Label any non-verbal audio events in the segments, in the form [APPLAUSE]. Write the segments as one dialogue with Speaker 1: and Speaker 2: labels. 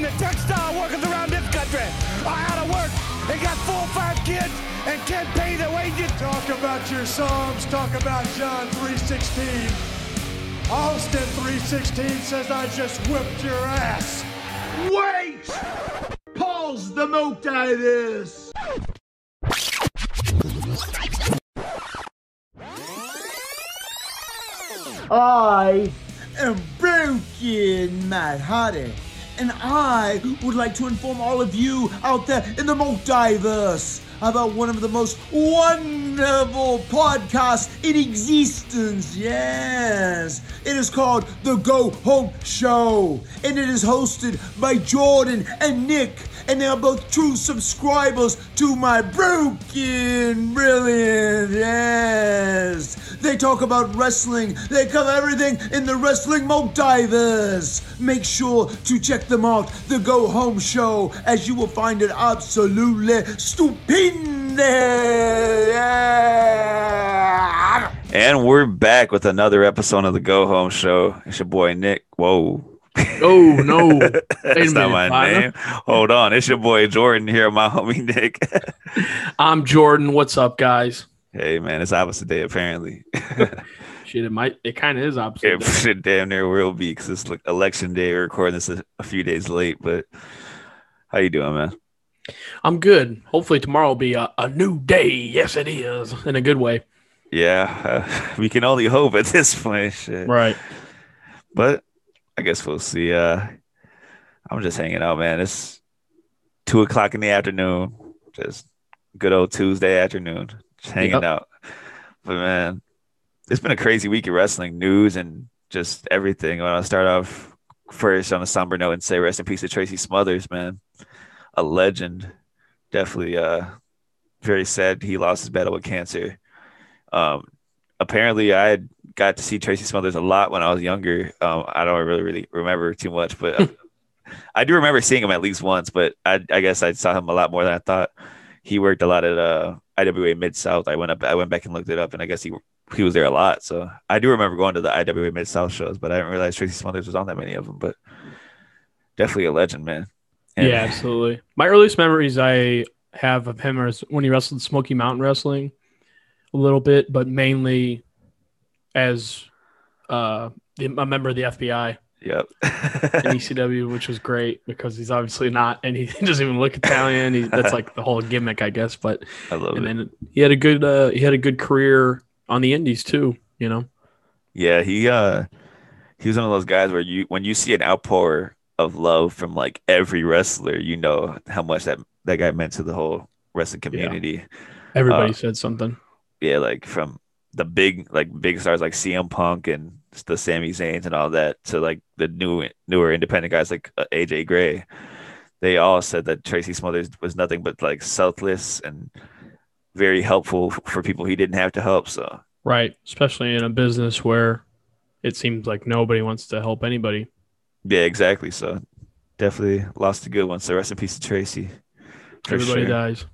Speaker 1: the textile workers around this country are out of work. They got four or five kids and can't pay their wages.
Speaker 2: Talk about your Psalms. Talk about John 3.16. Austin 3.16 says I just whipped your ass.
Speaker 3: Wait! Pause the motitis!
Speaker 4: I am broken Matt Hardy, and I would like to inform all of you out there in the multiverse about one of the most wonderful podcasts in existence. Yes, it is called The Go Home Show, and it is hosted by Jordan and Nick, and they are both true subscribers to my broken brilliant. Yes, they talk about wrestling, they cover everything in the wrestling multiverse. Make sure to check them out, The Go Home Show, as you will find it absolutely stupendous. Yeah.
Speaker 5: And we're back with another episode of the Go Home Show. It's your boy Nick. Whoa.
Speaker 3: Oh, no.
Speaker 5: [LAUGHS]
Speaker 3: Wait a
Speaker 5: That's not
Speaker 3: minute,
Speaker 5: my
Speaker 3: partner.
Speaker 5: name. Hold on. It's your boy Jordan here, my homie Nick.
Speaker 3: I'm Jordan. What's up, guys?
Speaker 5: hey, man, it's opposite day, apparently. [LAUGHS]
Speaker 3: Shit, it might, it kind of is opposite.
Speaker 5: it should damn near will be because it's like election day. We're recording this a, a few days late, but how you doing, man?
Speaker 3: I'm good. Hopefully, tomorrow will be a, a new day. Yes, it is. In a good way.
Speaker 5: Yeah, [LAUGHS] uh, we can only hope at this point. Shit.
Speaker 3: Right.
Speaker 5: But I guess we'll see. Uh, I'm just hanging out, man. It's two o'clock in the afternoon. Just good old Tuesday afternoon. Just hanging
Speaker 3: Yep.
Speaker 5: out. But man, it's been a crazy week of wrestling news and just everything. When I start off first on a somber note and say rest in peace to Tracy Smothers, man. A legend. Definitely uh very sad he lost his battle with cancer. Um apparently I had got to see Tracy Smothers a lot when I was younger. Um, I don't really really remember too much, but
Speaker 3: [LAUGHS]
Speaker 5: I do remember seeing him at least once. But I, I guess I saw him a lot more than I thought. He worked a lot at uh, IWA Mid South. I went up, I went back and looked it up, and I guess he he was there a lot. So I do remember going to the IWA Mid South shows, but I didn't realize Tracy Smothers was on that many of them. But definitely a legend, man. And-
Speaker 3: Yeah, absolutely. My earliest memories I have of him is when he wrestled Smoky Mountain Wrestling a little bit, but mainly as uh, the, a member of the FBI
Speaker 5: [LAUGHS] Yep. [LAUGHS]
Speaker 3: in ECW, which was great because he's obviously not, and he [LAUGHS] doesn't even look Italian. He, that's like the whole gimmick, I guess. But
Speaker 5: I love
Speaker 3: and
Speaker 5: it.
Speaker 3: then he had a good uh, he had a good career on the Indies too. You know,
Speaker 5: Yeah, he uh he was one of those guys where you when you see an outpour of love from like every wrestler, you know how much that that guy meant to the whole wrestling community.
Speaker 3: everybody
Speaker 5: Uh,
Speaker 3: said something.
Speaker 5: Yeah, like from the big like big stars like CM Punk and the Sami Zayn and all that to like the new newer independent guys like uh, AJ Gray. They all said that Tracy Smothers was nothing but like selfless and very helpful f- for people he didn't have to help. So
Speaker 3: Right. Especially in a business where it seems like nobody wants to help anybody.
Speaker 5: Yeah, exactly. So definitely lost a good one. So rest in peace to Tracy. For
Speaker 3: Everybody
Speaker 5: sure.
Speaker 3: dies.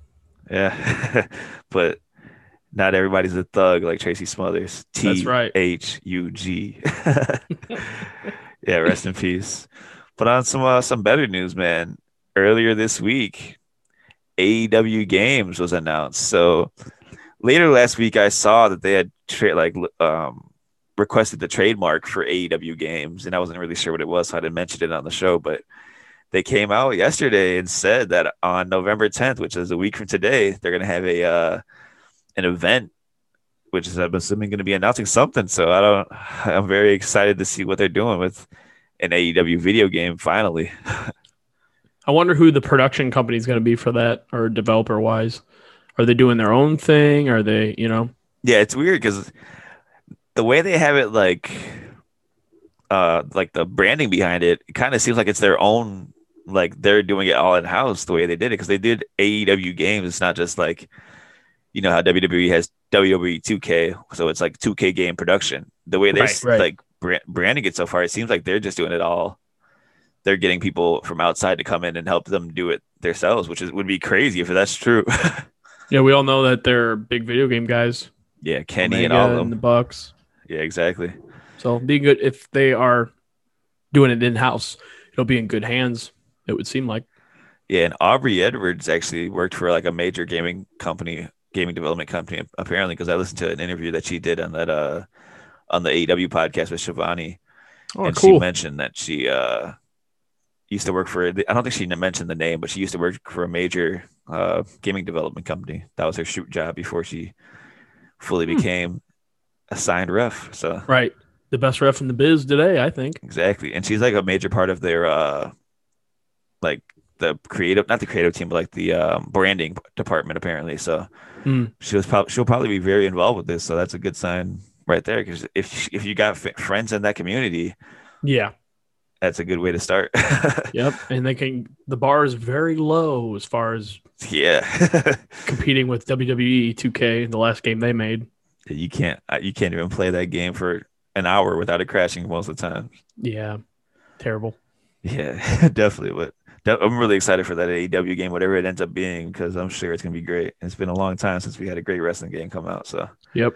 Speaker 5: Yeah. [LAUGHS] but not everybody's a thug like Tracy Smothers. T
Speaker 3: That's right.
Speaker 5: H U G. [LAUGHS] Yeah, rest in peace. But on some uh, some better news, man. Earlier this week, AEW Games was announced. So later last week, I saw that they had tra- like l- um, requested the trademark for AEW Games, and I wasn't really sure what it was, so I didn't mention it on the show. But they came out yesterday and said that on November 10th, which is a week from today, they're gonna have a uh, an event which is I'm assuming going to be announcing something. So I don't. I'm very excited to see what they're doing with an AEW video game finally.
Speaker 3: I wonder who the production company is going to be for that or developer wise. Are they doing their own thing? Are they, you know,
Speaker 5: Yeah, it's weird because the way they have it, like, uh, like the branding behind it, it kind of seems like it's their own. Like they're doing it all in house the way they did it because they did AEW games. It's not just like, you know how WWE has WWE 2K, so it's like 2K game production. The way they're
Speaker 3: Right, right.
Speaker 5: like brand- branding it so far, it seems like they're just doing it all. They're getting people from outside to come in and help them do it themselves, which is would be crazy if that's true. [LAUGHS]
Speaker 3: yeah, we all know that they're big video game guys.
Speaker 5: yeah, Kenny and
Speaker 3: Omega
Speaker 5: all of
Speaker 3: the
Speaker 5: them.
Speaker 3: Bucks.
Speaker 5: Yeah, exactly.
Speaker 3: So it'll be good if they are doing it in house. It'll be in good hands It would seem like.
Speaker 5: Yeah, and Aubrey Edwards actually worked for like a major gaming company, gaming development company, apparently, because I listened to an interview that she did on that uh on the AEW podcast with Shivani,
Speaker 3: Oh,
Speaker 5: and she
Speaker 3: cool.
Speaker 5: mentioned that she uh used to work for. I don't think she mentioned the name, but she used to work for a major uh gaming development company. That was her shoot job before she fully
Speaker 3: Hmm.
Speaker 5: became a signed ref. So
Speaker 3: right. The best ref in the biz today, I think.
Speaker 5: Exactly. And she's like a major part of their uh like the creative not the creative team, but like the um, branding department apparently. So
Speaker 3: Hmm.
Speaker 5: she was probably she'll probably be very involved with this. So that's a good sign right there because if if you got f- friends in that community,
Speaker 3: Yeah.
Speaker 5: that's a good way to start. [LAUGHS]
Speaker 3: Yep. And they can. The bar is very low as far as
Speaker 5: yeah. [LAUGHS]
Speaker 3: competing with E WWE 2K, the last game they made.
Speaker 5: you can't uh, you can't even play that game for an hour without it crashing most of the time.
Speaker 3: Yeah. Terrible.
Speaker 5: Yeah, [LAUGHS] definitely. But de- I'm really excited for that AEW game, whatever it ends up being, because I'm sure it's gonna be great. It's been a long time since we had a great wrestling game come out, so
Speaker 3: Yep.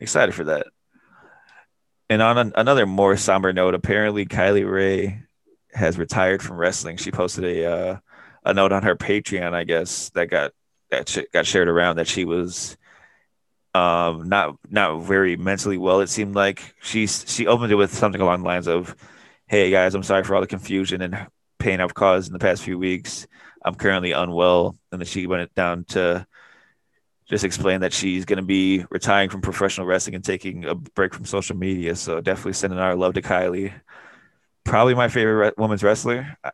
Speaker 5: excited for that. And on an- another more somber note, apparently Kylie Ray has retired from wrestling. She posted a uh, a note on her Patreon, I guess, that got that sh- got shared around that she was um not not very mentally well. It seemed like she's she opened it with something along the lines of, "Hey guys, I'm sorry for all the confusion and pain I've caused in the past few weeks. I'm currently unwell," and then she went down to just explained that she's going to be retiring from professional wrestling and taking a break from social media. So definitely sending our love to Kylie. Probably my favorite re- women's wrestler, uh,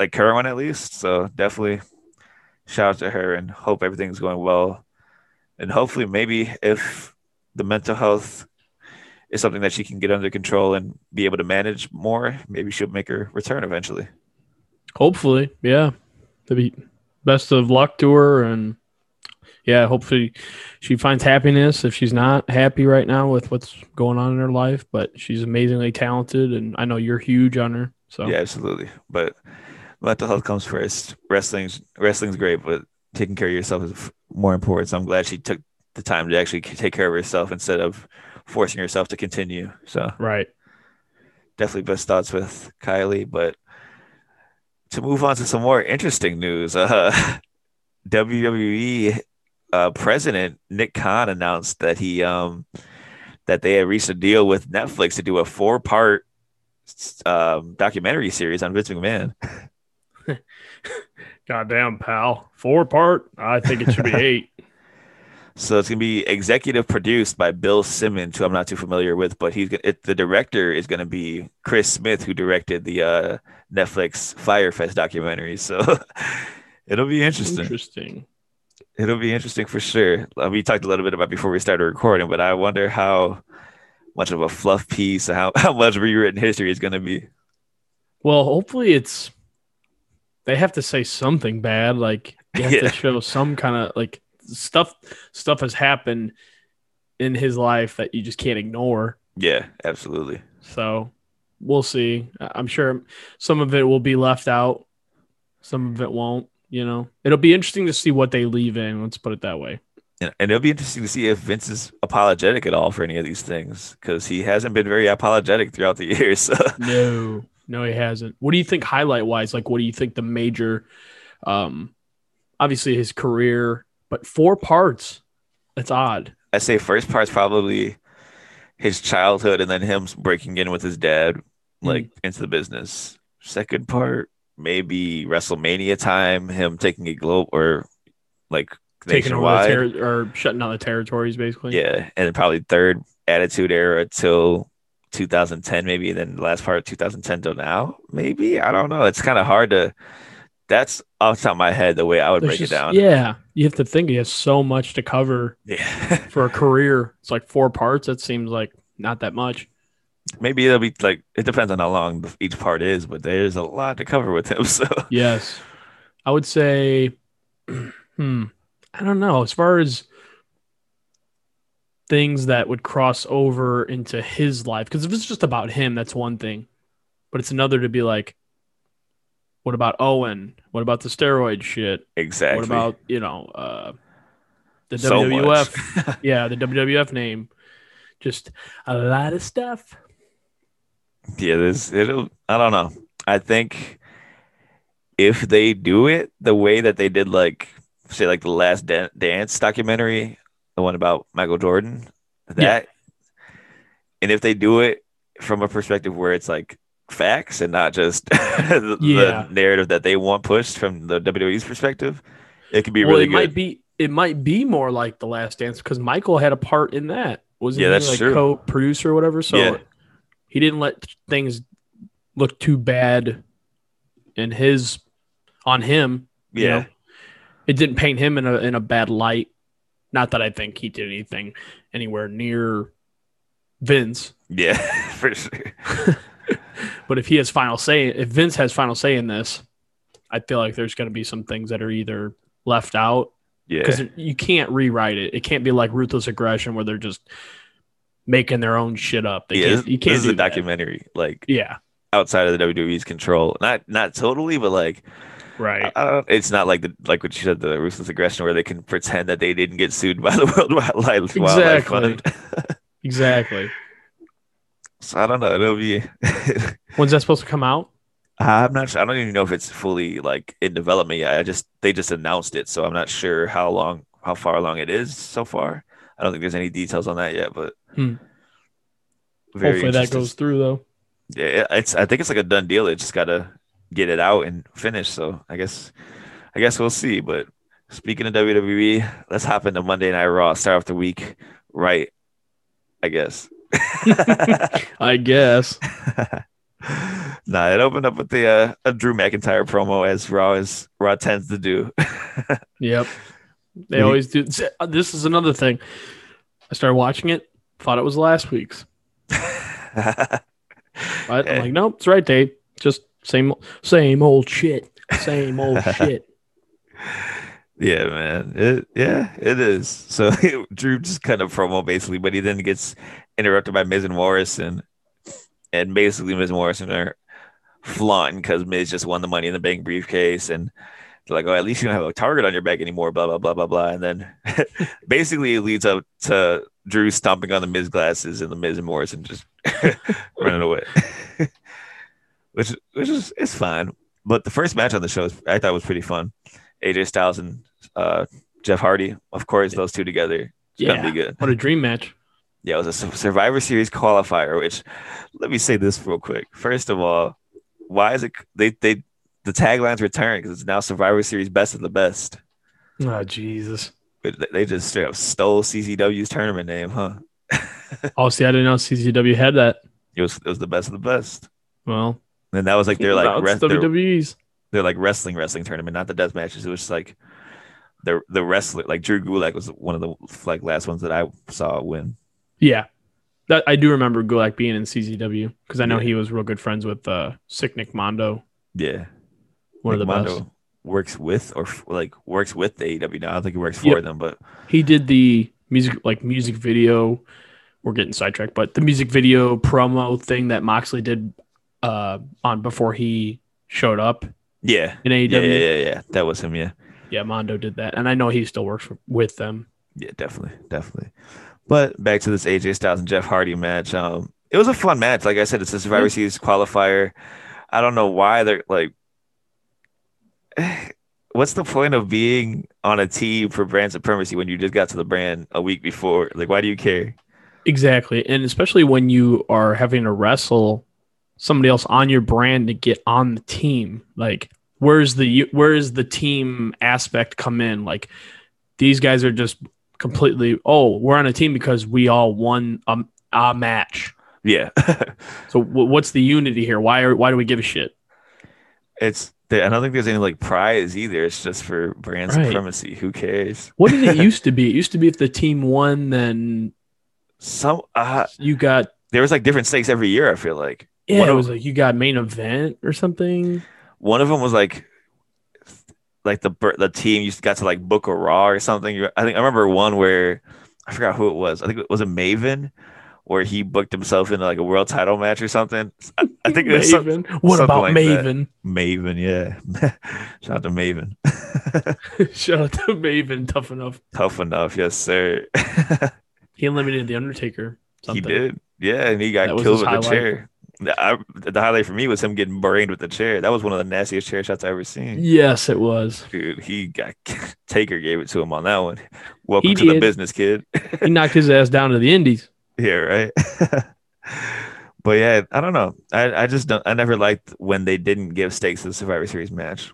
Speaker 5: like current one at least. So definitely shout out to her and hope everything's going well. And hopefully, maybe if the mental health is something that she can get under control and be able to manage more, maybe she'll make her return eventually.
Speaker 3: Hopefully, yeah. That'd be best of luck to her, and yeah, hopefully she finds happiness. If she's not happy right now with what's going on in her life, but she's amazingly talented, and I know you're huge on her. So
Speaker 5: Yeah, absolutely. But mental health comes first. Wrestling's wrestling's great, but taking care of yourself is f- more important. So I'm glad she took the time to actually c- take care of herself instead of forcing herself to continue. So
Speaker 3: right,
Speaker 5: definitely best thoughts with Kylie. But to move on to some more interesting news, uh, [LAUGHS] WWE uh, president Nick Khan announced that he um, that they had reached a deal with Netflix to do a four part um, documentary series on Vince McMahon.
Speaker 3: goddamn pal, four part. I think it should be eight.
Speaker 5: So it's gonna be executive produced by Bill Simmons, who I'm not too familiar with, but he's gonna, it, the director is gonna be Chris Smith, who directed the uh, Netflix Firefest documentary. So [LAUGHS] it'll be [LAUGHS] interesting.
Speaker 3: Interesting.
Speaker 5: It'll be interesting for sure. Uh, We talked a little bit about before we started recording, but I wonder how much of a fluff piece, how [LAUGHS] how much rewritten history is gonna be.
Speaker 3: Well, hopefully it's. They have to say something bad, like you have
Speaker 5: [LAUGHS] Yeah.
Speaker 3: to show some kind of like stuff. Stuff has happened in his life that you just can't ignore.
Speaker 5: Yeah, absolutely.
Speaker 3: So we'll see. I- I'm sure some of it will be left out, some of it won't. You know, it'll be interesting to see what they leave in. Let's put it that way.
Speaker 5: And, and it'll be interesting to see if Vince is apologetic at all for any of these things, because he hasn't been very apologetic throughout the [LAUGHS] years. So.
Speaker 3: No, no, he hasn't. What do you think, highlight wise? Like, what do you think the major, um, obviously his career, but four parts. That's odd.
Speaker 5: I say first part's probably his childhood and then him breaking in with his dad,
Speaker 3: Hmm.
Speaker 5: like into the business. Second part, maybe WrestleMania time, him taking a globe or like
Speaker 3: Taking over the
Speaker 5: nationwide.
Speaker 3: ter- or shutting down the territories, basically.
Speaker 5: yeah, and then probably third Attitude Era till 2010, maybe. And then the last part 2010 till now, maybe. I don't know. It's kind of hard to. That's off the top of my head the way I would
Speaker 3: There's
Speaker 5: break
Speaker 3: just-
Speaker 5: it down.
Speaker 3: Yeah, you have to think he has so much to cover
Speaker 5: [LAUGHS] yeah.
Speaker 3: for a career. It's like four parts. That seems like not that much.
Speaker 5: maybe it'll be like it depends on how long each part is, but there's a lot to cover with him. [LAUGHS] So
Speaker 3: Yes. I would say, [CLEARS THROAT] hmm, I don't know. As far as things that would cross over into his life, because if it's just about him, that's one thing. But it's another to be like, what about Owen? What about the steroid shit?
Speaker 5: exactly.
Speaker 3: What about, you know, uh, the
Speaker 5: So much. [LAUGHS]
Speaker 3: WWF? yeah, the WWF name. Just a lot of stuff.
Speaker 5: Yeah, this it'll. I don't know. I think if they do it the way that they did, like say, like the Last Dan- Dance documentary, the one about Michael Jordan, that, and if they do it from a perspective where it's like facts and not just [LAUGHS] the, the
Speaker 3: Yeah.
Speaker 5: narrative that they want pushed from the WWE's perspective, it could be
Speaker 3: well,
Speaker 5: really
Speaker 3: it
Speaker 5: good.
Speaker 3: might be it might be more like The Last Dance because Michael had a part in that. Was
Speaker 5: Yeah,
Speaker 3: he
Speaker 5: that's
Speaker 3: like
Speaker 5: true.
Speaker 3: co-producer or whatever? So
Speaker 5: Yeah.
Speaker 3: he didn't let things look too bad in his on him. you
Speaker 5: yeah.
Speaker 3: know? it didn't paint him in a in a bad light. Not that I think he did anything anywhere near Vince,
Speaker 5: [LAUGHS] Yeah, [LAUGHS] for sure.
Speaker 3: but if he has final say, if Vince has final say in this, I feel like there's going to be some things that are either left out
Speaker 5: Yeah.
Speaker 3: because you can't rewrite it. It can't be like ruthless aggression where they're just making their own shit up. They
Speaker 5: yeah,
Speaker 3: can't,
Speaker 5: this,
Speaker 3: you can't
Speaker 5: this is
Speaker 3: do
Speaker 5: a
Speaker 3: that.
Speaker 5: documentary, like
Speaker 3: Yeah,
Speaker 5: outside of the WWE's control. Not not totally, but like
Speaker 3: right.
Speaker 5: I- I don't- it's not like the like what you said, the ruthless aggression, where they can pretend that they didn't get sued by the [LAUGHS] World Wildlife, Wildlife
Speaker 3: Exactly.
Speaker 5: Fund. [LAUGHS]
Speaker 3: exactly.
Speaker 5: So I don't know. It'll be. [LAUGHS]
Speaker 3: When's that supposed to come out?
Speaker 5: I'm not. Sure. I don't even know if it's fully like in development yet. I just they just announced it, so I'm not sure how long, how far along it is so far. I don't think there's any details on that yet, but.
Speaker 3: Hmm.
Speaker 5: Very
Speaker 3: Hopefully that
Speaker 5: interested.
Speaker 3: goes through though.
Speaker 5: Yeah, it- it's. I think it's like a done deal. It just gotta get it out and finish. So I guess, I guess we'll see. But speaking of WWE, let's hop into Monday Night Raw. Start off the week right. I guess.
Speaker 3: I guess.
Speaker 5: nah, it opened up with the uh, a Drew McIntyre promo as Raw as Raw tends to do. [LAUGHS]
Speaker 3: Yep. They
Speaker 5: Mhm.
Speaker 3: always do. This is another thing. I started watching it, thought it was last week's. But
Speaker 5: Yeah.
Speaker 3: I'm like, nope, it's right, Dave. Just same, same old shit. Same
Speaker 5: [LAUGHS]
Speaker 3: old shit.
Speaker 5: Yeah, man. It yeah, it is. So [LAUGHS] Drew just cut a promo basically, but he then gets interrupted by Miz and Morrison. And basically Miz and Morrison are flaunting because Miz just won the money in the bank briefcase and they're like, Oh, at least you don't have a target on your back anymore, blah blah blah blah blah. And then [LAUGHS] basically it leads up to Drew stomping on the Miz glasses and the Miz and Morrison just [LAUGHS] running away. [LAUGHS] which which is it's fine. But the first match on the show is, I thought was pretty fun. AJ Styles and uh, Jeff Hardy. Of course, those two together. It's
Speaker 3: Yeah.
Speaker 5: gonna be good.
Speaker 3: What a dream match.
Speaker 5: Yeah, it was a Su- Survivor Series qualifier. Which, let me say this real quick. First of all, why is it they they the taglines return because it's now Survivor Series best of the best.
Speaker 3: Oh, Jesus.
Speaker 5: But they- they just straight up stole CCW's tournament name, huh?
Speaker 3: Oh, see, I didn't know CCW had that.
Speaker 5: It was it was the best of the best,
Speaker 3: Well,
Speaker 5: and that was like they're like
Speaker 3: that's
Speaker 5: rest, their-
Speaker 3: WWE's.
Speaker 5: they're like wrestling wrestling tournament, not the death matches. It was just like the the wrestler like Drew Gulak was one of the like last ones that I saw win.
Speaker 3: Yeah. That, I do remember Gulak being in CZW because I know
Speaker 5: Yeah.
Speaker 3: he was real good friends with uh, Sick Nick Mondo,
Speaker 5: Yeah,
Speaker 3: one
Speaker 5: Nick
Speaker 3: of the
Speaker 5: Mondo
Speaker 3: best.
Speaker 5: works with or f- like works with the AEW now. I don't think he works for
Speaker 3: Yep.
Speaker 5: them, but
Speaker 3: He did the music, like music video. We're getting sidetracked, but the music video promo thing that Moxley did uh, on before he showed up
Speaker 5: yeah,
Speaker 3: in AEW.
Speaker 5: yeah, yeah, yeah, yeah. That was him. Yeah,
Speaker 3: Yeah, Mondo did that, and I know he still works for, with them.
Speaker 5: yeah, definitely, definitely. But back to this AJ Styles and Jeff Hardy match. Um, it was a fun match. Like I said, it's a Survivor
Speaker 3: Mm-hmm.
Speaker 5: Series qualifier. I don't know why they're like. [SIGHS] What's the point of being on a team for brand supremacy when you just got to the brand a week before? Like, why do you care?
Speaker 3: Exactly, and especially when you are having to wrestle somebody else on your brand to get on the team. Like, where's the where's the team aspect come in? Like, these guys are just completely. Oh, we're on a team because we all won a, a match.
Speaker 5: Yeah, [LAUGHS]
Speaker 3: So w- what's the unity here? Why are why do we give a shit?
Speaker 5: it's. I don't think there's any like prize either. It's just for brand
Speaker 3: Right.
Speaker 5: supremacy. Who cares?
Speaker 3: What did
Speaker 5: [LAUGHS]
Speaker 3: it used to be? It used to be if the team won, then
Speaker 5: Some uh,
Speaker 3: you got.
Speaker 5: there was like different stakes every year. I feel like
Speaker 3: Yeah,
Speaker 5: One
Speaker 3: it
Speaker 5: of-
Speaker 3: was like you got main event or something.
Speaker 5: one of them was like like the bur- the team used got to like book a raw or something. You- I think I remember one where I forgot who it was. I think it was a Maven where he booked himself into like a world title match or something. I, I think it was
Speaker 3: [LAUGHS]
Speaker 5: some-
Speaker 3: Maven. what
Speaker 5: something
Speaker 3: about
Speaker 5: like that.
Speaker 3: Maven?
Speaker 5: Maven, yeah. [LAUGHS] Shout out to Maven.
Speaker 3: Shout out to [LAUGHS] Maven, tough enough.
Speaker 5: Tough enough, yes sir.
Speaker 3: He eliminated the Undertaker.
Speaker 5: he
Speaker 3: Something.
Speaker 5: did, yeah, and he got
Speaker 3: That was
Speaker 5: killed
Speaker 3: his
Speaker 5: with a
Speaker 3: highlight.
Speaker 5: chair. I, the highlight for me was him getting brained with the chair. That was one of the nastiest chair shots I ever seen.
Speaker 3: Yes, it was.
Speaker 5: Dude, he got [LAUGHS] Taker gave it to him on that one. Welcome
Speaker 3: He
Speaker 5: to the
Speaker 3: did.
Speaker 5: business, kid. [LAUGHS]
Speaker 3: He knocked his ass down to the Indies.
Speaker 5: Yeah, right. [LAUGHS] but yeah, I don't know. I, I just don't. I never liked when they didn't give stakes to the Survivor Series match.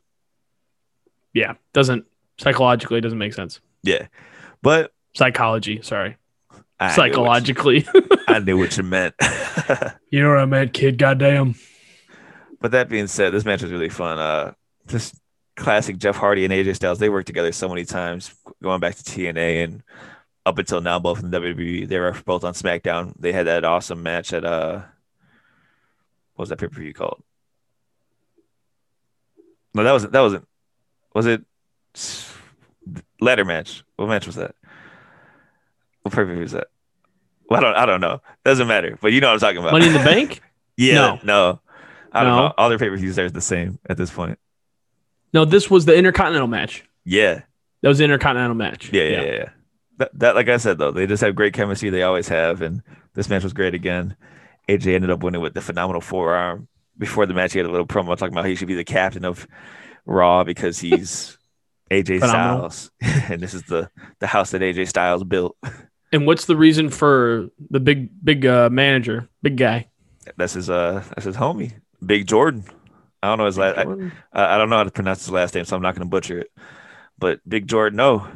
Speaker 3: Yeah, doesn't psychologically it doesn't make sense.
Speaker 5: Yeah, but
Speaker 3: Psychology, sorry,
Speaker 5: I knew what you-
Speaker 3: psychologically. [LAUGHS]
Speaker 5: I knew what you meant. [LAUGHS]
Speaker 3: you know what I meant, kid? Goddamn.
Speaker 5: But that being said, this match was really fun. Uh, just classic Jeff Hardy and AJ Styles. They worked together so many times, going back to TNA and up until now, both in WWE. They were both on SmackDown. They had that awesome match at uh, what was that pay per view called? No, that wasn't. That wasn't. Was it ladder match? What match was that? What pay per view was that? Well, I don't. I don't know. Doesn't matter. But you know what I'm talking about.
Speaker 3: Money in
Speaker 5: [LAUGHS]
Speaker 3: the bank?
Speaker 5: Yeah, no, I don't
Speaker 3: No.
Speaker 5: know. All their pay per views are the same at this point.
Speaker 3: No, this was the Intercontinental match.
Speaker 5: Yeah,
Speaker 3: That was the Intercontinental match.
Speaker 5: yeah, yeah, yeah. yeah. That, that, like I said though, they just have great chemistry. They always have, and this match was great again. AJ ended up winning with the phenomenal forearm. Before the match, he had a little promo talking about he should be the captain of Raw because he's AJ
Speaker 3: Phenomenal.
Speaker 5: Styles, [LAUGHS] and this is the the house that AJ Styles built.
Speaker 3: And what's the reason for the big big uh, manager, big guy?
Speaker 5: That's his uh, that's his homie, Big Jordan. I don't know his last. I, I I don't know how to pronounce his last name, so I'm not going to butcher it. But Big Jordan, no,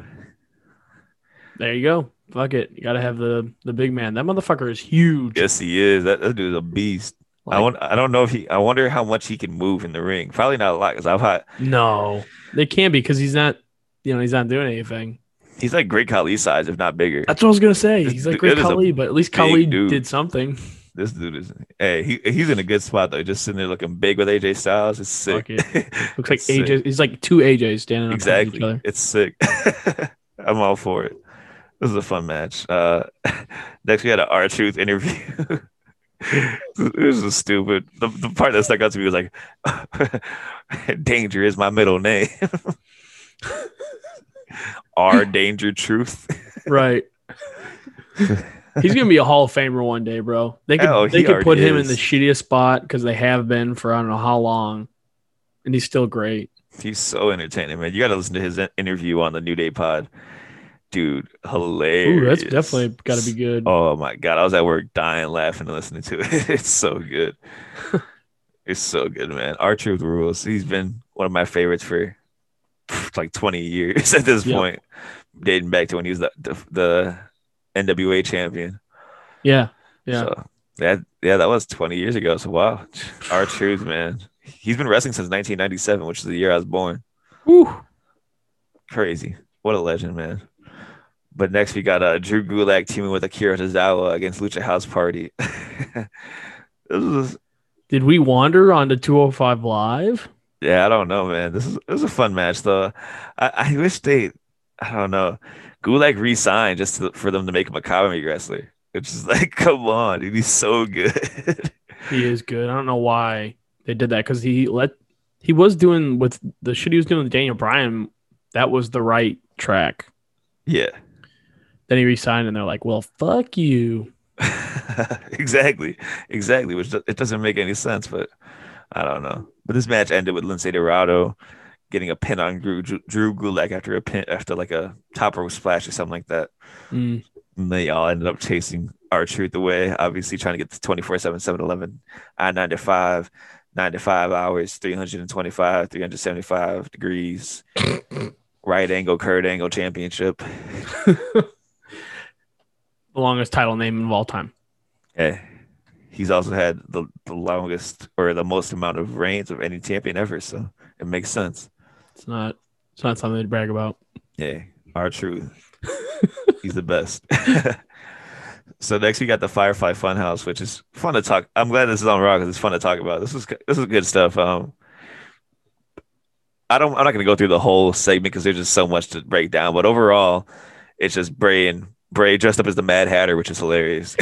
Speaker 3: There you go. Fuck it. You gotta have the the big man. That motherfucker is huge.
Speaker 5: Yes, he is. That, that dude's a beast. I
Speaker 3: Like-
Speaker 5: want. I don't know if he. I wonder how much he can move in the ring. Probably not a lot because I've had.
Speaker 3: No, they can be because he's not. You know, he's not doing anything.
Speaker 5: He's like great Khali size, if not bigger.
Speaker 3: That's what I was gonna say.
Speaker 5: This
Speaker 3: He's like
Speaker 5: dude
Speaker 3: great
Speaker 5: is a
Speaker 3: Kali, but at least
Speaker 5: big
Speaker 3: Kali
Speaker 5: dude.
Speaker 3: did something.
Speaker 5: This dude is. Hey, he, he's in a good spot though. Just sitting there looking big with AJ Styles. It's sick.
Speaker 3: Fuck it.
Speaker 5: [LAUGHS]
Speaker 3: Looks like
Speaker 5: It's sick.
Speaker 3: AJ. He's like two AJs standing on top of each
Speaker 5: [LAUGHS] Exactly.
Speaker 3: other.
Speaker 5: It's sick. I'm all for it. This is a fun match. Uh, [LAUGHS] next, we had an R Truth interview. [LAUGHS] this is stupid. The, the part that stuck out to me was like, [LAUGHS] "Danger is my middle name." [LAUGHS] R Danger Truth. [LAUGHS]
Speaker 3: Right. he's gonna be a Hall of Famer one day, bro. They could
Speaker 5: Hell,
Speaker 3: they
Speaker 5: he
Speaker 3: could put
Speaker 5: already
Speaker 3: him in
Speaker 5: is.
Speaker 3: the shittiest spot because they have been for I don't know how long, and he's still great.
Speaker 5: He's so entertaining, man. You got to listen to his in- interview on the New Day Pod, dude. Hilarious.
Speaker 3: Ooh, that's definitely got to be good.
Speaker 5: Oh my god, I was at work dying laughing and listening to it. [LAUGHS] It's so good. it's so good, man. Our truth rules. He's been one of my favorites for pff, like 20 years [LAUGHS] at this
Speaker 3: Yeah.
Speaker 5: point, dating back to when he was the the, the NWA champion.
Speaker 3: Yeah, yeah.
Speaker 5: So that yeah, that was 20 years ago. So wow. Our truth, man. He's been wrestling since 1997, which is the year I was born
Speaker 3: Whew.
Speaker 5: crazy. What a legend, man. But next we got uh, Drew Gulak teaming with Akira Tozawa against Lucha House Party. [LAUGHS] this is
Speaker 3: Did we wander onto 205 live?
Speaker 5: yeah, I don't know, man. This is this is a fun match though. I, I wish they I don't know. Gulak re-signed just to, for them to make him a comedy wrestler. Which is like, [LAUGHS] come on, dude, he's so good. [LAUGHS]
Speaker 3: He is good. I don't know why they did that because he let he was doing with the shit he was doing with Daniel Bryan. That was the right track.
Speaker 5: yeah.
Speaker 3: Then he resigned, and they're like, "Well, fuck you."
Speaker 5: [LAUGHS] exactly, exactly. Which do- it doesn't make any sense, but I don't know. But this match ended with Lindsay Dorado getting a pin on Drew, Drew Drew Gulak after a pin after like a top rope splash or something like that.
Speaker 3: Mm.
Speaker 5: And they all ended up chasing our truth away, obviously trying to get the 24 7 7 11 I 9 to 5, 9 to 5 hours, 325, 375 degrees, right angle, curved angle championship.
Speaker 3: The longest title name of all time.
Speaker 5: Yeah. He's also had the, the longest or the most amount of reigns of any champion ever, so it makes sense.
Speaker 3: It's not. It's not something to brag about.
Speaker 5: Yeah, our truth. He's the best. [LAUGHS] so next we got the Firefly Funhouse, which is fun to talk. I'm glad this is on Raw because it's fun to talk about. This is this is good stuff. Um, I don't. I'm not going to go through the whole segment because there's just so much to break down. But overall, it's just Bray and Bray dressed up as the Mad Hatter, which is hilarious.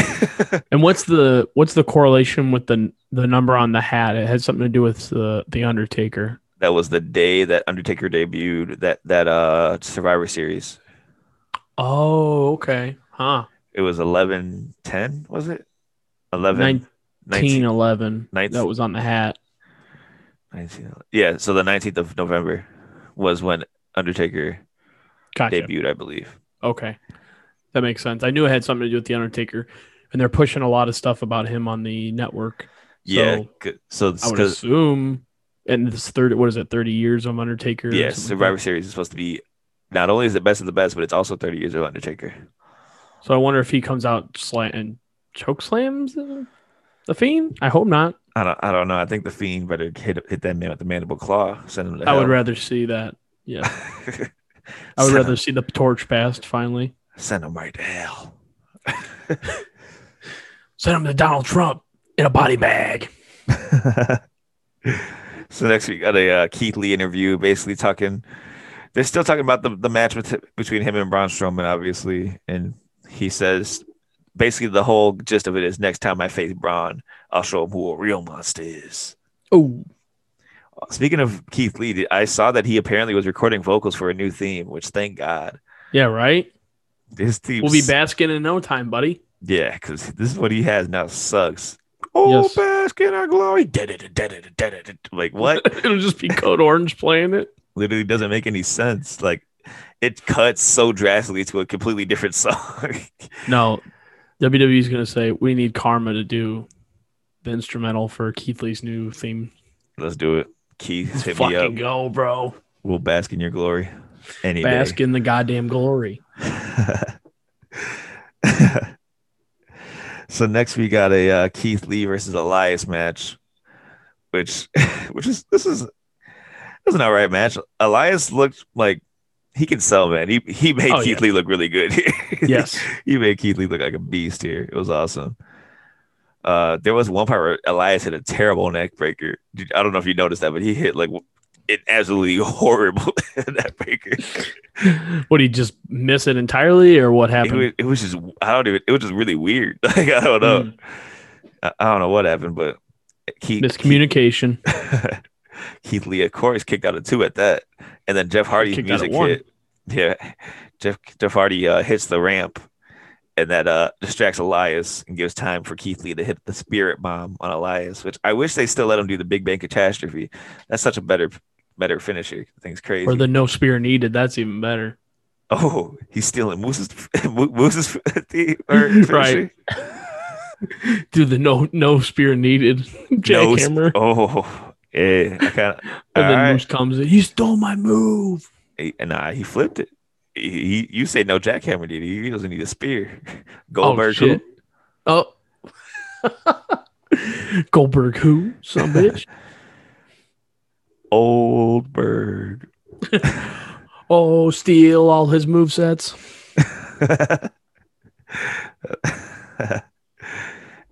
Speaker 3: And what's the what's the correlation with the the number on the hat? It had something to do with the the Undertaker.
Speaker 5: that was the day that Undertaker debuted that that uh Survivor series.
Speaker 3: Oh, okay. Huh.
Speaker 5: It was eleven ten, was it? Eleven
Speaker 3: Nine,
Speaker 5: 19,
Speaker 3: 1911
Speaker 5: Nineteen-
Speaker 3: that was on the hat.
Speaker 5: 19 yeah, so the 19th of November was when Undertaker
Speaker 3: Gotcha.
Speaker 5: debuted, I believe.
Speaker 3: Okay. That makes sense. I knew it had something to do with The Undertaker, and they're pushing a lot of stuff about him on the network.
Speaker 5: Yeah,
Speaker 3: So-
Speaker 5: 'cause- so
Speaker 3: I would
Speaker 5: because
Speaker 3: assume. And this third, what is it, 30 years of Undertaker? or
Speaker 5: yeah,
Speaker 3: something like
Speaker 5: Survivor Series is supposed to be not only is it best of the best, but it's also 30 years of Undertaker.
Speaker 3: that? So I wonder if he comes out slant and choke slams uh, the Fiend. I hope not.
Speaker 5: I don't, I don't know. I think the Fiend better hit hit that man with the mandible claw. Send him to
Speaker 3: I would
Speaker 5: hell.
Speaker 3: rather see that.
Speaker 5: [LAUGHS]
Speaker 3: Yeah. I would
Speaker 5: Send
Speaker 3: rather
Speaker 5: him-
Speaker 3: see the torch passed finally.
Speaker 5: send him right to hell.
Speaker 3: Send him to Donald Trump in a body bag.
Speaker 5: so next we got a uh, Keith Lee interview, basically talking. They're still talking about the, the match with, between him and Braun Strowman, obviously, and he says basically the whole gist of it is next time I face Braun, I'll show him who a real monster is.
Speaker 3: Oh,
Speaker 5: Speaking of Keith Lee, I saw that he apparently was recording vocals for a new theme, which thank God.
Speaker 3: yeah, right?
Speaker 5: His theme,
Speaker 3: We'll be basking in no time, buddy. [LAUGHS]
Speaker 5: yeah, because this is what he has now sucks. Oh,
Speaker 3: Yes.
Speaker 5: bask in our glory. Like what?
Speaker 3: It'll just be Code Orange playing it.
Speaker 5: literally doesn't make any sense. Like it cuts so drastically to a completely different [LAUGHS] song.
Speaker 3: No, WWE's going to say, we need Karma to do the instrumental for Keith Lee's new theme.
Speaker 5: Let's do it. Keith, hit me up.
Speaker 3: Fucking go, bro.
Speaker 5: We'll bask in your glory. Any
Speaker 3: Bask
Speaker 5: day.
Speaker 3: in the goddamn glory.
Speaker 5: so next we got a uh, Keith Lee versus Elias match, which [LAUGHS] which is this is this is an alright match. Elias looked like he can sell, man. He he made
Speaker 3: Oh,
Speaker 5: Keith
Speaker 3: yeah.
Speaker 5: Lee look really good. [LAUGHS]
Speaker 3: Yes.
Speaker 5: [LAUGHS] he made Keith Lee look like a beast here. It was awesome. Uh, there was one part where Elias hit a terrible neck breaker. Dude, I don't know if you noticed that, but he hit like an absolutely [LAUGHS] horrible neck breaker.
Speaker 3: Would he just miss it entirely or what
Speaker 5: It
Speaker 3: happened?
Speaker 5: was, it was just I don't even. It was just really weird. [LAUGHS] Like I don't know.
Speaker 3: Mm,
Speaker 5: I, I don't know what happened, but Keith
Speaker 3: miscommunication.
Speaker 5: [LAUGHS] Keith Lee, of course, kicked out a two at that, and then Jeff Hardy's
Speaker 3: Kicked out at
Speaker 5: music
Speaker 3: one.
Speaker 5: hit. Yeah, Jeff Jeff Hardy uh, hits the ramp, and that uh, distracts Elias and gives time for Keith Lee to hit the spirit bomb on Elias. Which I wish they still let him do the Big Bang Catastrophe. That's such a better better finisher. Thing's crazy.
Speaker 3: Or the no spear needed. That's even better.
Speaker 5: oh, he's stealing Moose's [LAUGHS] Mo- Moose's [LAUGHS] theme or finisher.
Speaker 3: [LAUGHS] Right. Dude, the no no spear needed [LAUGHS]
Speaker 5: Nose-
Speaker 3: jackhammer.
Speaker 5: Oh, yeah. I kind of.
Speaker 3: and then Moose comes in. You stole my move.
Speaker 5: He- eh, Nah, he flipped it. He, he- you say no jackhammer, did he? He doesn't need a spear. [LAUGHS] Goldberg,
Speaker 3: oh, shit. Oh. [LAUGHS] Goldberg who?
Speaker 5: [LAUGHS]
Speaker 3: Some bitch.
Speaker 5: Oldberg.
Speaker 3: oh, steal all his movesets.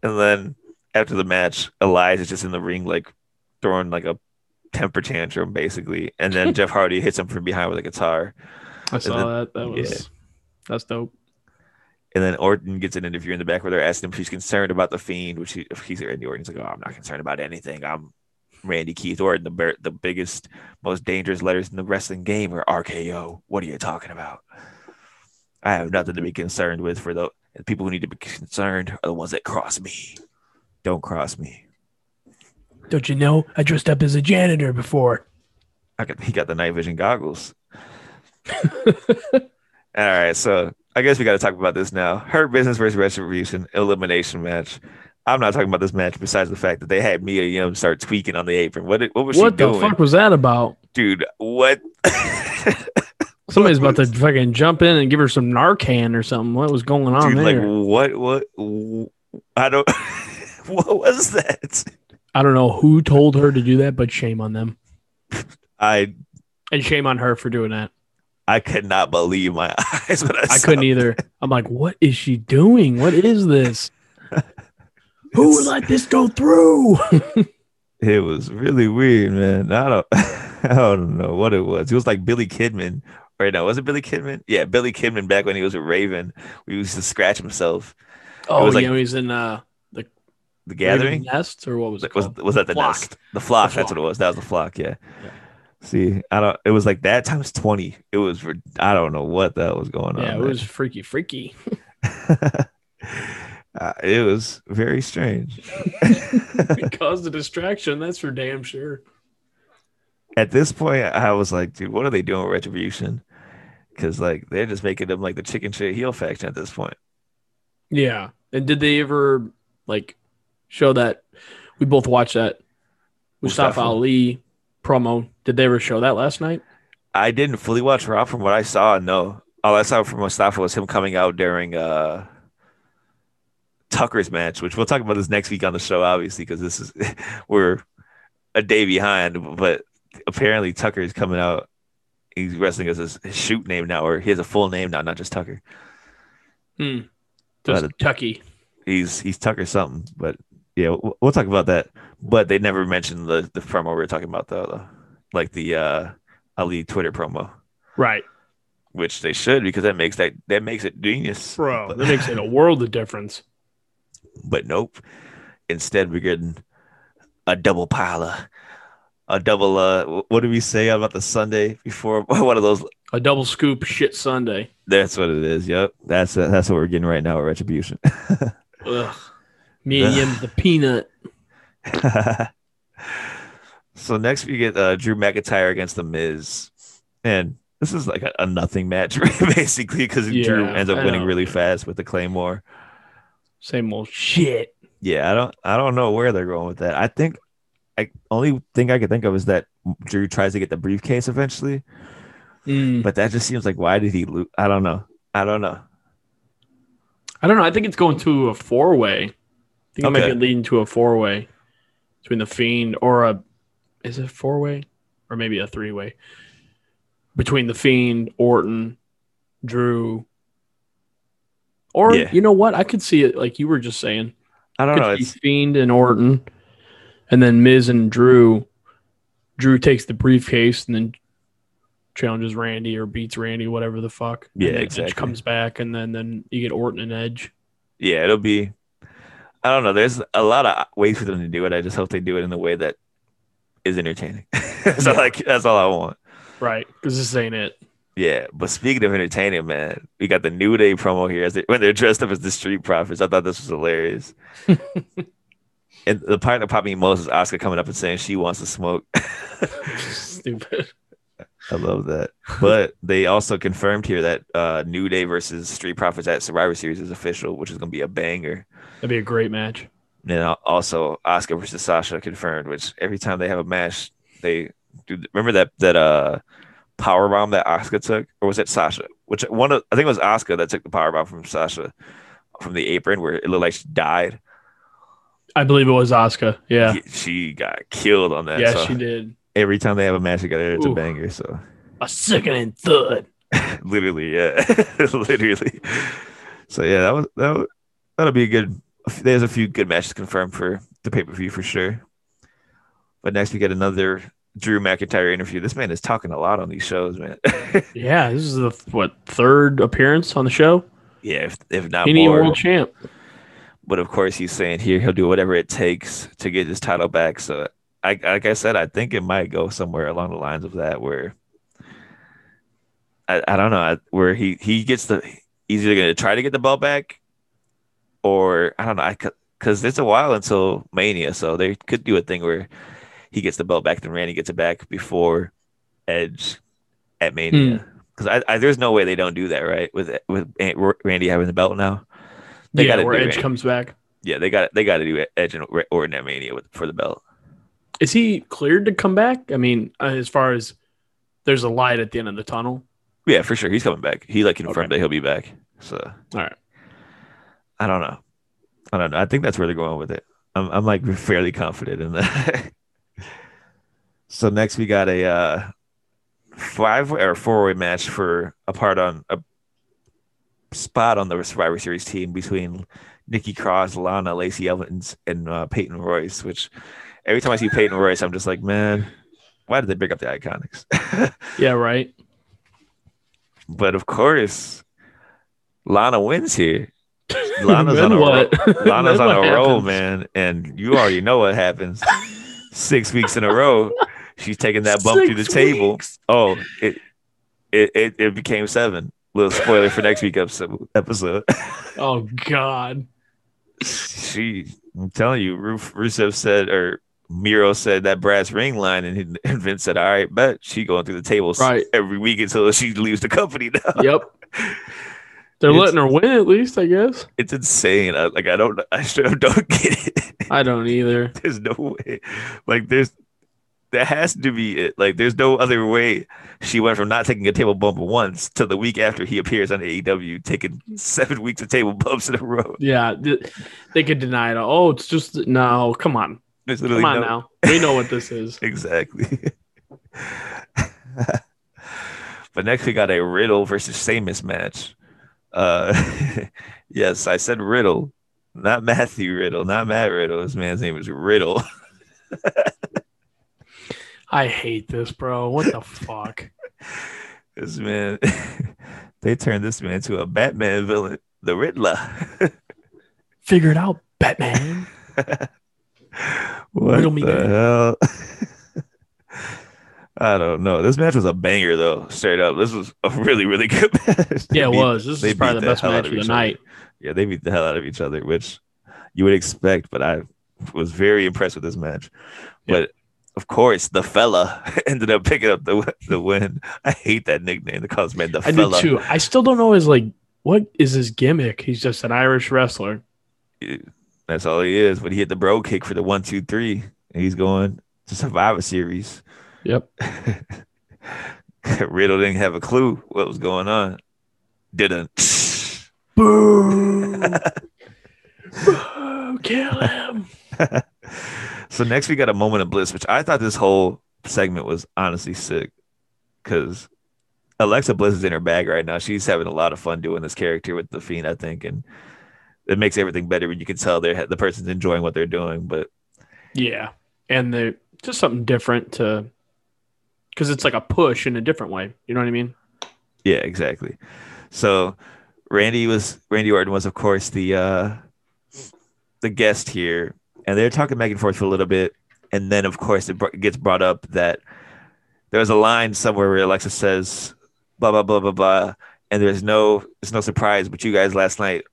Speaker 5: and then after the match, Elias is just in the ring, like throwing like a temper tantrum, basically. And then Jeff Hardy hits him from behind with a guitar.
Speaker 3: I saw
Speaker 5: then-
Speaker 3: that. That was that's dope.
Speaker 5: And then Orton gets an interview in the back where they're asking him if he's concerned about the fiend, which he, if he's Randy Orton's like, oh, I'm not concerned about anything. I'm Randy Keith Orton, the bur- the biggest, most dangerous letters in the wrestling game are RKO. What are you talking about? I have nothing to be concerned with. For the the people who need to be concerned are the ones that cross me. Don't cross me.
Speaker 3: Don't you know? I dressed up as a janitor before.
Speaker 5: I got, he got the night
Speaker 3: [LAUGHS]
Speaker 5: vision goggles. All right, so I guess we got to talk about this now. Hurt Business versus Retribution elimination match. I'm not talking about this match besides the fact that they had Mia Yim start tweaking on the apron. What did- what was
Speaker 3: What
Speaker 5: she
Speaker 3: the
Speaker 5: doing,
Speaker 3: fuck was that about?
Speaker 5: dude? What?
Speaker 3: Somebody's about to fucking jump in and give her some Narcan or something. What was going on
Speaker 5: dude, like
Speaker 3: there?
Speaker 5: what? What? I don't. [LAUGHS] what was that?
Speaker 3: I don't know who told her to do that, but shame on them
Speaker 5: I
Speaker 3: and shame on her for doing that.
Speaker 5: I could not believe my [LAUGHS] eyes when I,
Speaker 3: I
Speaker 5: saw
Speaker 3: couldn't either. I'm like, what is she doing? What is
Speaker 5: [LAUGHS]
Speaker 3: this? Who let this go through?
Speaker 5: It was really weird, man. I don't, [LAUGHS] I don't know what it was. It was like Billy Kidman, or no, was it Billy Kidman? Yeah, Billy Kidman back when he was a Raven, we used to scratch himself.
Speaker 3: oh,
Speaker 5: was like-
Speaker 3: yeah, he's in uh,
Speaker 5: The Gathering
Speaker 3: Nest or what was it
Speaker 5: was
Speaker 3: called?
Speaker 5: was that the
Speaker 3: Flock.
Speaker 5: nest? The flock.
Speaker 3: The
Speaker 5: that's what it was. That was the flock. Yeah.
Speaker 3: Yeah.
Speaker 5: See, I don't. It was like that times twenty. It was. rid- uh, I don't know what that was going on.
Speaker 3: yeah, it
Speaker 5: man.
Speaker 3: was freaky, freaky.
Speaker 5: I Uh, it was very strange.
Speaker 3: [LAUGHS] It caused a distraction. That's for damn sure.
Speaker 5: At this point, I was like, dude, what are they doing with Retribution? Because like they're just making them like the chicken shit heel faction at this point.
Speaker 3: Yeah. And did they ever like show that? We both watched that Mustafa,
Speaker 5: Mustafa.
Speaker 3: Ali promo. Did they ever show that last night?
Speaker 5: I didn't fully watch Raw from what I saw. No, all I saw from Mustafa was him coming out during uh, Tucker's match, which we'll talk about this next week on the show, obviously, because this is [LAUGHS] we're a day behind. But apparently, Tucker is coming out. He's wrestling as his, his shoot name now, or he has a full name now, not just Tucker.
Speaker 3: Hmm.
Speaker 5: Got
Speaker 3: Just
Speaker 5: it.
Speaker 3: Tucky.
Speaker 5: He's he's Tucker something. But yeah, we'll, we'll talk about that. But they never mentioned the the promo we were talking about though, though. like the uh, Ali Twitter promo.
Speaker 3: Right.
Speaker 5: which they should because that makes that that makes it genius.
Speaker 3: Bro, that
Speaker 5: but,
Speaker 3: makes it a world of difference.
Speaker 5: but nope. Instead, we're getting a double pile of a double. Uh, what did we say about the Sunday before? [LAUGHS] One of those.
Speaker 3: A double scoop shit Sunday.
Speaker 5: That's what it is. Yep. That's uh, that's what we're getting right now. At Retribution. [LAUGHS]
Speaker 3: Ugh. Me and him, the peanut.
Speaker 5: so next we get uh, Drew McIntyre against the Miz, and this is like a, a nothing match [LAUGHS] basically because Drew
Speaker 3: Yeah,
Speaker 5: ends up
Speaker 3: I
Speaker 5: winning
Speaker 3: know.
Speaker 5: really fast with the Claymore.
Speaker 3: Same old shit.
Speaker 5: Yeah, I don't I don't know where they're going with that. I think I only thing I can think of is that Drew tries to get the briefcase eventually,
Speaker 3: Mm.
Speaker 5: but that just seems like why did he lose? I don't know. I don't know.
Speaker 3: I don't know. I think it's going to a four way. I think it might
Speaker 5: Okay.
Speaker 3: be leading to a four way between the fiend or a is it four way or maybe a three way between the fiend, Orton, Drew. Or
Speaker 5: Yeah.
Speaker 3: you know what? I could see it like you were just saying.
Speaker 5: I don't
Speaker 3: Could
Speaker 5: know.
Speaker 3: be [LAUGHS]
Speaker 5: It's
Speaker 3: fiend and Orton, and then Miz and Drew. Drew takes the briefcase and then challenges Randy or beats Randy, whatever the fuck.
Speaker 5: Yeah,
Speaker 3: and then
Speaker 5: exactly.
Speaker 3: Edge comes back, and then then you get Orton and Edge.
Speaker 5: yeah, it'll be I don't know. There's a lot of ways for them to do it. I just hope they do it in a way that is entertaining. [LAUGHS] so like that's all I want.
Speaker 3: Right, because this ain't it. [LAUGHS]
Speaker 5: Yeah, but speaking of entertaining, man, we got the New Day promo here as they, when they're dressed up as the Street Profits. I thought this was hilarious. and the part that popped me most is Oscar coming up and saying she wants to smoke. [LAUGHS]
Speaker 3: Stupid.
Speaker 5: I love that. But they also confirmed here that uh, New Day versus Street Profits at Survivor Series is official, which is going to be a banger.
Speaker 3: That'd be a great match.
Speaker 5: And then al- also Oscar versus Sasha confirmed, which every time they have a match, they do. Remember that that uh power bomb that Oscar took, or was it Sasha? Which one? Of, I think it was Oscar that took the power bomb from Sasha from the apron, where it looked like she died.
Speaker 3: I believe it was Asuka. Yeah.
Speaker 5: She- She got killed on that.
Speaker 3: Yeah,
Speaker 5: so
Speaker 3: she did.
Speaker 5: Every time they have a match together, it's a
Speaker 3: Ooh.
Speaker 5: banger. So
Speaker 3: A sickening thud.
Speaker 5: literally, yeah, [LAUGHS] literally. So yeah, that was that. Was, that'll be a good. There's a few good matches confirmed for the pay per view for sure. But next we get another Drew McIntyre interview. This man is talking a lot on these shows, man. [LAUGHS]
Speaker 3: Yeah, this is the what third appearance on the show.
Speaker 5: yeah, if, if not
Speaker 3: Any
Speaker 5: more.
Speaker 3: world champ.
Speaker 5: But of course, he's saying here he'll do whatever it takes to get his title back. So, I, like I said, I think it might go somewhere along the lines of that, where I, I don't know, I, where he he gets the he's either going to try to get the belt back, or I don't know, I because there's a while until Mania, so they could do a thing where he gets the belt back, then Randy gets it back before Edge at Mania.
Speaker 3: Hmm.
Speaker 5: Because I, I, there's no way they don't do that, right? With with Randy having the belt now. They
Speaker 3: yeah,
Speaker 5: gotta
Speaker 3: where
Speaker 5: do
Speaker 3: Edge
Speaker 5: it.
Speaker 3: comes back.
Speaker 5: Yeah, they got they got to do e-, Edge and Re- Orton at Mania with, for the belt.
Speaker 3: Is he cleared to come back? I mean, uh, as far as there's a light at the end of the tunnel.
Speaker 5: Yeah, for sure, he's coming back. He like confirmed
Speaker 3: Okay.
Speaker 5: that he'll be back. So,
Speaker 3: All right.
Speaker 5: I don't know. I don't know. I think that's where they're going with it. I'm I'm like fairly confident in that. [LAUGHS] so next we got a uh, five or four way match for a part on a spot on the Survivor Series team between Nikki Cross, Lana, Lacey Evans, and uh, Peyton Royce. Which every time I see Peyton Royce, I'm just like, man, why did they bring up the Iconics? [LAUGHS]
Speaker 3: Yeah, right.
Speaker 5: But of course, Lana wins here.
Speaker 3: [LAUGHS]
Speaker 5: Lana's
Speaker 3: Then
Speaker 5: on a roll.
Speaker 3: what?
Speaker 5: [LAUGHS] Lana's
Speaker 3: Then
Speaker 5: on a
Speaker 3: what
Speaker 5: roll,
Speaker 3: happens?
Speaker 5: man. And you already know what happens. Six weeks in a row, she's taking that bump through the
Speaker 3: Six
Speaker 5: table.
Speaker 3: weeks.
Speaker 5: Oh, it it it, it became [LAUGHS] seven. Little spoiler for next week episode. episode.
Speaker 3: Oh God.
Speaker 5: [LAUGHS] she, I'm telling you, Ru- Rusev said, or Miro said that brass ring line, and, he- and Vince said, "All right, bet she going through the tables
Speaker 3: Right.
Speaker 5: every week until she leaves the company." Now
Speaker 3: Yep. They're
Speaker 5: It's-
Speaker 3: letting her win at least, I guess.
Speaker 5: [LAUGHS] it's insane. I, like I don't, I straight up don't [LAUGHS] get it.
Speaker 3: I don't either.
Speaker 5: [LAUGHS] there's no way. Like there's, that has to be it. Like there's no other way. She went from not taking a table bump once to the week after he appears on AEW, taking seven weeks of table bumps in a row. [LAUGHS]
Speaker 3: Yeah, th- they could deny it. Oh, it's just no. Come on,
Speaker 5: There's
Speaker 3: come
Speaker 5: literally
Speaker 3: on
Speaker 5: no,
Speaker 3: now. We know what this
Speaker 5: [LAUGHS]
Speaker 3: is.
Speaker 5: Exactly. but next we got a Riddle versus Samus match. Uh [LAUGHS] yes, I said Riddle, not Matthew Riddle, not Matt Riddle. This man's name is Riddle.
Speaker 3: I hate this, bro. What the fuck?
Speaker 5: This man [LAUGHS] they turned this man to a Batman villain, the Riddler. [LAUGHS]
Speaker 3: Figure it out, Batman.
Speaker 5: what
Speaker 3: Riddle me
Speaker 5: the hell? [LAUGHS] I don't know. This match was a banger though, straight up. This was a really, really good [LAUGHS] match. [LAUGHS] They
Speaker 3: Yeah, it
Speaker 5: beat
Speaker 3: was. This
Speaker 5: they
Speaker 3: is probably
Speaker 5: beat
Speaker 3: the
Speaker 5: the
Speaker 3: best
Speaker 5: hell out
Speaker 3: match
Speaker 5: of
Speaker 3: of the
Speaker 5: each
Speaker 3: night.
Speaker 5: Yeah, they beat the hell out of each other, which you would expect, but I was very impressed with this match.
Speaker 3: Yeah.
Speaker 5: But of course, the fella [LAUGHS] ended up picking up the the win. I hate that nickname. The calls man the
Speaker 3: I do
Speaker 5: fella.
Speaker 3: too. I still don't know his like. What is his gimmick? He's just an Irish wrestler.
Speaker 5: That's all he is. But he hit the bro kick for the one, two, three. And he's going to Survivor Series. [LAUGHS]
Speaker 3: Yep.
Speaker 5: Riddle didn't have a clue what was going on. Didn't. [SIGHS] [LAUGHS]
Speaker 3: Boo. Boo. Kill him.
Speaker 5: so next we got a moment of bliss, which I thought this whole segment was honestly sick because Alexa Bliss is in her bag right now. She's having a lot of fun doing this character with the fiend, I think, and it makes everything better when you can tell they're the person's enjoying what they're doing. But
Speaker 3: Yeah, and the just something different to because it's like a push in a different way. You know what I mean?
Speaker 5: yeah, exactly. So Randy was Randy Orton was of course the uh the guest here, and they're talking back and forth for a little bit, and then of course it br- gets brought up that there was a line somewhere where Alexa says blah blah blah blah blah, and there's no it's no surprise, but you guys last night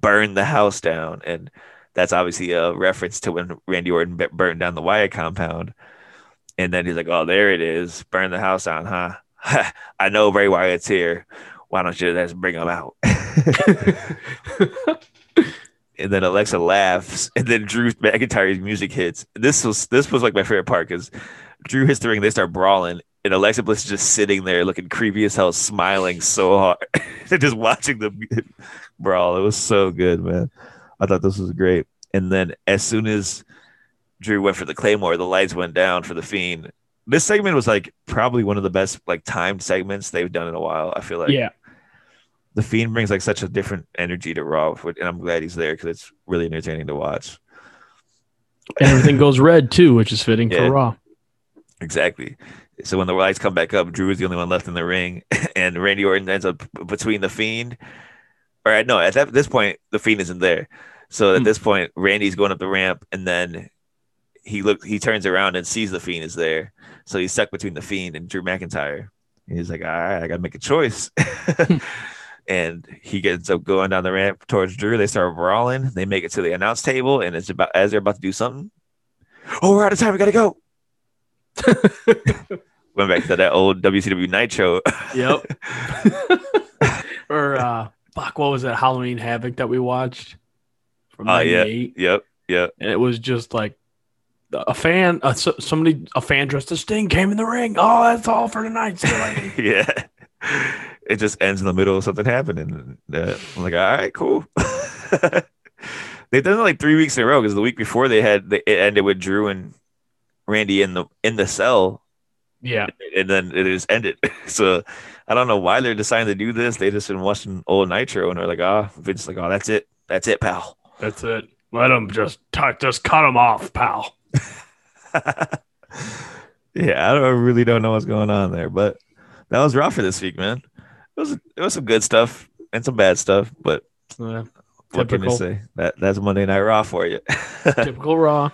Speaker 5: burned the house down, and that's obviously a reference to when Randy Orton b- burned down the Wyatt compound, and then he's like, oh there it is, burn the house down, huh? [LAUGHS] I know Bray Wyatt's here. Why don't you just bring him out? [LAUGHS] and then Alexa laughs, and then Drew McIntyre's music hits. This was this was like my favorite part because Drew hits the ring, they start brawling, and Alexa Bliss is just sitting there looking creepy as hell, smiling so hard, [LAUGHS] and just watching them [LAUGHS] brawl. It was so good, man. I thought this was great. And then as soon as Drew went for the Claymore, the lights went down for the Fiend. This segment was like probably one of the best like timed segments they've done in a while. I feel like
Speaker 3: yeah,
Speaker 5: the Fiend brings like such a different energy to Raw, which- and I'm glad he's there because it's really entertaining to watch.
Speaker 3: and everything goes red too, which is fitting
Speaker 5: Yeah.
Speaker 3: for Raw.
Speaker 5: Exactly. So when the lights come back up, Drew is the only one left in the ring, [LAUGHS] and Randy Orton ends up b- between the Fiend. All right, no, at that, this point, the Fiend isn't there. So at
Speaker 3: Hmm.
Speaker 5: this point, Randy's going up the ramp, and then he looks, he turns around and sees the Fiend is there. So he's stuck between the Fiend and Drew McIntyre. And he's like, all right, I gotta make a choice. [LAUGHS] and he gets up going down the ramp towards Drew. They start brawling. They make it to the announce table, and it's about as they're about to do something. Oh, we're out of time. We gotta go went back to that old WCW Nitro.
Speaker 3: Yep.
Speaker 5: [LAUGHS]
Speaker 3: or uh, fuck, what was that Halloween Havoc that we watched from
Speaker 5: Oh, yeah.
Speaker 3: '98?
Speaker 5: [LAUGHS] yep, yep.
Speaker 3: And it was just like a fan, uh, so, somebody, a fan dressed as Sting came in the ring. Oh, that's all for tonight. See you
Speaker 5: [LAUGHS]
Speaker 3: later.
Speaker 5: yeah. It just ends in the middle of something happening. And, uh, I'm like, all right, cool. [LAUGHS] They've done it like three weeks in a row because the week before they had they, it ended with Drew and Randy in the in the cell,
Speaker 3: yeah,
Speaker 5: and then it just ended. [LAUGHS] So I don't know why they're deciding to do this. They just been watching old Nitro and they're like, ah, Vince, like, oh, that's it, that's it, pal.
Speaker 3: that's it. Let him just tuck, just cut him off, pal.
Speaker 5: yeah, I don't really don't know what's going on there, but that was rough for this week, man. It was it was some good stuff and some bad stuff, but
Speaker 3: Yeah.
Speaker 5: what can you
Speaker 3: Typical.
Speaker 5: say? That that's Monday Night Raw for you.
Speaker 3: Typical [LAUGHS] Raw.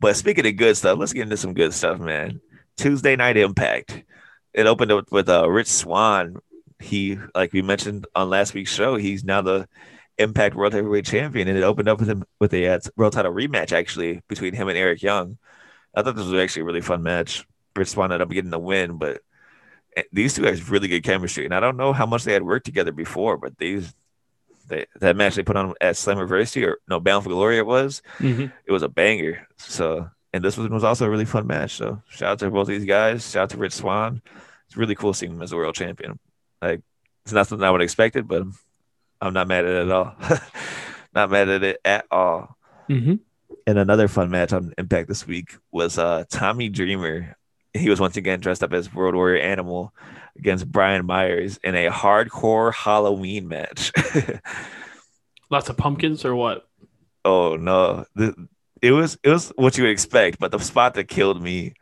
Speaker 5: but speaking of good stuff, let's get into some good stuff, man. Tuesday Night Impact. It opened up with uh, Rich Swan. He, like we mentioned on last week's show, he's now the Impact World Heavyweight Champion, and it opened up with him with a uh, world title rematch actually between him and Eric Young. I thought this was actually a really fun match. Rich Swan ended up getting the win, but eh, these two guys really good chemistry, and I don't know how much they had worked together before, but these. They, that match they put on at Slammiversary or no Bound for Glory it was
Speaker 3: Mhm.
Speaker 5: it was a banger. So, and this one was also a really fun match. So, shout out to both these guys. Shout out to Rich Swan. It's really cool seeing him as a world champion. Like, it's not something I would have expected, but I'm, I'm not mad at it at all. [LAUGHS] not mad at it at all.
Speaker 3: Mhm.
Speaker 5: And another fun match on Impact this week was uh, Tommy Dreamer. He was once again dressed up as World Warrior Animal against Brian Myers in a hardcore Halloween match. [LAUGHS]
Speaker 3: Lots of pumpkins or what? [LAUGHS]
Speaker 5: Oh no. The, it was it was what you would expect, but the spot that killed me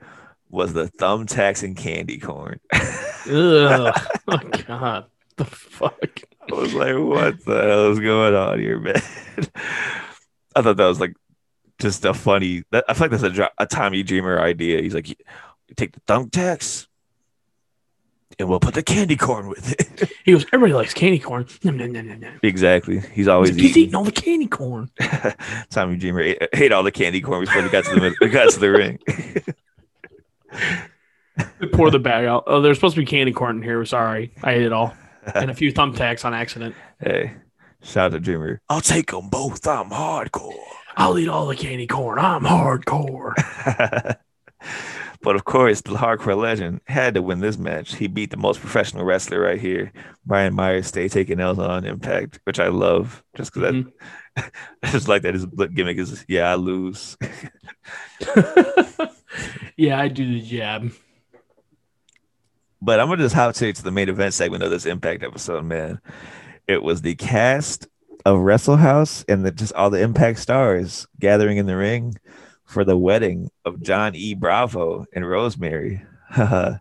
Speaker 5: was the thumbtacks and candy corn. [LAUGHS]
Speaker 3: Ugh. [LAUGHS] oh God, the fuck.
Speaker 5: I was like, what the hell is going on here, [LAUGHS] man? I thought that was like just a funny that, I feel like that's a, dr- a Tommy Dreamer idea. He's like, take the thumbtacks and we'll put the candy corn with it. [LAUGHS]
Speaker 3: He goes. Everybody likes candy corn. [LAUGHS] Nom, nom, nom, nom, nom.
Speaker 5: exactly. He's always
Speaker 3: He's
Speaker 5: eating.
Speaker 3: eating all the candy corn.
Speaker 5: [LAUGHS] Tommy Dreamer ate, ate all the candy corn before he got to the got to the ring.
Speaker 3: They pour the bag out. Oh, there's supposed to be candy corn in here. Sorry, I ate it all, and a
Speaker 5: [LAUGHS]
Speaker 3: few thumbtacks on accident.
Speaker 5: Hey, shout out to Dreamer. I'll take them both. I'm hardcore.
Speaker 3: I'll eat all the candy corn. I'm hardcore.
Speaker 5: [LAUGHS] but of course, the hardcore legend had to win this match. He beat the most professional wrestler right here. Brian Myers stay taking L's on Impact, which I love just because [LAUGHS] I, I just like that his gimmick is, yeah, I lose.
Speaker 3: [LAUGHS]
Speaker 5: [LAUGHS]
Speaker 3: yeah, I do the jab.
Speaker 5: But I'm gonna just hop to to the main event segment of this Impact episode, man. It was the cast of Wrestle House and the, just all the Impact stars gathering in the ring for the wedding of John E. Bravo and Rosemary. [LAUGHS] and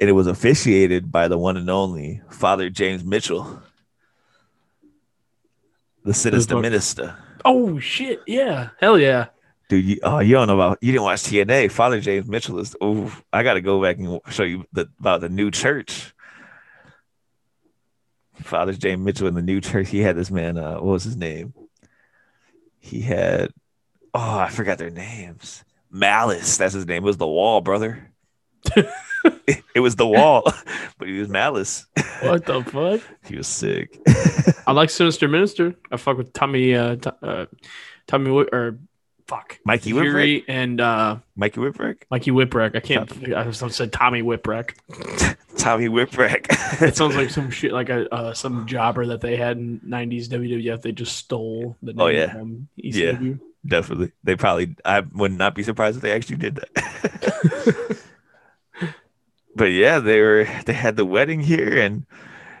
Speaker 5: it was officiated by the one and only Father James Mitchell, the Sinister
Speaker 3: what-
Speaker 5: Minister.
Speaker 3: Oh shit! Yeah, hell yeah.
Speaker 5: Dude, you, oh, you don't know about you didn't watch TNA. Father James Mitchell is. Oh, I got to go back and show you the, about the new church. Father James Mitchell in the new church. He had this man. Uh, what was his name? He had. Oh, I forgot their names. Malice. That's his name. It was the Wall, brother. it, it was the Wall, [LAUGHS] but he was Malice. [LAUGHS]
Speaker 3: What the fuck?
Speaker 5: He was sick.
Speaker 3: I like Sinister Minister. I fuck with Tommy, uh, t- uh Tommy Wi- or fuck
Speaker 5: Mikey Whipwreck.
Speaker 3: Fury and uh
Speaker 5: Mikey Whipwreck.
Speaker 3: Mikey Whipwreck. I can't. I just said Tommy Whipwreck.
Speaker 5: Tommy Whipwreck. [LAUGHS]
Speaker 3: It sounds like some shit, like a uh, some jobber that they had in '90s WWF. They just stole the name
Speaker 5: Oh, yeah.
Speaker 3: from
Speaker 5: Yeah.
Speaker 3: ECW.
Speaker 5: Definitely. They probably, I would not be surprised if they actually did that. but yeah, they were, they had the wedding here and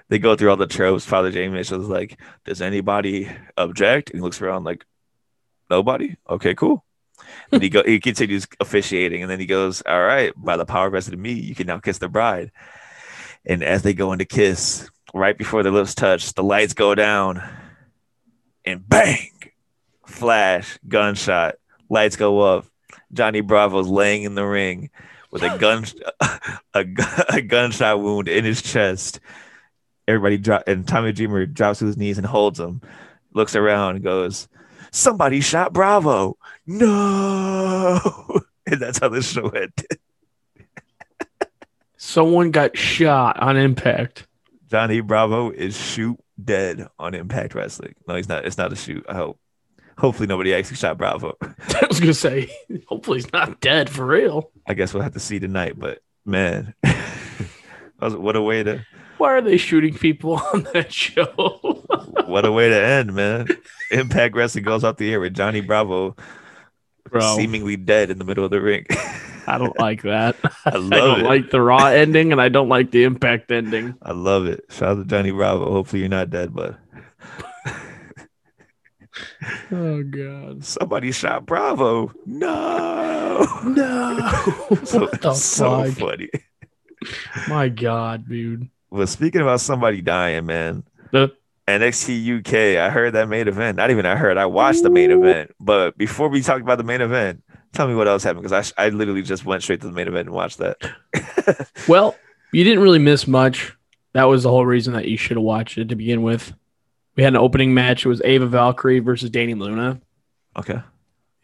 Speaker 5: they go through all the tropes. Father James Mitchell's like, does anybody object? And he looks around like, nobody? Okay, cool. And he go, he continues officiating and then he goes, all right, by the power vested in me, you can now kiss the bride. And as they go into kiss, right before their lips touch, the lights go down and bang flash, gunshot, lights go up. Johnny Bravo's laying in the ring with a gun, [LAUGHS] a, gu- a gunshot wound in his chest. Everybody drop, and Tommy Dreamer drops to his knees and holds him. Looks around and goes, "Somebody shot Bravo!" No, [LAUGHS] and that's how this show ended.
Speaker 3: Someone got shot on impact. [LAUGHS]
Speaker 5: Johnny Bravo is shoot dead on Impact Wrestling. No, he's not. It's not a shoot. I hope. Hopefully, nobody actually shot Bravo. [LAUGHS]
Speaker 3: I was gonna say, hopefully he's not dead for real.
Speaker 5: I guess we'll have to see tonight, but man, [LAUGHS] that was- what a way to
Speaker 3: Why are they shooting people [LAUGHS] on that show?
Speaker 5: what a way to end, man. Impact Wrestling goes off the air with Johnny Bravo
Speaker 3: Bro,
Speaker 5: seemingly dead in the middle of the ring. [LAUGHS]
Speaker 3: I don't like that.
Speaker 5: I
Speaker 3: [LAUGHS] I
Speaker 5: love
Speaker 3: don't
Speaker 5: it.
Speaker 3: like the raw ending and I don't like the impact ending.
Speaker 5: I love it. Shout out to Johnny Bravo. Hopefully you're not dead, but
Speaker 3: Oh god.
Speaker 5: somebody shot Bravo. No.
Speaker 3: No. [LAUGHS] what the
Speaker 5: [LAUGHS] so
Speaker 3: fuck?
Speaker 5: funny.
Speaker 3: My god, dude.
Speaker 5: Well, speaking about somebody dying, man.
Speaker 3: The-
Speaker 5: NXT UK. I heard that main event. Not even I heard. I watched the main event. But before we talk about the main event, tell me what else happened because I, sh- I literally just went straight to the main event and watched
Speaker 3: [LAUGHS]
Speaker 5: that.
Speaker 3: Well, you didn't really miss much. That was the whole reason that you should have watched it to begin with. We had an opening match. It was Ava Valkyrie versus Danny Luna.
Speaker 5: Okay.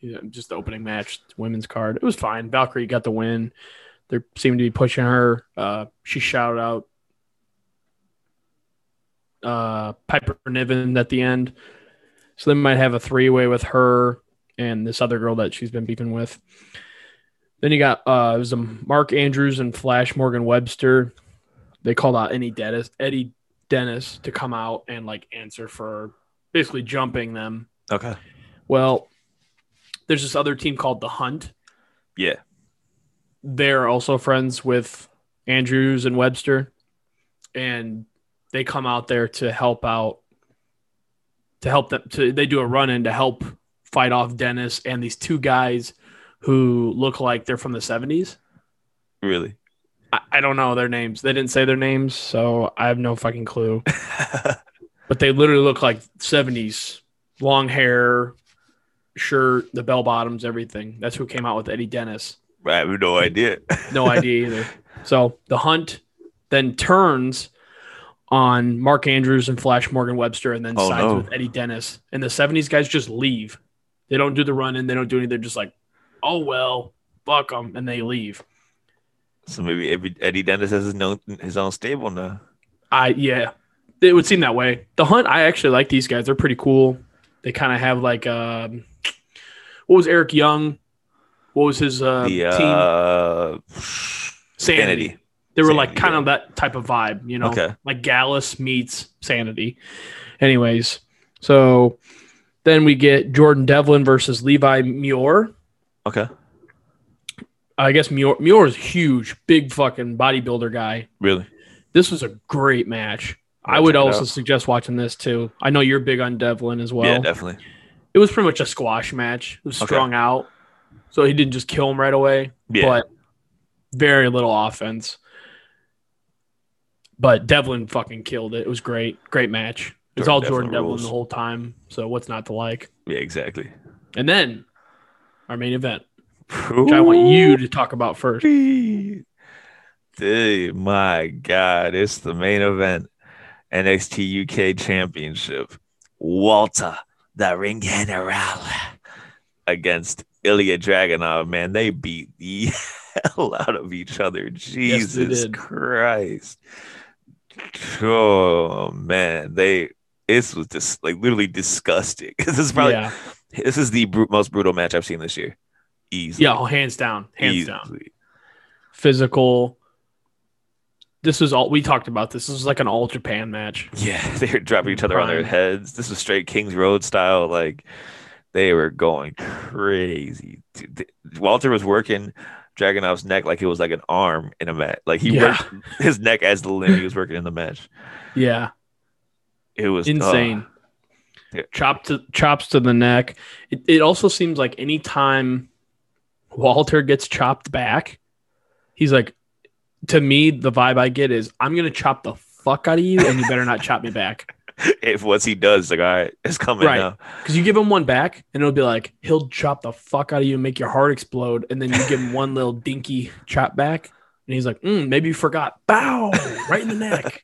Speaker 3: Yeah, just the opening match, women's card. It was fine. Valkyrie got the win. They seemed to be pushing her. Uh, she shouted out uh, Piper Niven at the end. So they might have a three way with her and this other girl that she's been beefing with. Then you got uh, it was a Mark Andrews and Flash Morgan Webster. They called out any Dennis Eddie Dennis to come out and like answer for basically jumping them.
Speaker 5: Okay.
Speaker 3: Well, there's this other team called the Hunt.
Speaker 5: Yeah.
Speaker 3: They're also friends with Andrews and Webster, and they come out there to help out to help them to they do a run in to help fight off Dennis and these two guys who look like they're from the 70s.
Speaker 5: Really.
Speaker 3: I, I don't know their names. They didn't say their names, so I have no fucking clue.
Speaker 5: [LAUGHS]
Speaker 3: but they literally look like 70s long hair shirt the bell bottoms everything that's who came out with eddie dennis
Speaker 5: I have no idea. [LAUGHS]
Speaker 3: no idea either so the hunt then turns on mark andrews and flash morgan webster and then
Speaker 5: Oh,
Speaker 3: sides
Speaker 5: no.
Speaker 3: with eddie dennis and the 70s guys just leave they don't do the run in they don't do anything they're just like oh well fuck them and they leave
Speaker 5: so maybe every, Eddie Dennis has his own his own stable now.
Speaker 3: I yeah, it would seem that way. The Hunt, I actually like these guys. They're pretty cool. They kind of have like um, what was Eric Young? What was his uh,
Speaker 5: the
Speaker 3: team?
Speaker 5: uh,
Speaker 3: Sanity.
Speaker 5: Vanity.
Speaker 3: They were
Speaker 5: Sanity,
Speaker 3: like kind
Speaker 5: yeah.
Speaker 3: of that type of vibe, you know,
Speaker 5: Okay.
Speaker 3: like Gallus meets Sanity. Anyways, so then we get Jordan Devlin versus Levi Muir.
Speaker 5: Okay.
Speaker 3: I guess Muir Muir is huge, big fucking bodybuilder guy.
Speaker 5: Really.
Speaker 3: This was a great match.
Speaker 5: Yeah,
Speaker 3: I would
Speaker 5: check it
Speaker 3: also
Speaker 5: out.
Speaker 3: suggest watching this too. I know you're big on Devlin as well.
Speaker 5: yeah, definitely.
Speaker 3: it was pretty much a squash match. It was
Speaker 5: Okay.
Speaker 3: strung out, so he didn't just kill him right away,
Speaker 5: Yeah.
Speaker 3: but very little offense. But Devlin fucking killed it. It was great, great match. It's
Speaker 5: Jordan
Speaker 3: all
Speaker 5: Devlin
Speaker 3: Jordan Devlin
Speaker 5: rules.
Speaker 3: the whole time, so what's not to like?
Speaker 5: yeah, exactly.
Speaker 3: And then our main event, which I want you to talk about first.
Speaker 5: Dude, my God, it's the main event. NXT UK Championship. Walter the Ring General against Ilya Dragunov. Man, they beat the [LAUGHS] hell out of each other. Jesus
Speaker 3: did.
Speaker 5: Christ. Oh man, they this was just like literally disgusting. [LAUGHS] this is probably
Speaker 3: yeah,
Speaker 5: this is the bru- most brutal match I've seen this year. Easily.
Speaker 3: yeah, oh, hands down, hands down.
Speaker 5: Easily.
Speaker 3: Physical. This was all we talked about. This was like an all Japan match.
Speaker 5: Yeah, [LAUGHS] they were dropping each other on their
Speaker 3: Prime.
Speaker 5: heads. This was straight Kings Road style. Like they were going crazy. Dude, th- Walter was working Dragunov's neck like it was like an arm in a match. Like he
Speaker 3: Yeah.
Speaker 5: worked his neck as the limb he was working in the match.
Speaker 3: Yeah.
Speaker 5: It was uh,
Speaker 3: insane.
Speaker 5: Yeah.
Speaker 3: Chop to chops to the neck. It, it also seems like anytime Walter gets chopped back, he's like, to me, the vibe I get is I'm gonna chop the fuck out of you, and you better not chop me back.
Speaker 5: [LAUGHS] if once he does, like all right, it's coming
Speaker 3: Right.
Speaker 5: now.
Speaker 3: Because you give him one back, and it'll be like he'll chop the fuck out of you and make your heart explode, and then you give him one little dinky chop back, and he's like, mm, maybe you forgot. Bow right in the neck.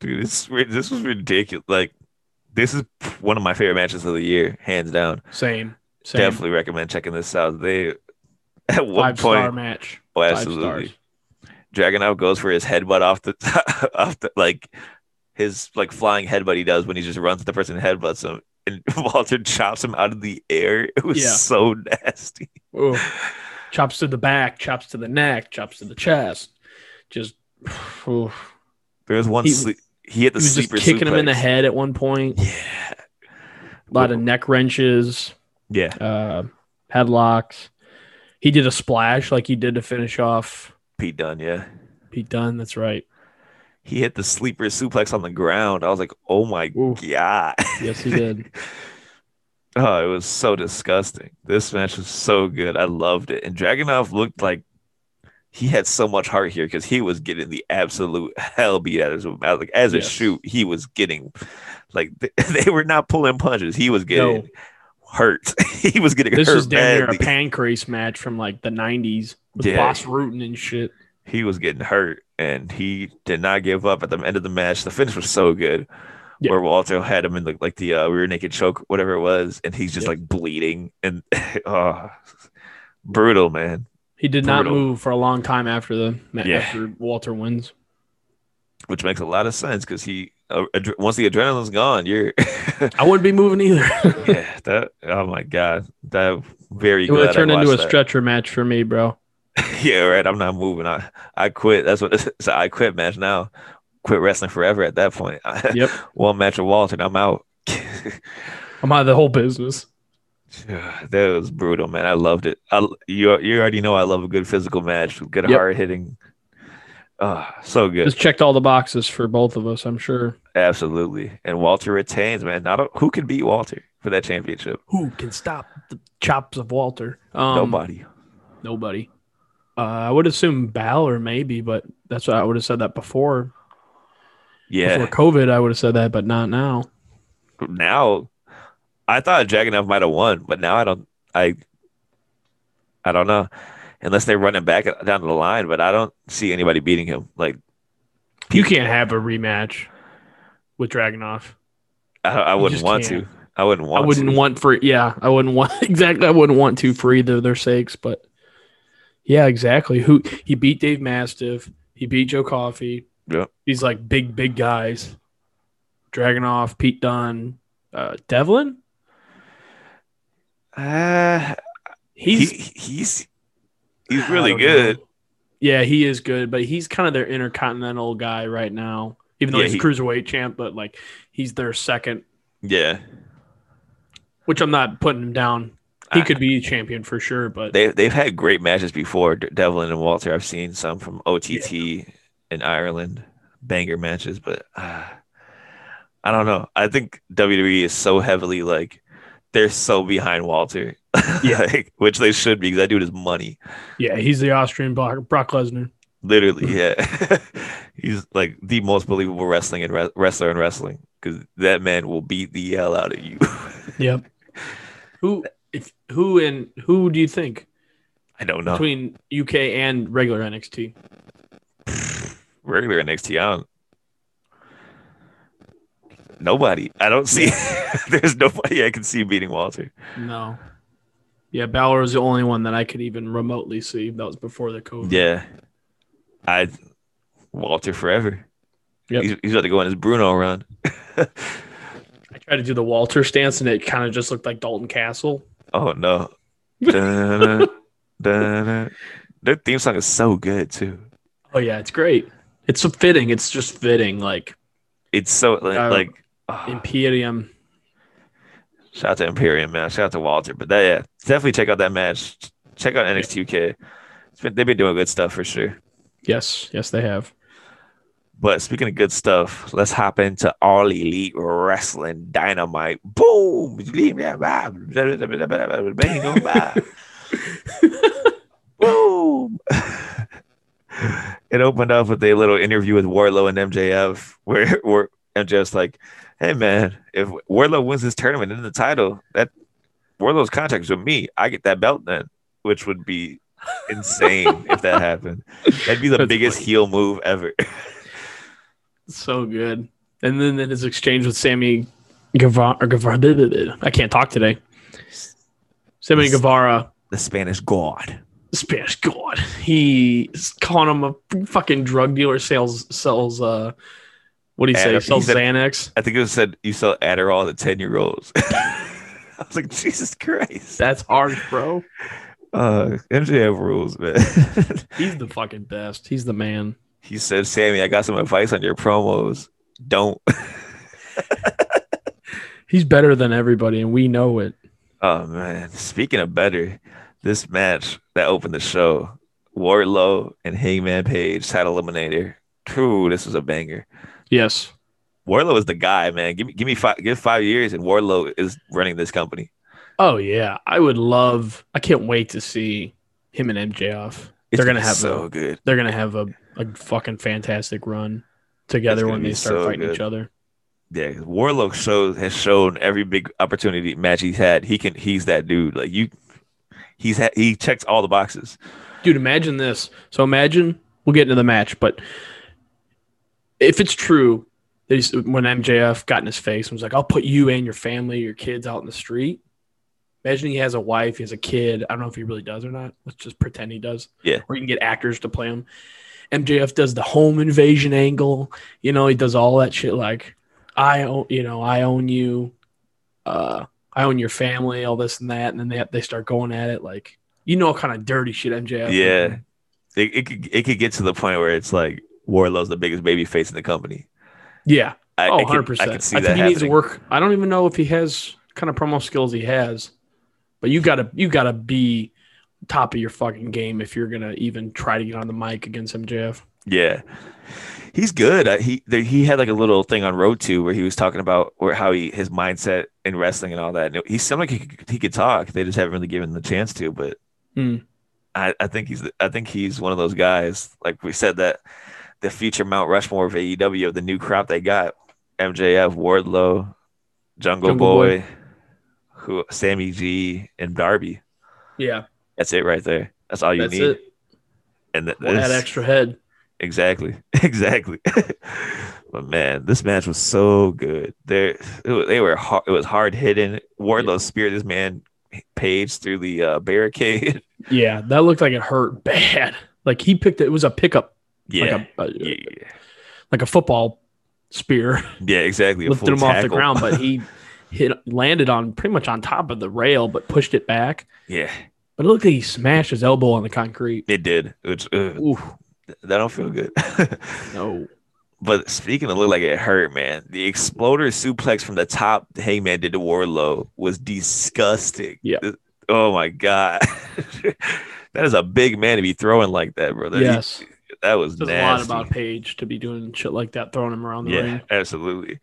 Speaker 5: Dude, this ri- this was ridiculous. Like this is one of my favorite matches of the year, hands down.
Speaker 3: [LAUGHS] Same, same.
Speaker 5: Definitely recommend checking this out. They [LAUGHS] at one
Speaker 3: Five star
Speaker 5: point,
Speaker 3: match.
Speaker 5: oh,
Speaker 3: Five
Speaker 5: absolutely.
Speaker 3: stars.
Speaker 5: Dragunov goes for his headbutt off the [LAUGHS] off the like his like flying headbutt he does when he just runs at the person and headbutts him and [LAUGHS] Walter chops him out of the air. It was
Speaker 3: Yeah.
Speaker 5: so nasty.
Speaker 3: Ooh. chops to the back, chops to the neck, chops to the chest. Just oof.
Speaker 5: There was one
Speaker 3: He-
Speaker 5: he, he hit
Speaker 3: he
Speaker 5: the
Speaker 3: was just
Speaker 5: sleeper
Speaker 3: kicking him in the
Speaker 5: suplex.
Speaker 3: head at one point.
Speaker 5: Yeah.
Speaker 3: A lot of neck wrenches,
Speaker 5: Yeah.
Speaker 3: uh, headlocks. He did a splash like he did to finish off
Speaker 5: Pete Dunne, yeah.
Speaker 3: Pete Dunne. That's right.
Speaker 5: He hit the sleeper suplex on the ground. I was like, oh my
Speaker 3: Ooh.
Speaker 5: god.
Speaker 3: Yes, he did.
Speaker 5: [LAUGHS] Oh, it was so disgusting. This match was so good. I loved it. And Dragunov looked like he had so much heart here because he was getting the absolute hell beat out of him. Like as a
Speaker 3: Yes.
Speaker 5: shoot, he was getting like [LAUGHS] th- they were not pulling punches. He was getting
Speaker 3: No.
Speaker 5: hurt. [LAUGHS] he was getting
Speaker 3: This
Speaker 5: hurt
Speaker 3: was damn near a
Speaker 5: badly.
Speaker 3: pancrease match from like the 90s with
Speaker 5: Yeah.
Speaker 3: Boss Rootin and shit.
Speaker 5: He was getting hurt, and he did not give up at the end of the match. The finish was so good.
Speaker 3: Yeah.
Speaker 5: where Walter had him in the, like the uh, rear naked choke, whatever it was, and he's just like bleeding and [LAUGHS] oh, brutal, man.
Speaker 3: He did not
Speaker 5: Brutal.
Speaker 3: move for a long time after the
Speaker 5: Yeah.
Speaker 3: after Walter
Speaker 5: [LAUGHS]
Speaker 3: wins.
Speaker 5: Which makes a lot of sense because he uh, adre- once the adrenaline's gone, you're [LAUGHS]
Speaker 3: I wouldn't be moving either.
Speaker 5: yeah that oh my god that very
Speaker 3: it would
Speaker 5: good
Speaker 3: have turned into a stretcher match for me,
Speaker 5: [LAUGHS]
Speaker 3: bro.
Speaker 5: yeah right I'm not moving I I quit that's what [LAUGHS] it's a I quit match now quit wrestling forever at that point [LAUGHS]
Speaker 3: Yep.
Speaker 5: one match with Walter and I'm out. [LAUGHS]
Speaker 3: I'm out of the whole business.
Speaker 5: Yeah, [SIGHS] that was brutal, man. I loved it. I, you you already know I love a good physical match, good
Speaker 3: Yep.
Speaker 5: hard hitting. Oh, so good,
Speaker 3: Just checked all the boxes for both of us, I'm sure.
Speaker 5: absolutely. And Walter retains, man. Not a, who can beat Walter for that championship.
Speaker 3: Who can stop the chops of Walter? Um,
Speaker 5: Nobody.
Speaker 3: Nobody. Uh, I would assume Bal or maybe, but that's what I would have said that before.
Speaker 5: Yeah.
Speaker 3: Before COVID, I would have said that, but not now.
Speaker 5: Now, I thought Dragunov might have won, but now I don't. I I don't know, unless they run him back down the line. But I don't see anybody beating him. Like
Speaker 3: You can't have a rematch with Dragonoff.
Speaker 5: I, I wouldn't
Speaker 3: just
Speaker 5: want
Speaker 3: can't.
Speaker 5: to. I wouldn't
Speaker 3: I
Speaker 5: want.
Speaker 3: wouldn't
Speaker 5: to.
Speaker 3: want for yeah, I wouldn't want [LAUGHS] exactly I wouldn't want to for either of their sakes, but yeah, exactly. Who he beat Dave Mastiff, he beat Joe Coffey.
Speaker 5: Yep.
Speaker 3: These like big, big guys. Dragonoff, Pete Dunn, uh Devlin.
Speaker 5: Uh,
Speaker 3: He's
Speaker 5: he, he's he's
Speaker 3: I
Speaker 5: really
Speaker 3: don't
Speaker 5: good.
Speaker 3: know. Yeah, he is good, but he's kind of their intercontinental guy right now. Even though
Speaker 5: Yeah,
Speaker 3: he's
Speaker 5: he-
Speaker 3: cruiserweight champ, but like he's their second,
Speaker 5: Yeah,
Speaker 3: which I'm not putting him down. He
Speaker 5: I-
Speaker 3: could be champion for sure, but
Speaker 5: they they've had great matches before. D- Devlin and Walter. I've seen some from OTT in Ireland, banger matches. But uh, I don't know. I think WWE is so heavily like they're so behind Walter. [LAUGHS]
Speaker 3: Yeah.
Speaker 5: like, which they should be because that dude is money.
Speaker 3: yeah, he's the Austrian Brock, Brock Lesnar.
Speaker 5: Literally, yeah. [LAUGHS] He's like the most believable wrestling and re- wrestler in wrestling because that man will beat the hell out of you. [LAUGHS]
Speaker 3: Yep. who if who and who do you think
Speaker 5: I don't know.
Speaker 3: between UK and regular NXT?
Speaker 5: regular NXT. I don't. Nobody. I don't see. [LAUGHS] there's nobody I can see beating Walter.
Speaker 3: No. Yeah, Balor was the only one that I could even remotely see. That was before the COVID.
Speaker 5: Yeah, I Walter forever.
Speaker 3: Yep.
Speaker 5: He's, he's about to go on his Bruno run.
Speaker 3: I tried to do the Walter stance and it kind of just looked like Dalton Castle. [LAUGHS]
Speaker 5: Oh no. Da-na, da-na. Their theme song is so good too.
Speaker 3: Oh yeah, it's great. It's so fitting. It's just fitting, like
Speaker 5: It's so like,
Speaker 3: Uh,
Speaker 5: like oh,
Speaker 3: Imperium.
Speaker 5: shout out to Imperium man. Shout out to Walter. But that yeah, definitely check out that match. Check out NXT UK. It's been, they've been doing good stuff for sure.
Speaker 3: Yes, yes, they have.
Speaker 5: But speaking of good stuff, let's hop into All Elite Wrestling Dynamite. Boom! Boom! it opened up with a little interview with Warlow and MJF, where, where MJF's like, "Hey man, if Warlow wins this tournament and the title, that Warlow's contract's with me. I get that belt then, which would be insane if that happened. That'd be the
Speaker 3: That's
Speaker 5: biggest heel move ever."
Speaker 3: So good. And then in his exchange with Sammy Guevara, or Guevara blah, blah, blah. I can't talk today. Sammy Guevara,
Speaker 5: the Spanish God.
Speaker 3: Spanish God. He's calling him a fucking drug dealer. Sells sells. Uh, what do you say?
Speaker 5: Adder-
Speaker 3: Sells
Speaker 5: he said-
Speaker 3: Xanax.
Speaker 5: I think it was said you sell Adderall to 10 year olds. [LAUGHS] I was like, Jesus Christ.
Speaker 3: That's ours, bro.
Speaker 5: Uh, MJF rules, man. [LAUGHS]
Speaker 3: He's the fucking best. He's the man.
Speaker 5: he said, Sammy, I got some advice on your promos. Don't. [LAUGHS]
Speaker 3: He's better than everybody, and we know it.
Speaker 5: Oh, man. Speaking of better, this match that opened the show Wardlow and Hangman Page, title eliminator. True, this was a banger.
Speaker 3: Yes.
Speaker 5: Wardlow is the guy, man. Give me, give me five, give five years, and Wardlow is running this company.
Speaker 3: Oh yeah, I would love. I can't wait to see him and MJF.
Speaker 5: It's
Speaker 3: They're gonna have
Speaker 5: so
Speaker 3: a,
Speaker 5: good.
Speaker 3: they're gonna have a, a fucking fantastic run together
Speaker 5: gonna
Speaker 3: when
Speaker 5: be
Speaker 3: they start
Speaker 5: so
Speaker 3: fighting
Speaker 5: good.
Speaker 3: each other.
Speaker 5: Yeah, Warlock shows has shown every big opportunity match he's had. He can he's that dude. Like you he's ha- he checks all the boxes.
Speaker 3: Dude, imagine this. So imagine we'll get into the match, but if it's true They just, when MJF got in his face and was like, I'll put you and your family, your kids out in the street. Imagine he has a wife, he has a kid. I don't know if he really does or not. Let's just pretend he does.
Speaker 5: Yeah.
Speaker 3: Or you can get actors to play him. MJF does the home invasion angle. You know, he does all that shit like I own you know, I own you, uh, I own your family, all this and that, and then they they start going at it like you know what kind of dirty shit MJF. would
Speaker 5: Yeah.
Speaker 3: do.
Speaker 5: It, it could it could get to the point where it's like Warlow's the biggest baby face in the company.
Speaker 3: Yeah.
Speaker 5: I,
Speaker 3: Oh,
Speaker 5: I can,
Speaker 3: 100%.
Speaker 5: I
Speaker 3: I,
Speaker 5: can see
Speaker 3: think
Speaker 5: that
Speaker 3: he needs to
Speaker 5: happening.
Speaker 3: work. I don't even know if he has kind of promo skills he has, but you gotta you gotta be top of your fucking game if you're gonna even try to get on the mic against MJF.
Speaker 5: Yeah, he's good. Uh, He there, he had like a little thing on Road Two where he was talking about where how he his mindset in wrestling and all that. And it- he seemed like he could, he could talk. They just haven't really given him the chance to. But
Speaker 3: Hmm.
Speaker 5: I, I think he's the- I think he's one of those guys. Like we said that the future Mount Rushmore of AEW of the new crop they got MJF, Wardlow, Jungle,
Speaker 3: Jungle
Speaker 5: Boy,
Speaker 3: Boy.
Speaker 5: who Sammy G and Darby.
Speaker 3: Yeah,
Speaker 5: That's it right there. That's all you
Speaker 3: that's
Speaker 5: need.
Speaker 3: it.
Speaker 5: And th-
Speaker 3: Well, that
Speaker 5: this-
Speaker 3: extra head.
Speaker 5: Exactly. [LAUGHS] Exactly. but man, this match was so good. There, it wa- they were hard. It was hard hitting. Wardlow speared this man Page through the uh, barricade. [LAUGHS]
Speaker 3: Yeah, that looked like it hurt [LAUGHS] bad. Like he picked it, it was a pickup,
Speaker 5: yeah.
Speaker 3: like a, a-
Speaker 5: yeah.
Speaker 3: like a football spear,
Speaker 5: Yeah. Exactly.
Speaker 3: [LAUGHS]
Speaker 5: A
Speaker 3: lifted
Speaker 5: full
Speaker 3: him off the
Speaker 5: tackle.
Speaker 3: ground, but
Speaker 5: [LAUGHS]
Speaker 3: he hit landed on pretty much on top of the rail, but pushed it back.
Speaker 5: Yeah,
Speaker 3: But it looked like he smashed his elbow on the concrete.
Speaker 5: it did. Which uh,
Speaker 3: Ooh,
Speaker 5: that don't feel good. [LAUGHS]
Speaker 3: no.
Speaker 5: but speaking of look like it hurt, man, the exploder suplex from the top Hangman did to Wardlow was disgusting.
Speaker 3: Yeah.
Speaker 5: Th- Oh my god. [LAUGHS] That is a big man to be throwing like that, brother. He-
Speaker 3: Yes.
Speaker 5: That was
Speaker 3: says
Speaker 5: nasty.
Speaker 3: a lot about Paige to be doing shit like that, throwing him around the
Speaker 5: yeah,
Speaker 3: ring.
Speaker 5: absolutely.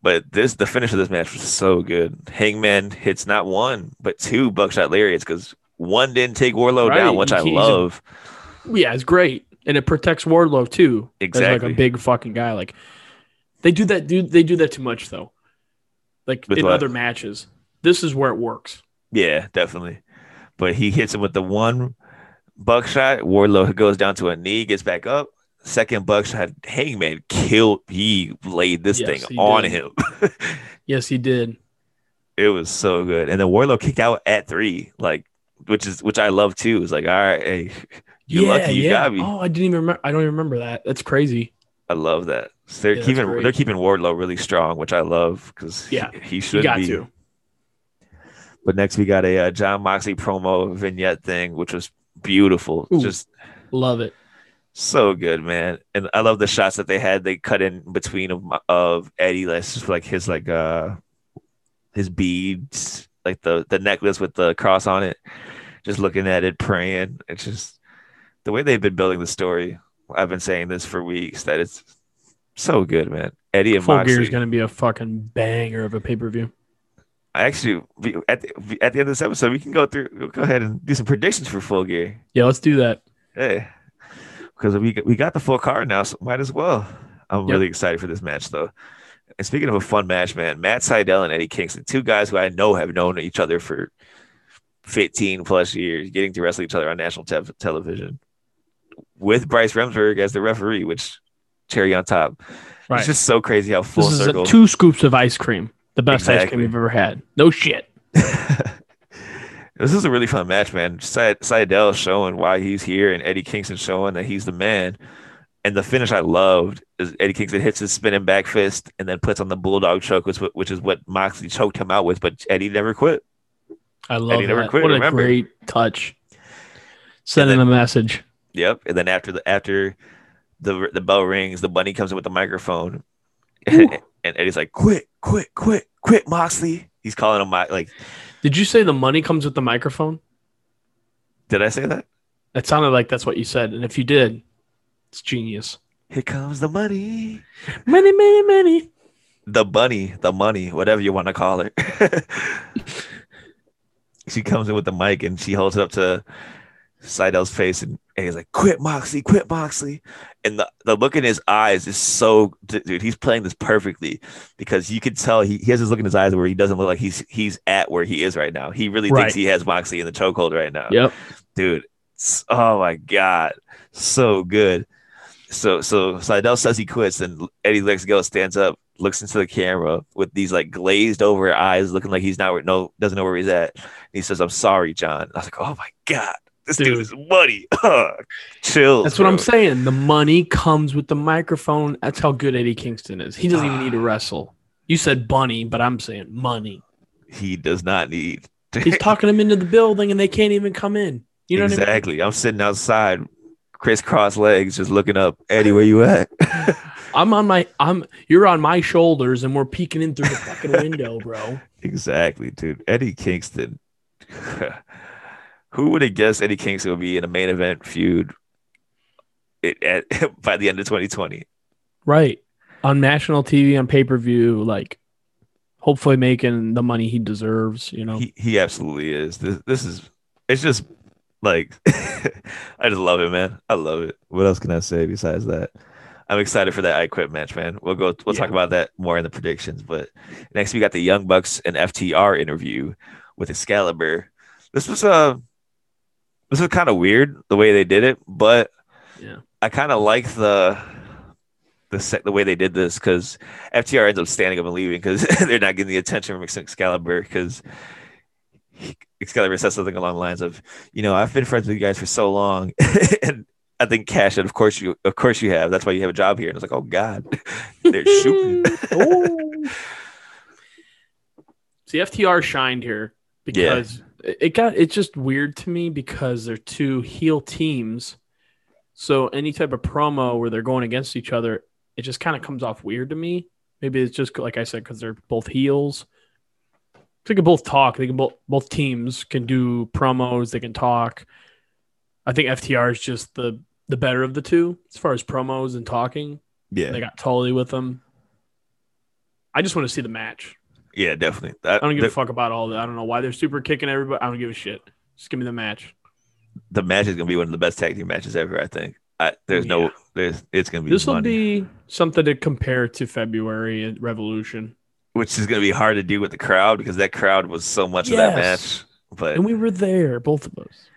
Speaker 5: But this the finish of this match was so good. Hangman hits not one but two buckshot lariats because one didn't take Warlow
Speaker 3: Right,
Speaker 5: down, which I
Speaker 3: he's a-
Speaker 5: love.
Speaker 3: Yeah, it's great, and it protects Wardlow too. as,
Speaker 5: Exactly.
Speaker 3: like a big fucking guy. Like they do that. Do they do that too much though? Like
Speaker 5: With
Speaker 3: in
Speaker 5: what?
Speaker 3: other matches, this is where it works.
Speaker 5: Yeah, definitely. But he hits him with the one buckshot. Warlow goes down to a knee, gets back up. Second buckshot, Hangman killed. He laid this
Speaker 3: Yes,
Speaker 5: thing
Speaker 3: he
Speaker 5: on
Speaker 3: did.
Speaker 5: him. [LAUGHS]
Speaker 3: Yes, he did.
Speaker 5: It was so good. And then Warlow kicked out at three, like which is which I love too. It's like, all right, [LAUGHS] hey, you
Speaker 3: yeah,
Speaker 5: lucky you
Speaker 3: yeah.
Speaker 5: got me.
Speaker 3: Oh, I didn't even. Remember, I don't even remember that. That's crazy.
Speaker 5: I love that. So they're
Speaker 3: Yeah, that's
Speaker 5: keeping
Speaker 3: great.
Speaker 5: they're keeping Wardlow really strong, which I love because
Speaker 3: Yeah,
Speaker 5: he, he should
Speaker 3: You got
Speaker 5: be.
Speaker 3: to.
Speaker 5: But next we got a uh, John Moxley promo vignette thing, which was beautiful,
Speaker 3: Ooh.
Speaker 5: just
Speaker 3: Love it.
Speaker 5: so good, man. And I love the shots that they had. They cut in between of Mo- of Eddie, like just like his like uh his beads, like the the necklace with the cross on it, just looking at it, praying. It's just the way they've been building the story. I've been saying this for weeks that it's so good, man. Eddie and
Speaker 3: Full
Speaker 5: Moxley.
Speaker 3: Gear is going to be a fucking banger of a pay per view.
Speaker 5: I actually we- at the, we- at the end of this episode we can go through we'll go ahead and do some predictions for full gear
Speaker 3: Yeah, let's do that.
Speaker 5: hey because we got- we got the full card now so might as well i'm
Speaker 3: Yep.
Speaker 5: really excited for this match though and speaking of a fun match man matt seidel and eddie kingston two guys who i know have known each other for 15 plus years getting to wrestle each other on national tev- television with bryce remsburg as the referee which cherry on top
Speaker 3: Right.
Speaker 5: it's just so crazy how full
Speaker 3: This is a-
Speaker 5: circle
Speaker 3: two scoops of ice cream. The best ice
Speaker 5: Exactly.
Speaker 3: cream you've ever had. No shit.
Speaker 5: this is a really fun match, man. Sy- Seidel showing why he's here, and Eddie Kingston showing that he's the man. And the finish I loved is Eddie Kingston hits his spinning back fist and then puts on the bulldog choke, which, which is what Moxley choked him out with. But Eddie never quit.
Speaker 3: I love
Speaker 5: he never
Speaker 3: that.
Speaker 5: quit,
Speaker 3: what
Speaker 5: remember?
Speaker 3: a great touch. Sending a message.
Speaker 5: Yep. And then after the after the the bell rings, the bunny comes in with the microphone,
Speaker 3: Ooh.
Speaker 5: [LAUGHS] and Eddie's like, "Quit, quit, quit, quit, Moxley." He's calling him Mo- like,
Speaker 3: Did you say the money comes with the microphone?
Speaker 5: "Did I say that?"
Speaker 3: That sounded like that's what you said. And if you did, it's genius.
Speaker 5: Here comes the money.
Speaker 3: Money, money, money.
Speaker 5: the bunny, the money, whatever you want to call her. [LAUGHS] she comes in with the mic and she holds it up to Seidel's face and, and he's like, "Quit, Moxley! Quit, Moxley!" And the, the look in his eyes is so, d- dude. He's playing this perfectly because you could tell he, he has this look in his eyes where he doesn't look like he's he's at where he is right now. He really
Speaker 3: Right.
Speaker 5: thinks he has Moxley in the Uh, chokehold right now
Speaker 3: Yep.
Speaker 5: dude. s- Oh my god, so good. so so Seidel says he quits, and Eddie lets go, stands up, looks into the camera with these like glazed over eyes, looking like he's not where- no doesn't know where he's at. And he says, "I'm sorry, John." I was like, "Oh my god, this dude,
Speaker 3: Dude.
Speaker 5: is muddy." [LAUGHS] Chill.
Speaker 3: That's what I'm saying. The money comes with the microphone. That's how good Eddie Kingston is. He doesn't even need to
Speaker 5: Ah.
Speaker 3: wrestle. You said bunny, but I'm saying money.
Speaker 5: He does not need.
Speaker 3: He's talking them into the building and they can't even come in. You know what I mean?
Speaker 5: [LAUGHS] exactly. I am sitting outside, crisscross legs, just looking up. Eddie, where you at? [LAUGHS]
Speaker 3: I'm on my I'm you're on my shoulders and we're peeking in through the fucking window, bro.
Speaker 5: Exactly, dude. Eddie Kingston. [LAUGHS] Who would have guessed Eddie Kingston would be in a main event feud it, at, [LAUGHS] by the end of 2020?
Speaker 3: Right. On national TV on pay-per-view like hopefully making the money he deserves, you know.
Speaker 5: He he absolutely is. This this is it's just like [LAUGHS] I just love it, man. I love it. What else can I say besides that? I'm excited for that I Quit match, man. We'll go. We'll talk about that more in the predictions. But next we got the Young Bucks and FTR interview with Excalibur. This was uh this was kind of weird the way they did it, but
Speaker 3: Yeah.
Speaker 5: I kind of like the the sec- the way they did this because FTR ends up standing up and leaving because [LAUGHS] they're not getting the attention from Excalibur because Excalibur says something along the lines of, you know, I've been friends with you guys for so long, [LAUGHS] and I think Cash, and of course you, of course you have. That's why you have a job here. And I was like, oh God, [LAUGHS]
Speaker 3: [LAUGHS]
Speaker 5: they're shooting. [LAUGHS]
Speaker 3: Ooh. See, FTR shined here because it- it got it's just weird to me because they're two heel teams. So any type of promo where they're going against each other, it just kind of comes off weird to me. Maybe it's just like I said because they're both heels. They can both talk. They can both both teams can do promos. They can talk. I think FTR is just the the better of the two as far as promos and talking.
Speaker 5: Yeah,
Speaker 3: They got Tully with them. I just want to see the match.
Speaker 5: yeah, definitely.
Speaker 3: I don't give a fuck about all that. I don't know why they're super kicking everybody. I don't give a shit. Just give me the match.
Speaker 5: the match is gonna be one of the best tag team matches ever. I think. I, there's
Speaker 3: Yeah.
Speaker 5: no, there's it's gonna be
Speaker 3: This will
Speaker 5: money,
Speaker 3: be something to compare to February and Revolution.
Speaker 5: which is gonna be hard to do with the crowd because that crowd was so much of that match.
Speaker 3: Yes.
Speaker 5: But
Speaker 3: And we were there, both of us.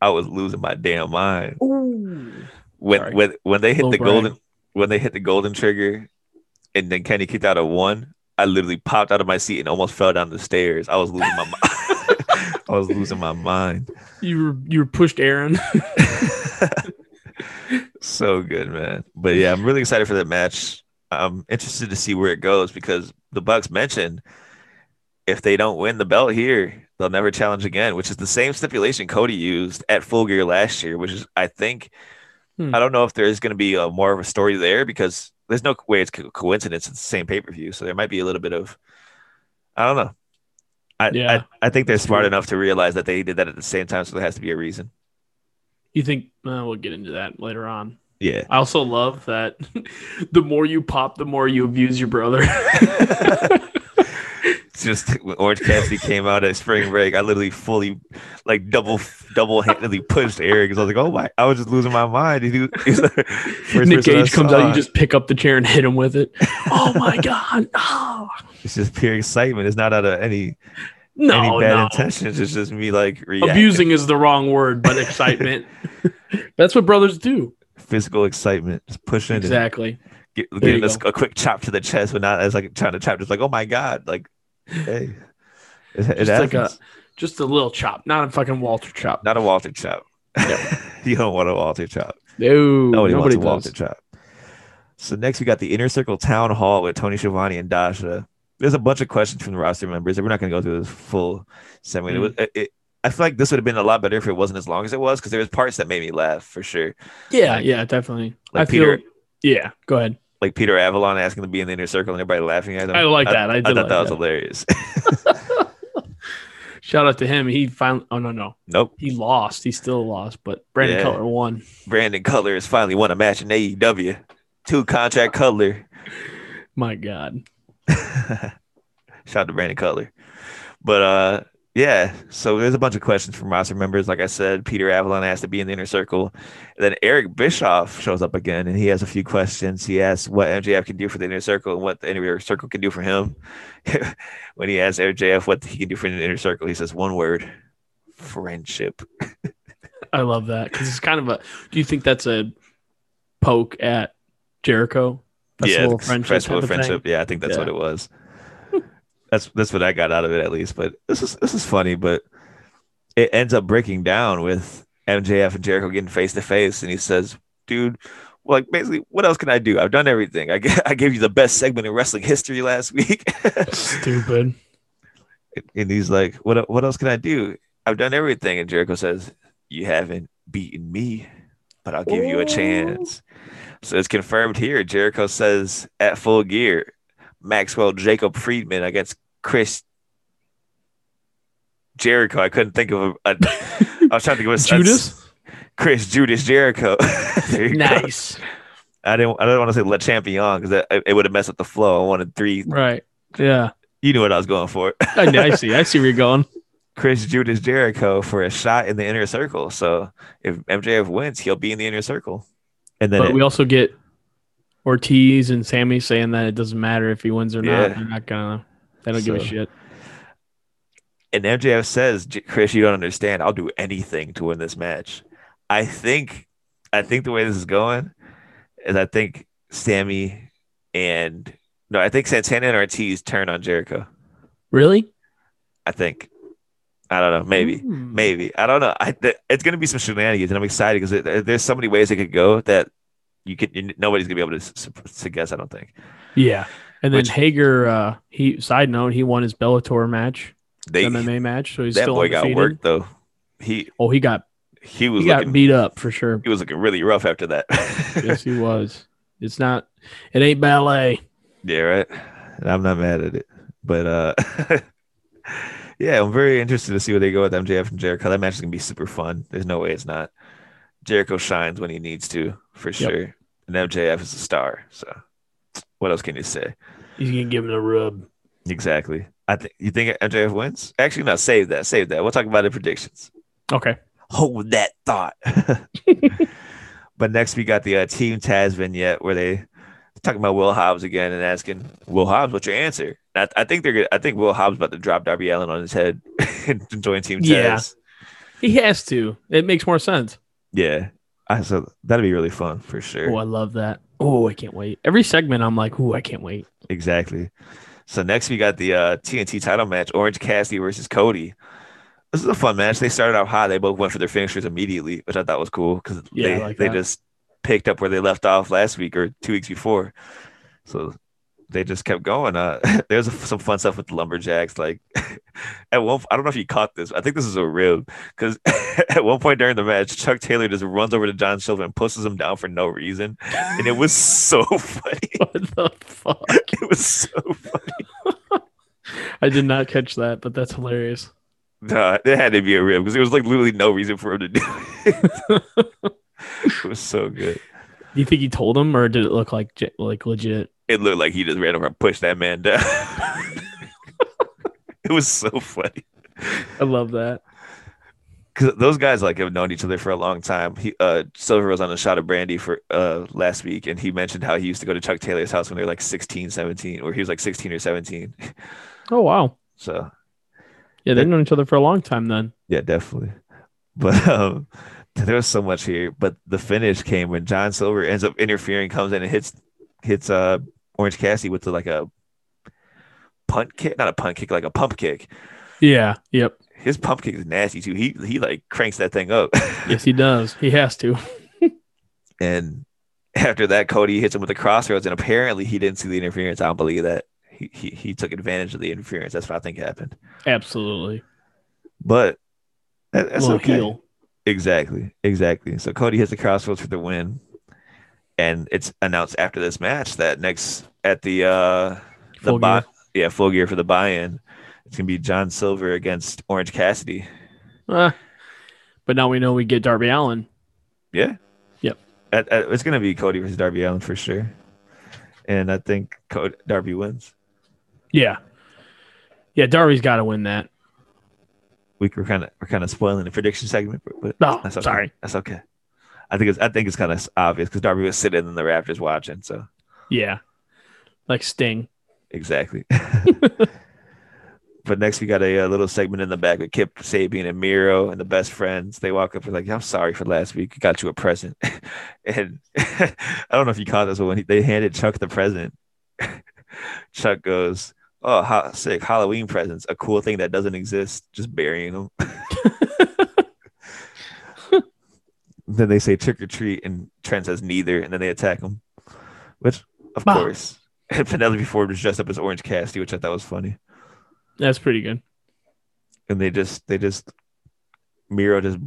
Speaker 5: I was losing my damn mind
Speaker 3: Ooh.
Speaker 5: when
Speaker 3: Sorry.
Speaker 5: when when they hit
Speaker 3: Little
Speaker 5: the
Speaker 3: brag.
Speaker 5: golden when they hit the golden trigger, and then Kenny kicked out a one. I literally popped out of my seat and almost fell down the stairs. I was losing my [LAUGHS] mind. [LAUGHS] I was losing my mind.
Speaker 3: You were you were pushed Aaron. [LAUGHS]
Speaker 5: so good, man. But yeah, I'm really excited for that match. I'm interested to see where it goes because the Bucks mentioned if they don't win the belt here, they'll never challenge again, which is the same stipulation Cody used at Full Gear last year, which is I think
Speaker 3: Hmm.
Speaker 5: I don't know if there is going to be a more of a story there because there's no way it's co- coincidence. It's the same pay per view, so there might be a little bit of I don't know. I,
Speaker 3: Yeah.
Speaker 5: I I think they're smart
Speaker 3: True.
Speaker 5: enough to realize that they did that at the same time, so there has to be a reason.
Speaker 3: You think uh, we'll get into that later on.
Speaker 5: Yeah. [LAUGHS]
Speaker 3: [LAUGHS] I also love that [LAUGHS] the more you pop, the more you abuse your brother. [LAUGHS]
Speaker 5: It's just when Orange Cassidy came out at spring break, I literally fully, like double, double handedly pushed Eric. 'cause I was like, oh my, I was just losing my mind. He was- he was [LAUGHS] the first
Speaker 3: Nick
Speaker 5: person I
Speaker 3: Gage comes out,
Speaker 5: saw.
Speaker 3: you just pick up the chair and hit him with it. Oh my [LAUGHS] god. Oh.
Speaker 5: it's just pure excitement. It's not out of any
Speaker 3: No,
Speaker 5: any bad
Speaker 3: no.
Speaker 5: intentions. It's just me like reacting.
Speaker 3: Abusing is the wrong word, but
Speaker 5: [LAUGHS]
Speaker 3: excitement. That's what brothers do.
Speaker 5: physical excitement, just pushing and
Speaker 3: Exactly.
Speaker 5: get,
Speaker 3: you
Speaker 5: giving us
Speaker 3: go.
Speaker 5: a quick chop to the chest, but not as like trying to chop. Just like, oh my god, like, hey, it, it
Speaker 3: Just like a-
Speaker 5: happens.
Speaker 3: Just a little chop, not a fucking Walter chop.
Speaker 5: not a Walter chop. [LAUGHS] you don't want a Walter chop.
Speaker 3: No,
Speaker 5: Nobody,
Speaker 3: nobody
Speaker 5: wants to walk the
Speaker 3: does.
Speaker 5: trap. So next we got the inner circle town hall with Tony Schiavone and Dasha. There's a bunch of questions from the roster members, and we're not going to go through this full segment. It
Speaker 3: Mm.
Speaker 5: was, it, it- I feel like this would have been a lot better if it wasn't as long as it was, because there was parts that made me laugh for sure.
Speaker 3: Yeah, yeah, definitely.
Speaker 5: Like
Speaker 3: I feel.
Speaker 5: Peter-
Speaker 3: Yeah, go ahead.
Speaker 5: Like Peter Avalon asking to be in the inner circle and everybody laughing at him.
Speaker 3: I like that. I
Speaker 5: I,
Speaker 3: did
Speaker 5: thought
Speaker 3: like
Speaker 5: that, was hilarious. [LAUGHS]
Speaker 3: Shout out to him. He finally. Oh no, no,
Speaker 5: nope.
Speaker 3: he lost. He still lost, but Brandon
Speaker 5: Yeah.
Speaker 3: Cutler won.
Speaker 5: Brandon Cutler has finally won a match in AEW. Two contract Cutler.
Speaker 3: My God.
Speaker 5: Shout out to Brandon Cutler. But uh yeah, so there's a bunch of questions from roster members. Like I said, Peter Avalon has to be in the inner circle. And then Eric Bischoff shows up again and he has a few questions. He asks what MJF can do for the inner circle and what the inner circle can do for him. [LAUGHS] when he asks MJF what he can do for the inner circle, he says one word friendship.
Speaker 3: I love that because it's kind of a. Do you think that's a poke at Jericho. Festival
Speaker 5: yeah, the
Speaker 3: of friendship.
Speaker 5: Festival
Speaker 3: type
Speaker 5: of
Speaker 3: of thing.
Speaker 5: Friendship. Yeah, I think that's what
Speaker 3: Yeah.
Speaker 5: it was. That's that's what I got out of it at least. But this is this is funny, but it ends up breaking down with MJF and Jericho getting face to face, and he says, "Dude." well, Like basically, what else can I do? I've done everything. I, g- [LAUGHS] I gave you the best segment in wrestling history last week.
Speaker 3: Stupid.
Speaker 5: and he's like, "What what else can I do? I've done everything." And Jericho says, "You haven't beaten me, but I'll give you a chance." So it's confirmed here. Jericho says at full gear, Maxwell Jacob Friedman against Chris Jericho. I couldn't think of
Speaker 3: [LAUGHS]
Speaker 5: a. a I was trying to think of a
Speaker 3: Judas.
Speaker 5: [LAUGHS] Chris Judas Jericho. [LAUGHS] There you go.
Speaker 3: Nice.
Speaker 5: I didn't. I don't want to say Le Champion because it, would have messed up the flow. I wanted three.
Speaker 3: Right. Yeah.
Speaker 5: You knew what I was going for.
Speaker 3: I, I see. I see where you're going.
Speaker 5: Chris Judas Jericho for a shot in the inner circle. So if MJF wins, he'll be in the inner circle. And then
Speaker 3: But
Speaker 5: it-
Speaker 3: we also get Ortiz and Sammy saying that it doesn't matter if he wins or
Speaker 5: Yeah.
Speaker 3: not. They're not gonna. They don't give a
Speaker 5: So-
Speaker 3: shit.
Speaker 5: and MJF says, "J- Chris, you don't understand. I'll do anything to win this match. I think I think the way this is going is I think Sammy and no, I think Santana and Ortiz turn on Jericho.
Speaker 3: Really?
Speaker 5: I think. I don't know, maybe.
Speaker 3: Hmm.
Speaker 5: Maybe I don't know. I th- it's going to be some shenanigans, and I'm excited because there's so many ways it could go that you could you, nobody's going to be able to, s- s- to guess. I don't think
Speaker 3: Yeah. And then
Speaker 5: Which-
Speaker 3: Hager. Uh, he side note he won his Bellator match,
Speaker 5: they
Speaker 3: MMA match, so he's
Speaker 5: that
Speaker 3: still
Speaker 5: boy
Speaker 3: undefeated.
Speaker 5: got worked though. He
Speaker 3: Oh, he got
Speaker 5: he was
Speaker 3: he got
Speaker 5: looking
Speaker 3: beat up for
Speaker 5: [LAUGHS]
Speaker 3: sure.
Speaker 5: he was looking really rough after that. [LAUGHS]
Speaker 3: yes, he was. It's not. It ain't ballet.
Speaker 5: yeah, right. And I'm not mad at it, but uh, [LAUGHS] yeah, I'm very interested to see where they go with MJF and Jericho. That match is going to be super fun. There's no way it's not. Jericho shines when he needs to, for sure. And MJF is a star. So what else can you say?
Speaker 3: He's gonna give him a rub.
Speaker 5: Exactly. I think you think MJF wins. Actually, no. Save that. Save that. We'll talk about it in predictions.
Speaker 3: Okay.
Speaker 5: Hold that thought. [LAUGHS] but next we got the uh, Team Taz vignette where they talking about Will Hobbs again and asking Will Hobbs, "What's your answer?" And I, I think they're. Gonna, I think Will Hobbs about to drop Darby Allen on his head [LAUGHS] and join Team Taz.
Speaker 3: Yeah. He has to. It makes more sense.
Speaker 5: Yeah. I so that'd be really fun for sure.
Speaker 3: Oh, I love that. Oh, I can't wait. Every segment, I'm like, oh, I can't wait. [LAUGHS]
Speaker 5: Exactly. So next we got the uh, TNT title match: Orange Cassidy versus Cody. This is a fun match. They started out hot. They both went for their finishers immediately, which I thought was cool because
Speaker 3: Yeah, I
Speaker 5: they,
Speaker 3: like
Speaker 5: they
Speaker 3: that.
Speaker 5: just picked up where they left off last week or two weeks before. So they just kept going. Uh, [LAUGHS] there's some fun stuff with the lumberjacks. Like [LAUGHS] at one, I don't know if you caught this. I think this is a rib because [LAUGHS] at one point during the match, Chuck Taylor just runs over to John Silver and pushes him down for no reason, and it was so [LAUGHS] funny.
Speaker 3: What the fuck?
Speaker 5: It was so funny.
Speaker 3: I did not catch that, but that's hilarious.
Speaker 5: Nah, it had to be a rib because there was like literally no reason for him to do it. [LAUGHS] it was so good.
Speaker 3: Do you think he told him, or did it look like ge- like legit?
Speaker 5: It looked like he just ran over and pushed that man down. [LAUGHS] it was so funny
Speaker 3: I love that.
Speaker 5: because those guys like have known each other for a long time. He uh, Silver was on a shot of brandy for uh last week, and he mentioned how he used to go to Chuck Taylor's house when they were like 16, 17, or he was like 16 or 17.
Speaker 3: Oh wow.
Speaker 5: [LAUGHS] So
Speaker 3: Yeah, they've known each other for a long time. Then
Speaker 5: Yeah, definitely. [LAUGHS] But um, there was so much here. But the finish came when John Silver ends up interfering, comes in and hits hits uh Orange Cassidy with the, like a punt kick, not a punt kick, like a pump kick.
Speaker 3: yeah, yep,
Speaker 5: His pump kick is nasty too. He he like cranks that thing up, [LAUGHS]
Speaker 3: yes, he does. He has to.
Speaker 5: and after that, Cody hits him with a crossroads, and apparently he didn't see the interference. I don't believe that. He, he, he took advantage of the interference. That's what I think happened.
Speaker 3: Absolutely.
Speaker 5: But that, that's
Speaker 3: Little
Speaker 5: okay.
Speaker 3: heel.
Speaker 5: Exactly, exactly. So Cody hits the crossroads for the win, and it's announced after this match that next at the uh the
Speaker 3: Full
Speaker 5: buy
Speaker 3: Gear.
Speaker 5: yeah full gear for the buy-in, it's gonna be John Silver against Orange Cassidy.
Speaker 3: Ah. but now we know we get Darby Allen.
Speaker 5: Yeah,
Speaker 3: Yep.
Speaker 5: At- at- it's gonna be Cody versus Darby Allen for sure, and I think Cody, Darby wins.
Speaker 3: Yeah, yeah, Darby's got to win that.
Speaker 5: We, we're kind of we're kind of spoiling the prediction segment, but, but
Speaker 3: No,
Speaker 5: that's okay.
Speaker 3: sorry.
Speaker 5: that's okay. I think it's I think it's kind of obvious because Darby was sitting in the Raptors watching, so.
Speaker 3: Yeah, like Sting.
Speaker 5: Exactly. But next we got a, uh little segment in the back with Kip Sabian and Miro and the best friends. They walk up and like, "I'm sorry for last week. Got you a present." [LAUGHS] and [LAUGHS] I don't know if you caught this, but when he, they handed Chuck the present, [LAUGHS] Chuck goes, "Oh, ho- sick Halloween presents. A cool thing that doesn't exist. Just burying them." [LAUGHS] then they say trick or treat, and Trent says neither, and then they attack him, which of
Speaker 3: Bah.
Speaker 5: course. [LAUGHS] And Penelope Ford was dressed up as Orange Cassidy, which I thought was funny.
Speaker 3: That's pretty good.
Speaker 5: And they just they just Miro just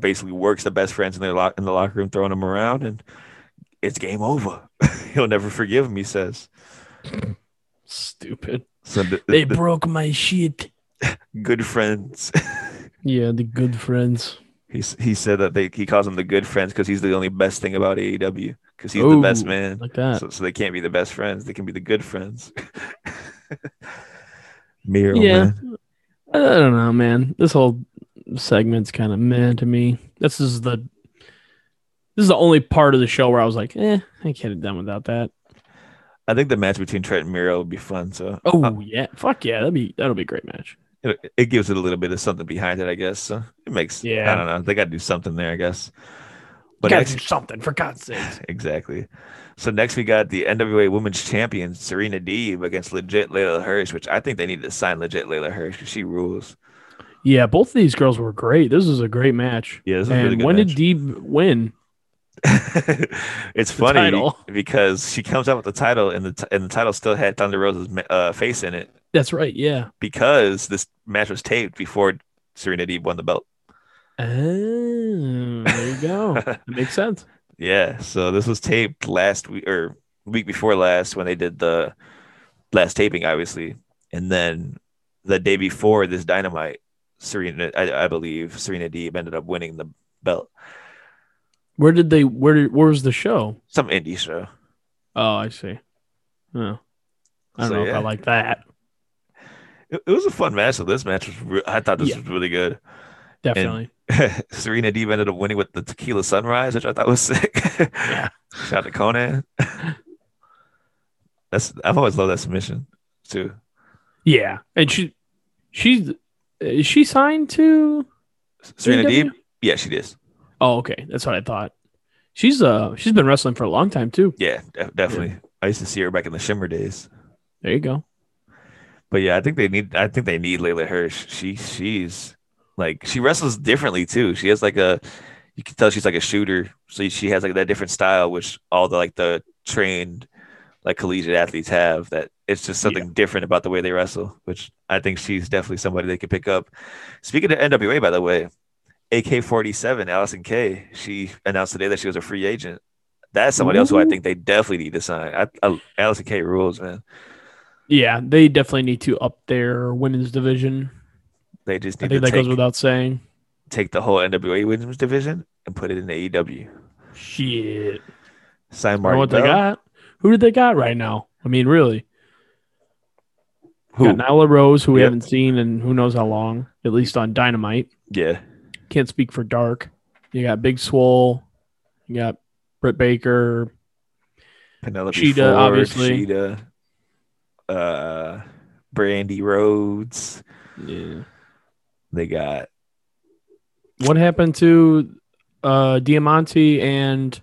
Speaker 5: basically works the best friends in their lock in the locker room, throwing them around, and it's game over. [LAUGHS] He'll never forgive him, he says.
Speaker 3: Stupid.
Speaker 5: So the,
Speaker 3: They
Speaker 5: the
Speaker 3: broke my shit.
Speaker 5: good friends. [LAUGHS]
Speaker 3: Yeah, the good friends.
Speaker 5: He s- he said that they he calls them the good friends because he's the only best thing about AEW because he's the best
Speaker 3: Ooh,
Speaker 5: man.
Speaker 3: Like that.
Speaker 5: So, so they can't be the best friends. They can be the good friends. [LAUGHS] Miro,
Speaker 3: Yeah.
Speaker 5: man.
Speaker 3: I don't know, man. This whole segment's kind of meh to me. This is the this is the only part of the show where I was like, eh, I can't have done without that.
Speaker 5: I think the match between Trent and Miro would be fun. So
Speaker 3: Oh
Speaker 5: uh,
Speaker 3: yeah, fuck yeah, that'd be that'll be a great match.
Speaker 5: it, it gives it a little bit of something behind it, I guess. So it makes
Speaker 3: Yeah.
Speaker 5: I don't know. They got to do something there, I guess.
Speaker 3: But
Speaker 5: But
Speaker 3: gotta
Speaker 5: next,
Speaker 3: do something for God's sake.
Speaker 5: exactly. So next we got the NWA Women's Champion Serena Deeb against legit Layla Hirsch, which I think they need to sign legit Layla Hirsch because she rules. [LAUGHS]
Speaker 3: Yeah, both of these girls were great. This was a great match.
Speaker 5: Yeah, this is a
Speaker 3: and
Speaker 5: really good
Speaker 3: when
Speaker 5: match.
Speaker 3: did Deeb win?
Speaker 5: it's funny
Speaker 3: title.
Speaker 5: because she comes out with the title and the t- and the title still had Thunder Rosa's ma- uh, face in it
Speaker 3: That's right.
Speaker 5: [LAUGHS]
Speaker 3: Yeah.
Speaker 5: because this match was taped before Serena Deeb won the belt.
Speaker 3: Oh, there you go. that makes sense.
Speaker 5: Yeah, so this was taped last week or week before last when they did the last taping, obviously, and then the day before this Dynamite, Serena, I, I believe Serena Deeb ended up winning the belt.
Speaker 3: Where did they? Where? Did, where was the show?
Speaker 5: Some indie show.
Speaker 3: Oh, I see. Oh, I don't
Speaker 5: So,
Speaker 3: know if
Speaker 5: yeah.
Speaker 3: I like that.
Speaker 5: It, it was a fun match. So this match was, re- I thought this
Speaker 3: Yeah.
Speaker 5: was really good. [LAUGHS]
Speaker 3: Definitely.
Speaker 5: Serena Deeb ended up winning with the Tequila Sunrise, which I thought was [LAUGHS] sick.
Speaker 3: Yeah.
Speaker 5: Shout out to Conan. [LAUGHS] That's I've always loved that submission too.
Speaker 3: Yeah, and she, she's, is she signed to?
Speaker 5: Serena
Speaker 3: AEW?
Speaker 5: Deeb, yeah, she is.
Speaker 3: Oh, okay, that's what I thought. She's uh, she's been wrestling for a long time too.
Speaker 5: Yeah, def- definitely. I used to see her back in the Shimmer days.
Speaker 3: There you go.
Speaker 5: But yeah, I think they need. I think they need Layla Hirsch. She she's like she wrestles differently too. She has like a you can tell she's like a shooter. So she has like that different style, which all the like the trained like collegiate athletes have. That it's just something different about the way they wrestle. Which I think she's definitely somebody they could pick up. Speaking of NWA, by the way, AK forty seven Allison K. She announced today that she was a free agent. That's somebody else who I
Speaker 3: Ooh.
Speaker 5: think they definitely need to sign. I, I, Allison K. rules, man.
Speaker 3: Yeah, they definitely need to up their women's division.
Speaker 5: They just
Speaker 3: I think
Speaker 5: need to
Speaker 3: that goes
Speaker 5: take
Speaker 3: without saying.
Speaker 5: take the whole NWA women's division and put it in AEW.
Speaker 3: Shit,
Speaker 5: Sign
Speaker 3: Or
Speaker 5: Marty
Speaker 3: what they
Speaker 5: Bell.
Speaker 3: got? Who did they got right now? I mean, really,
Speaker 5: Who?
Speaker 3: got Nyla Rose, who we
Speaker 5: Yep.
Speaker 3: haven't seen in who knows how long, at least on Dynamite.
Speaker 5: Yeah,
Speaker 3: Can't speak for Dark. You got Big Swole. You got Britt Baker.
Speaker 5: Penelope
Speaker 3: Sheeta,
Speaker 5: Ford,
Speaker 3: obviously.
Speaker 5: Sheeta, uh, Brandy Rhodes.
Speaker 3: Yeah.
Speaker 5: They got
Speaker 3: What happened to uh Diamante and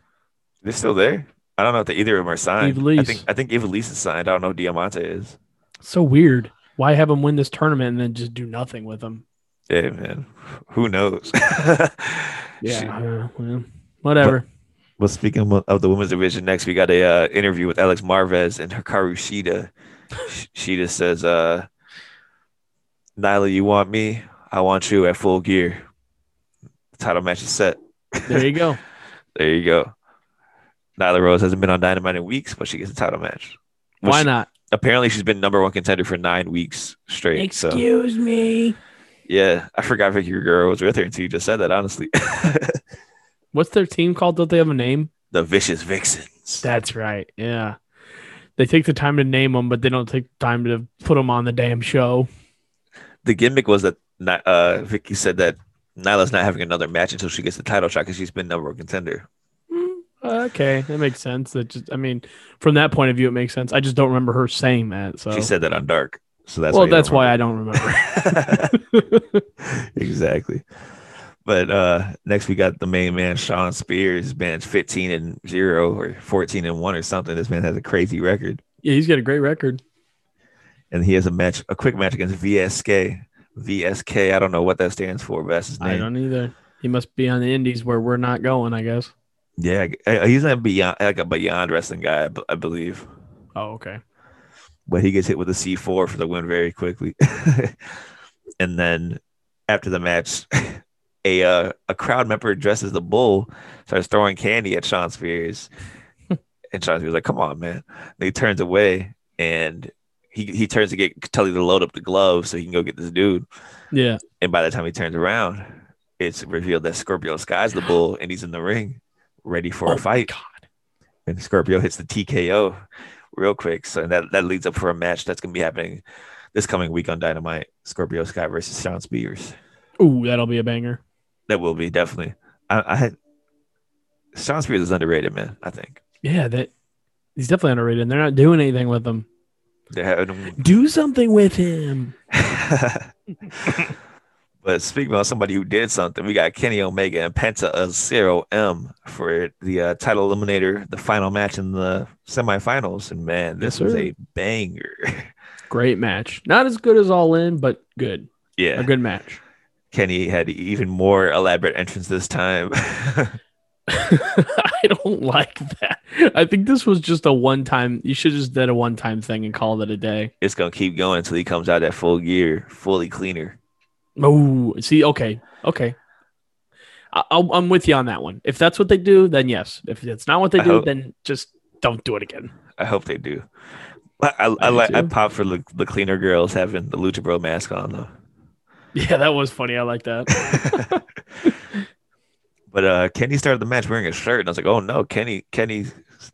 Speaker 5: they're still there. I don't know if they, either of them are signed. I
Speaker 3: Ivalice.
Speaker 5: think I think Ivalice is signed. I don't know who Diamante is.
Speaker 3: so weird. Why have him win this tournament and then just do nothing with him?
Speaker 5: Yeah, man. Who knows? [LAUGHS] She-
Speaker 3: Uh, well, whatever.
Speaker 5: Well, speaking of- of the women's division, next we got a uh, interview with Alex Marvez and Hikaru Shida. Shida says, uh, "Nyla, you want me? I want you at full gear." The title match is set.
Speaker 3: there you [LAUGHS] go.
Speaker 5: There you go. Nyla Rose hasn't been on Dynamite in weeks, but she gets a title match. Well,
Speaker 3: Why
Speaker 5: she-
Speaker 3: not?
Speaker 5: Apparently, she's been number one contender for nine weeks straight. So,
Speaker 3: me.
Speaker 5: yeah, I forgot Vicky Guerrero was with her until you just said that. Honestly, [LAUGHS]
Speaker 3: What's their team called? Don't they have a name?
Speaker 5: the Vicious Vixens.
Speaker 3: That's right. Yeah. They take the time to name them, but they don't take the time to put them on the damn show.
Speaker 5: the gimmick was that Ni- uh, Vicky said that Nyla's not having another match until she gets the title shot because she's been number one contender.
Speaker 3: Okay, that makes sense. That just, I mean, from that point of view, it makes sense. I just don't remember her saying that. So
Speaker 5: She said that on Dark. So that's
Speaker 3: Oh. well,
Speaker 5: why you
Speaker 3: that's
Speaker 5: don't
Speaker 3: why I don't remember.
Speaker 5: [LAUGHS] exactly. But uh next we got the main man Sean Spears. This man's 15 and 0 or 14 and 1 or something. This man has a crazy record.
Speaker 3: yeah, he's got a great record.
Speaker 5: And he has a match, a quick match against VSK. VSK, I don't know what that stands for, but that's his
Speaker 3: I
Speaker 5: name.
Speaker 3: don't either. He must be on the Indies where we're not going, I guess.
Speaker 5: Yeah, I- he's a beyond like a beyond wrestling guy, I b- I believe.
Speaker 3: Oh, okay.
Speaker 5: But he gets hit with a C4 for the win very quickly. [LAUGHS] and then after the match, [LAUGHS] a uh, a crowd member addresses the bull, starts throwing candy at Sean Spears, and Sean Spears is like, "Come on, man!" And he turns away, and he he turns to get Tully to load up the glove so he can go get this dude.
Speaker 3: Yeah.
Speaker 5: And by the time he turns around, it's revealed that Scorpio Sky's the bull, and he's in the ring, ready for
Speaker 3: Oh,
Speaker 5: a fight
Speaker 3: God.
Speaker 5: and Scorpio hits the TKO real quick. So that, that leads up for a match that's going to be happening this coming week on Dynamite Scorpio Sky versus Sean Spears.
Speaker 3: Ooh, that'll be a banger.
Speaker 5: That will be definitely. I, I had Sean Spears is underrated, man. I think
Speaker 3: Yeah, that he's definitely underrated. and They're not doing anything with him.
Speaker 5: they had him.
Speaker 3: Do something with him.
Speaker 5: [LAUGHS] but speaking about somebody who did something, we got Kenny Omega and Penta Zero M for the uh, title eliminator, the final match in the semifinals. And man, this
Speaker 3: Yes,
Speaker 5: was
Speaker 3: sir.
Speaker 5: a banger. [LAUGHS]
Speaker 3: Great match. Not as good as All In, but good.
Speaker 5: yeah,
Speaker 3: A good match. [LAUGHS]
Speaker 5: Kenny had even more elaborate entrance this time. [LAUGHS]
Speaker 3: I don't like that. I think this was just a one time. You should just did a one time thing and called it a day.
Speaker 5: it's gonna keep going until he comes out that full gear, fully cleaner.
Speaker 3: Oh, see, okay, okay. I, I'll- I'm with you on that one. If that's what they do, then yes. If it's not what they
Speaker 5: I
Speaker 3: do,
Speaker 5: hope-
Speaker 3: then just don't do it again. [LAUGHS]
Speaker 5: I hope they do. I, I, I
Speaker 3: do
Speaker 5: like I
Speaker 3: too.
Speaker 5: pop for the, the cleaner girls having the Lucha Bro mask on though.
Speaker 3: Yeah, that was funny. I like that.
Speaker 5: But uh, Kenny started the match wearing a shirt, and I was like, "Oh no, Kenny! Kenny's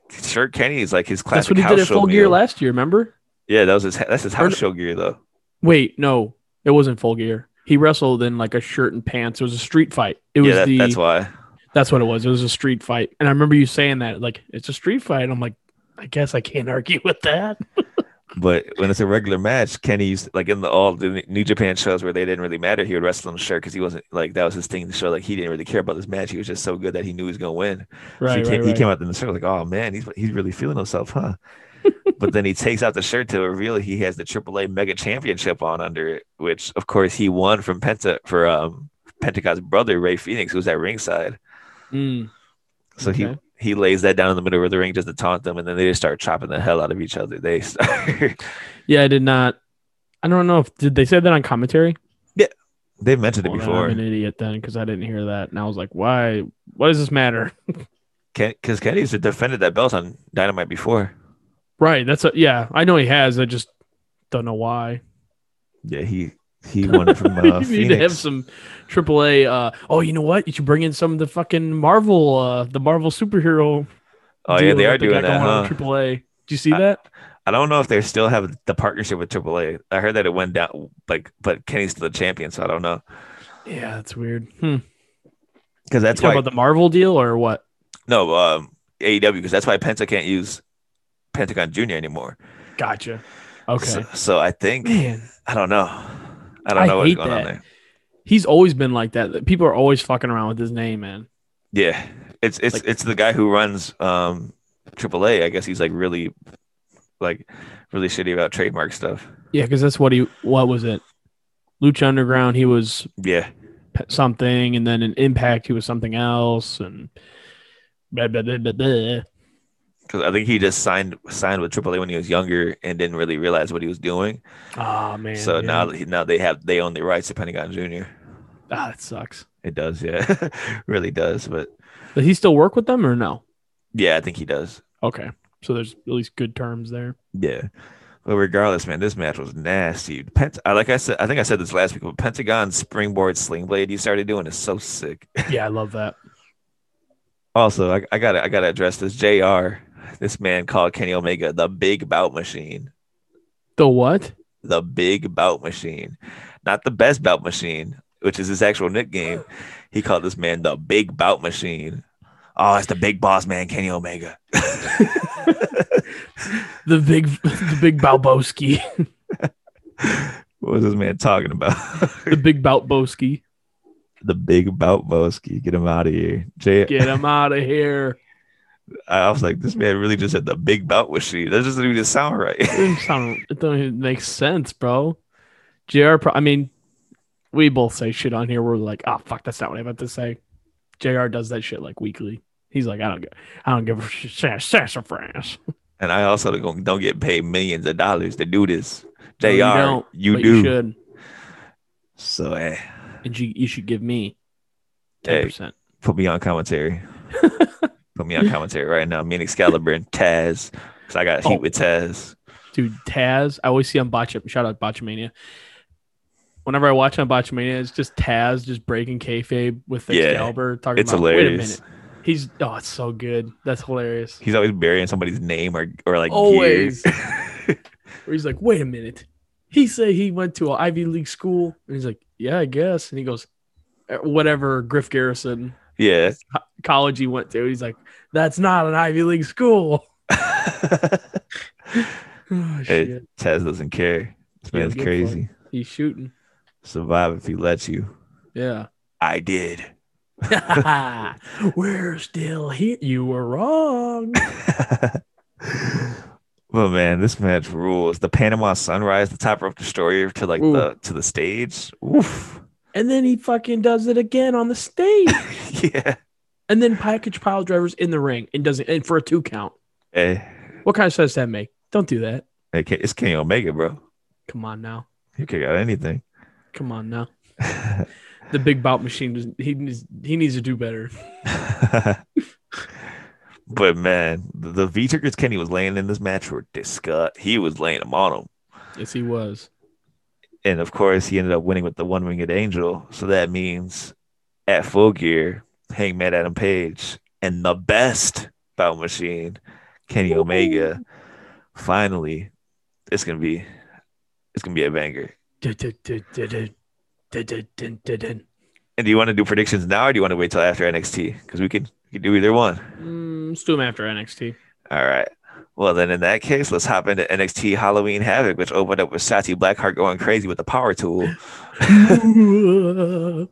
Speaker 5: shirt! Kenny is like his classic
Speaker 3: That's what he
Speaker 5: house
Speaker 3: did at
Speaker 5: show
Speaker 3: Full Gear
Speaker 5: meal.
Speaker 3: last year. Remember?
Speaker 5: Yeah, that was his. That's his house
Speaker 3: no-
Speaker 5: show gear though.
Speaker 3: Wait, no, it wasn't Full Gear. He wrestled in like a shirt and pants. It was a street fight. It was
Speaker 5: Yeah, that,
Speaker 3: the
Speaker 5: that's why.
Speaker 3: That's what it was. It was a street fight. And I remember you saying that, like, it's a street fight. And I'm like, I guess I can't argue with that.
Speaker 5: But when it's a regular match, Kenny's like in the all the New Japan shows where they didn't really matter. He would wrestle in the shirt because he wasn't like that was his thing to show like he didn't really care about this match. He was just so good that he knew he was gonna win. So he,
Speaker 3: Right,
Speaker 5: came,
Speaker 3: right,
Speaker 5: he
Speaker 3: right.
Speaker 5: came out in the shirt like, oh man, he's he's really feeling himself, huh? but then he takes out the shirt to reveal he has the AAA Mega Championship on under it, which of course he won from Penta for um Pentagon's brother Ray Phoenix, who was at ringside.
Speaker 3: Mm,
Speaker 5: So he
Speaker 3: Okay.
Speaker 5: he lays that down in the middle of the ring just to taunt them, and then they just start chopping the hell out of each other. They start. [LAUGHS]
Speaker 3: Yeah, I did not. I don't know if did they say that on commentary.
Speaker 5: They mentioned it
Speaker 3: Well, then
Speaker 5: before.
Speaker 3: I'm an idiot then because I didn't hear that, and I was like, "Why? What does this matter?" [LAUGHS]
Speaker 5: because Kenny's defended that belt on Dynamite before.
Speaker 3: Right. That's a, yeah. I know he has. I just don't know why. [LAUGHS]
Speaker 5: Yeah, he he won it from uh,
Speaker 3: you
Speaker 5: Phoenix.
Speaker 3: need to have some AAA. Uh, oh, you know what? You should bring in some of the fucking Marvel, uh, the Marvel superhero.
Speaker 5: oh yeah,
Speaker 3: deal
Speaker 5: they are
Speaker 3: that
Speaker 5: doing
Speaker 3: got
Speaker 5: that.
Speaker 3: going on
Speaker 5: Huh?
Speaker 3: with AAA. Do you see
Speaker 5: I-
Speaker 3: that?
Speaker 5: I don't know if they still have the partnership with AAA. I heard that it went down, like, but Kenny's still the champion, so I don't know.
Speaker 3: Yeah, that's weird. Hmm.
Speaker 5: Because that's
Speaker 3: You talking
Speaker 5: why
Speaker 3: about the Marvel deal or what?
Speaker 5: no um, AEW. Because that's why Penta can't use Pentagon Junior anymore.
Speaker 3: Gotcha. Okay.
Speaker 5: So, so I think
Speaker 3: Man,
Speaker 5: I don't know. I don't
Speaker 3: I
Speaker 5: know what's
Speaker 3: hate
Speaker 5: going on
Speaker 3: that.
Speaker 5: there.
Speaker 3: he's always been like that. That People are always fucking around with his name, man.
Speaker 5: Yeah, it's it's
Speaker 3: Like-
Speaker 5: it's the guy who runs um AAA. I guess he's like really, like, really shitty about trademark stuff.
Speaker 3: Yeah, because that's what he. What was it? Lucha Underground. He was
Speaker 5: Yeah.
Speaker 3: p- something, and then in Impact, he was something else, and blah, blah, blah, blah, blah.
Speaker 5: because I think he just signed signed with AAA when he was younger and didn't really realize what he was doing.
Speaker 3: Oh man.
Speaker 5: so
Speaker 3: yeah.
Speaker 5: now that- now they have they own the rights to Pentagon Junior.
Speaker 3: ah, that sucks.
Speaker 5: It does, yeah, [LAUGHS] really does. But
Speaker 3: Does he still work with them or no?
Speaker 5: yeah, I think he does.
Speaker 3: Okay, so there's at least good terms there.
Speaker 5: Yeah. But regardless, man, this match was nasty. Pent- I- like I said, I think I said this last week, but Pentagon's springboard sling blade he started doing is so sick. [LAUGHS]
Speaker 3: Yeah, I love that.
Speaker 5: Also, I, I gotta I gotta address this Jr. This man called Kenny Omega the Big Bout Machine.
Speaker 3: The what?
Speaker 5: the big bout machine, not the best bout machine, which is his actual nickname. He called this man the big bout machine. Oh, it's the big boss man, Kenny Omega.
Speaker 3: [LAUGHS] The big, the big Balboski.
Speaker 5: What was this man talking about?
Speaker 3: [LAUGHS] The big bout Boski.
Speaker 5: the big bout Boski. Get him out of here. Jay,
Speaker 3: Get him out of here.
Speaker 5: I was like, this man really just had the big bout with she. That doesn't even sound right. [LAUGHS]
Speaker 3: It doesn't sound- it don't even make sense, bro. JR, pro- I mean, we both say shit on here. We're like, oh, fuck, that's not what I meant to say. JR does that shit like weekly. He's like, I don't, gi- I don't give a shit. Sassafras.
Speaker 5: And I also don't don't get paid millions of dollars to do this. JR,
Speaker 3: you
Speaker 5: you,
Speaker 3: don't, but
Speaker 5: do.
Speaker 3: You should.
Speaker 5: so eh,
Speaker 3: And you, you should give me
Speaker 5: Hey.
Speaker 3: 10%.
Speaker 5: put me
Speaker 3: [LAUGHS]
Speaker 5: on commentary. put me on commentary right now. Me and Excalibur and Taz. Because I got heat
Speaker 3: Oh.
Speaker 5: with Taz.
Speaker 3: Dude, Taz, I always see on Botchamania. Shout out Botchamania. Whenever I watch on Botchamania, it's just Taz just breaking kayfabe with
Speaker 5: Yeah,
Speaker 3: Excalibur. talking
Speaker 5: It's
Speaker 3: about,
Speaker 5: hilarious.
Speaker 3: Wait a minute. He's, oh, it's so good. That's hilarious.
Speaker 5: He's always burying somebody's name or or like
Speaker 3: Always.
Speaker 5: gear.
Speaker 3: [LAUGHS] Where he's like, wait a minute. He said he went to an Ivy League school. And he's like, yeah, I guess. And he goes, "Eh, whatever Griff Garrison
Speaker 5: yeah.
Speaker 3: college he went to. He's like, that's not an Ivy League school. [LAUGHS] Oh,
Speaker 5: Hey,
Speaker 3: shit.
Speaker 5: Taz doesn't care. This
Speaker 3: Yeah,
Speaker 5: man's
Speaker 3: good
Speaker 5: crazy.
Speaker 3: He's shooting.
Speaker 5: Survive if he lets you.
Speaker 3: Yeah. [LAUGHS]
Speaker 5: I did.
Speaker 3: We're still here. You were wrong.
Speaker 5: But man, this match rules. The Panama Sunrise, the top rope destroyer to like
Speaker 3: Ooh.
Speaker 5: the to the stage. Oof. [LAUGHS]
Speaker 3: And then he fucking does it again on the stage.
Speaker 5: yeah.
Speaker 3: and then package pile drivers in the ring and doesn't and for a two count.
Speaker 5: Hey,
Speaker 3: What kind of sense does that make? Don't do that.
Speaker 5: hey, Ke- it's Kenny Omega, bro.
Speaker 3: Come on now.
Speaker 5: You kick out anything.
Speaker 3: Come on now. the big bout machine does he needs he needs to do better.
Speaker 5: [LAUGHS] but man, the, the V triggers Kenny was laying in this match were disgust. He was laying them on him.
Speaker 3: Yes, he was.
Speaker 5: And of course, he ended up winning with the one winged angel. So that means at full gear, Hangman Adam Page and the best bout machine, Kenny Omega. Finally, it's gonna be it's gonna be a banger.
Speaker 3: Du-du-du-du-du. Du-du-du-du-du.
Speaker 5: And do you want to do predictions now or do you want to wait till after NXT? Because we can we can do either one.
Speaker 3: Mm, let's do him after NXT.
Speaker 5: All right. Well, then in that case, let's hop into NXT Halloween Havoc, which opened up with Sati Blackheart going crazy with the power tool.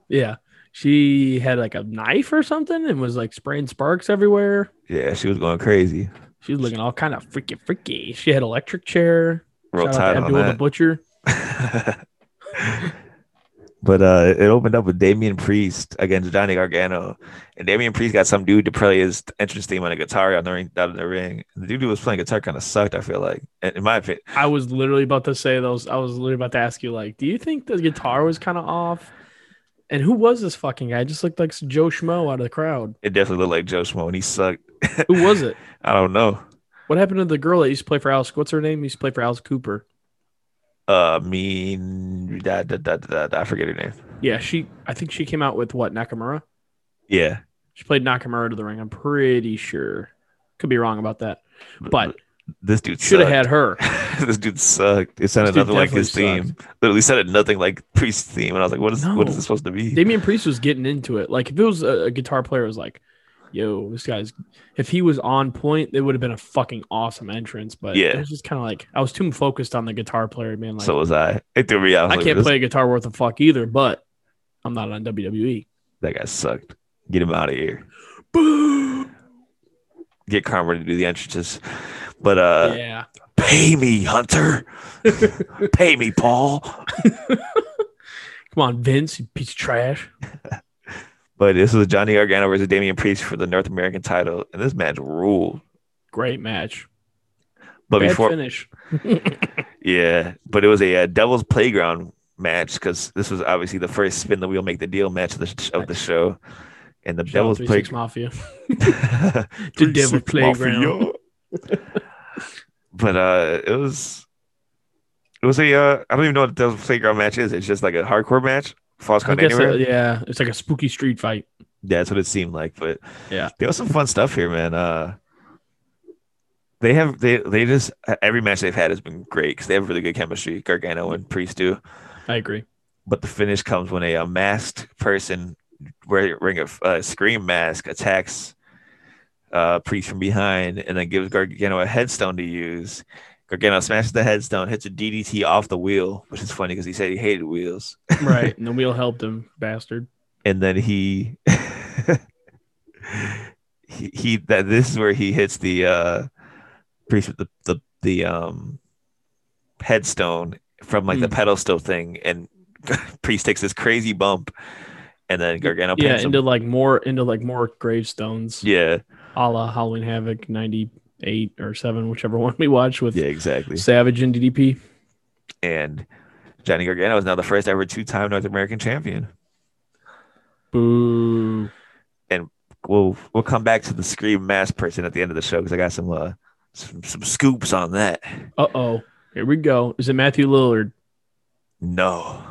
Speaker 3: yeah. She had like a knife or something and was like spraying sparks everywhere.
Speaker 5: Yeah, she was going crazy.
Speaker 3: She was looking all kind of freaky freaky. She had electric chair.
Speaker 5: Real
Speaker 3: Shout out
Speaker 5: tight
Speaker 3: to
Speaker 5: on
Speaker 3: Abdul the
Speaker 5: that.
Speaker 3: Butcher.
Speaker 5: [LAUGHS] but uh, it opened up with Damian Priest against Johnny Gargano, and Damian Priest got some dude to play his entrance theme on a guitar on the ring, out of the ring. The dude who was playing guitar kind of sucked. I feel like, in in my opinion,
Speaker 3: I was literally about to say those. I was literally about to ask you, like, do you think the guitar was kind of off? And who was this fucking guy? Just looked like some Joe Schmo out of the crowd.
Speaker 5: it definitely looked like Joe Schmo, and he sucked.
Speaker 3: Who was it?
Speaker 5: [LAUGHS] I don't know.
Speaker 3: What happened to the girl that used to play for Alice? What's her name? Used to play for Alice Cooper.
Speaker 5: Uh, mean, da, da, da, da, da, I forget her name.
Speaker 3: Yeah, she. I think she came out with what Nakamura.
Speaker 5: Yeah,
Speaker 3: She played Nakamura to the ring. I'm pretty sure. Could be wrong about that, but
Speaker 5: this dude
Speaker 3: should have
Speaker 5: sucked.
Speaker 3: had her.
Speaker 5: [LAUGHS] this dude sucked. It sounded
Speaker 3: This dude
Speaker 5: nothing like his
Speaker 3: definitely
Speaker 5: theme. Literally sounded nothing like Priest's theme. And I was like, what is what
Speaker 3: No.
Speaker 5: is this supposed to be?
Speaker 3: Damian Priest was getting into it. Like if it was a, a guitar player, it was like, yo, this guy's. If he was on point, it would have been a fucking awesome entrance. But it
Speaker 5: Yeah.
Speaker 3: was just kind of like I was too focused on the guitar player, man. Like
Speaker 5: so was I. It threw me off.
Speaker 3: I
Speaker 5: like,
Speaker 3: can't
Speaker 5: this-
Speaker 3: play guitar worth a fuck either. But I'm not on E. WWE.
Speaker 5: That guy sucked. Get him out of here.
Speaker 3: Boo!
Speaker 5: Get Karma to do the entrances. But uh
Speaker 3: yeah,
Speaker 5: pay
Speaker 3: [LAUGHS]
Speaker 5: me, Hunter. pay me, Paul.
Speaker 3: come on, Vince, you piece of trash.
Speaker 5: But this was Johnny Gargano versus Damian Priest for the North American title. And this match ruled.
Speaker 3: Great match.
Speaker 5: But
Speaker 3: Bad
Speaker 5: before
Speaker 3: finish.
Speaker 5: Yeah, but it was a uh, Devil's Playground match because this was obviously the first spin the wheel make the deal match of the, sh- of the show, and the
Speaker 3: Devil's
Speaker 5: Devil's
Speaker 3: Play-
Speaker 5: Playground.
Speaker 3: Mafia.
Speaker 5: [LAUGHS]
Speaker 3: The Devil's Playground.
Speaker 5: but uh, it was it was a uh, I don't even know what the Devil's Playground match is. It's just like a hardcore match. Falls
Speaker 3: I
Speaker 5: count
Speaker 3: guess
Speaker 5: anywhere.
Speaker 3: uh, yeah, it's like a spooky street fight.
Speaker 5: That's what it seemed like. But
Speaker 3: Yeah.
Speaker 5: there was some fun stuff here, man. Uh, they have they they just e-, every match they've had has been great because they have really good chemistry. Gargano and Priest do.
Speaker 3: I
Speaker 5: [LAUGHS]
Speaker 3: agree.
Speaker 5: but the finish comes when a, uh masked person wearing a uh, scream mask attacks uh, Priest from behind and then gives Gargano a headstone to use. Gargano smashes the headstone, hits a DDT off the wheel, which is funny because he said he hated wheels.
Speaker 3: Right. And the wheel helped him, bastard.
Speaker 5: and then he [LAUGHS] he, he that this is where he hits the uh priest with the the, the um headstone from like
Speaker 3: Hmm.
Speaker 5: the pedestal thing and [LAUGHS] priest takes this crazy bump and then gargano pins
Speaker 3: Yeah,
Speaker 5: him.
Speaker 3: into like more into like more gravestones.
Speaker 5: yeah
Speaker 3: A la Halloween Havoc ninety eight or seven, whichever [LAUGHS] one we watched with
Speaker 5: yeah exactly
Speaker 3: Savage and DDP.
Speaker 5: and johnny gargano is now the first ever two-time north american champion
Speaker 3: Boo.
Speaker 5: we'll we'll come back to the scream mass person at the end of the show because i got some uh some, some scoops on that
Speaker 3: Uh oh. Here we go. Is it Matthew Lillard?
Speaker 5: no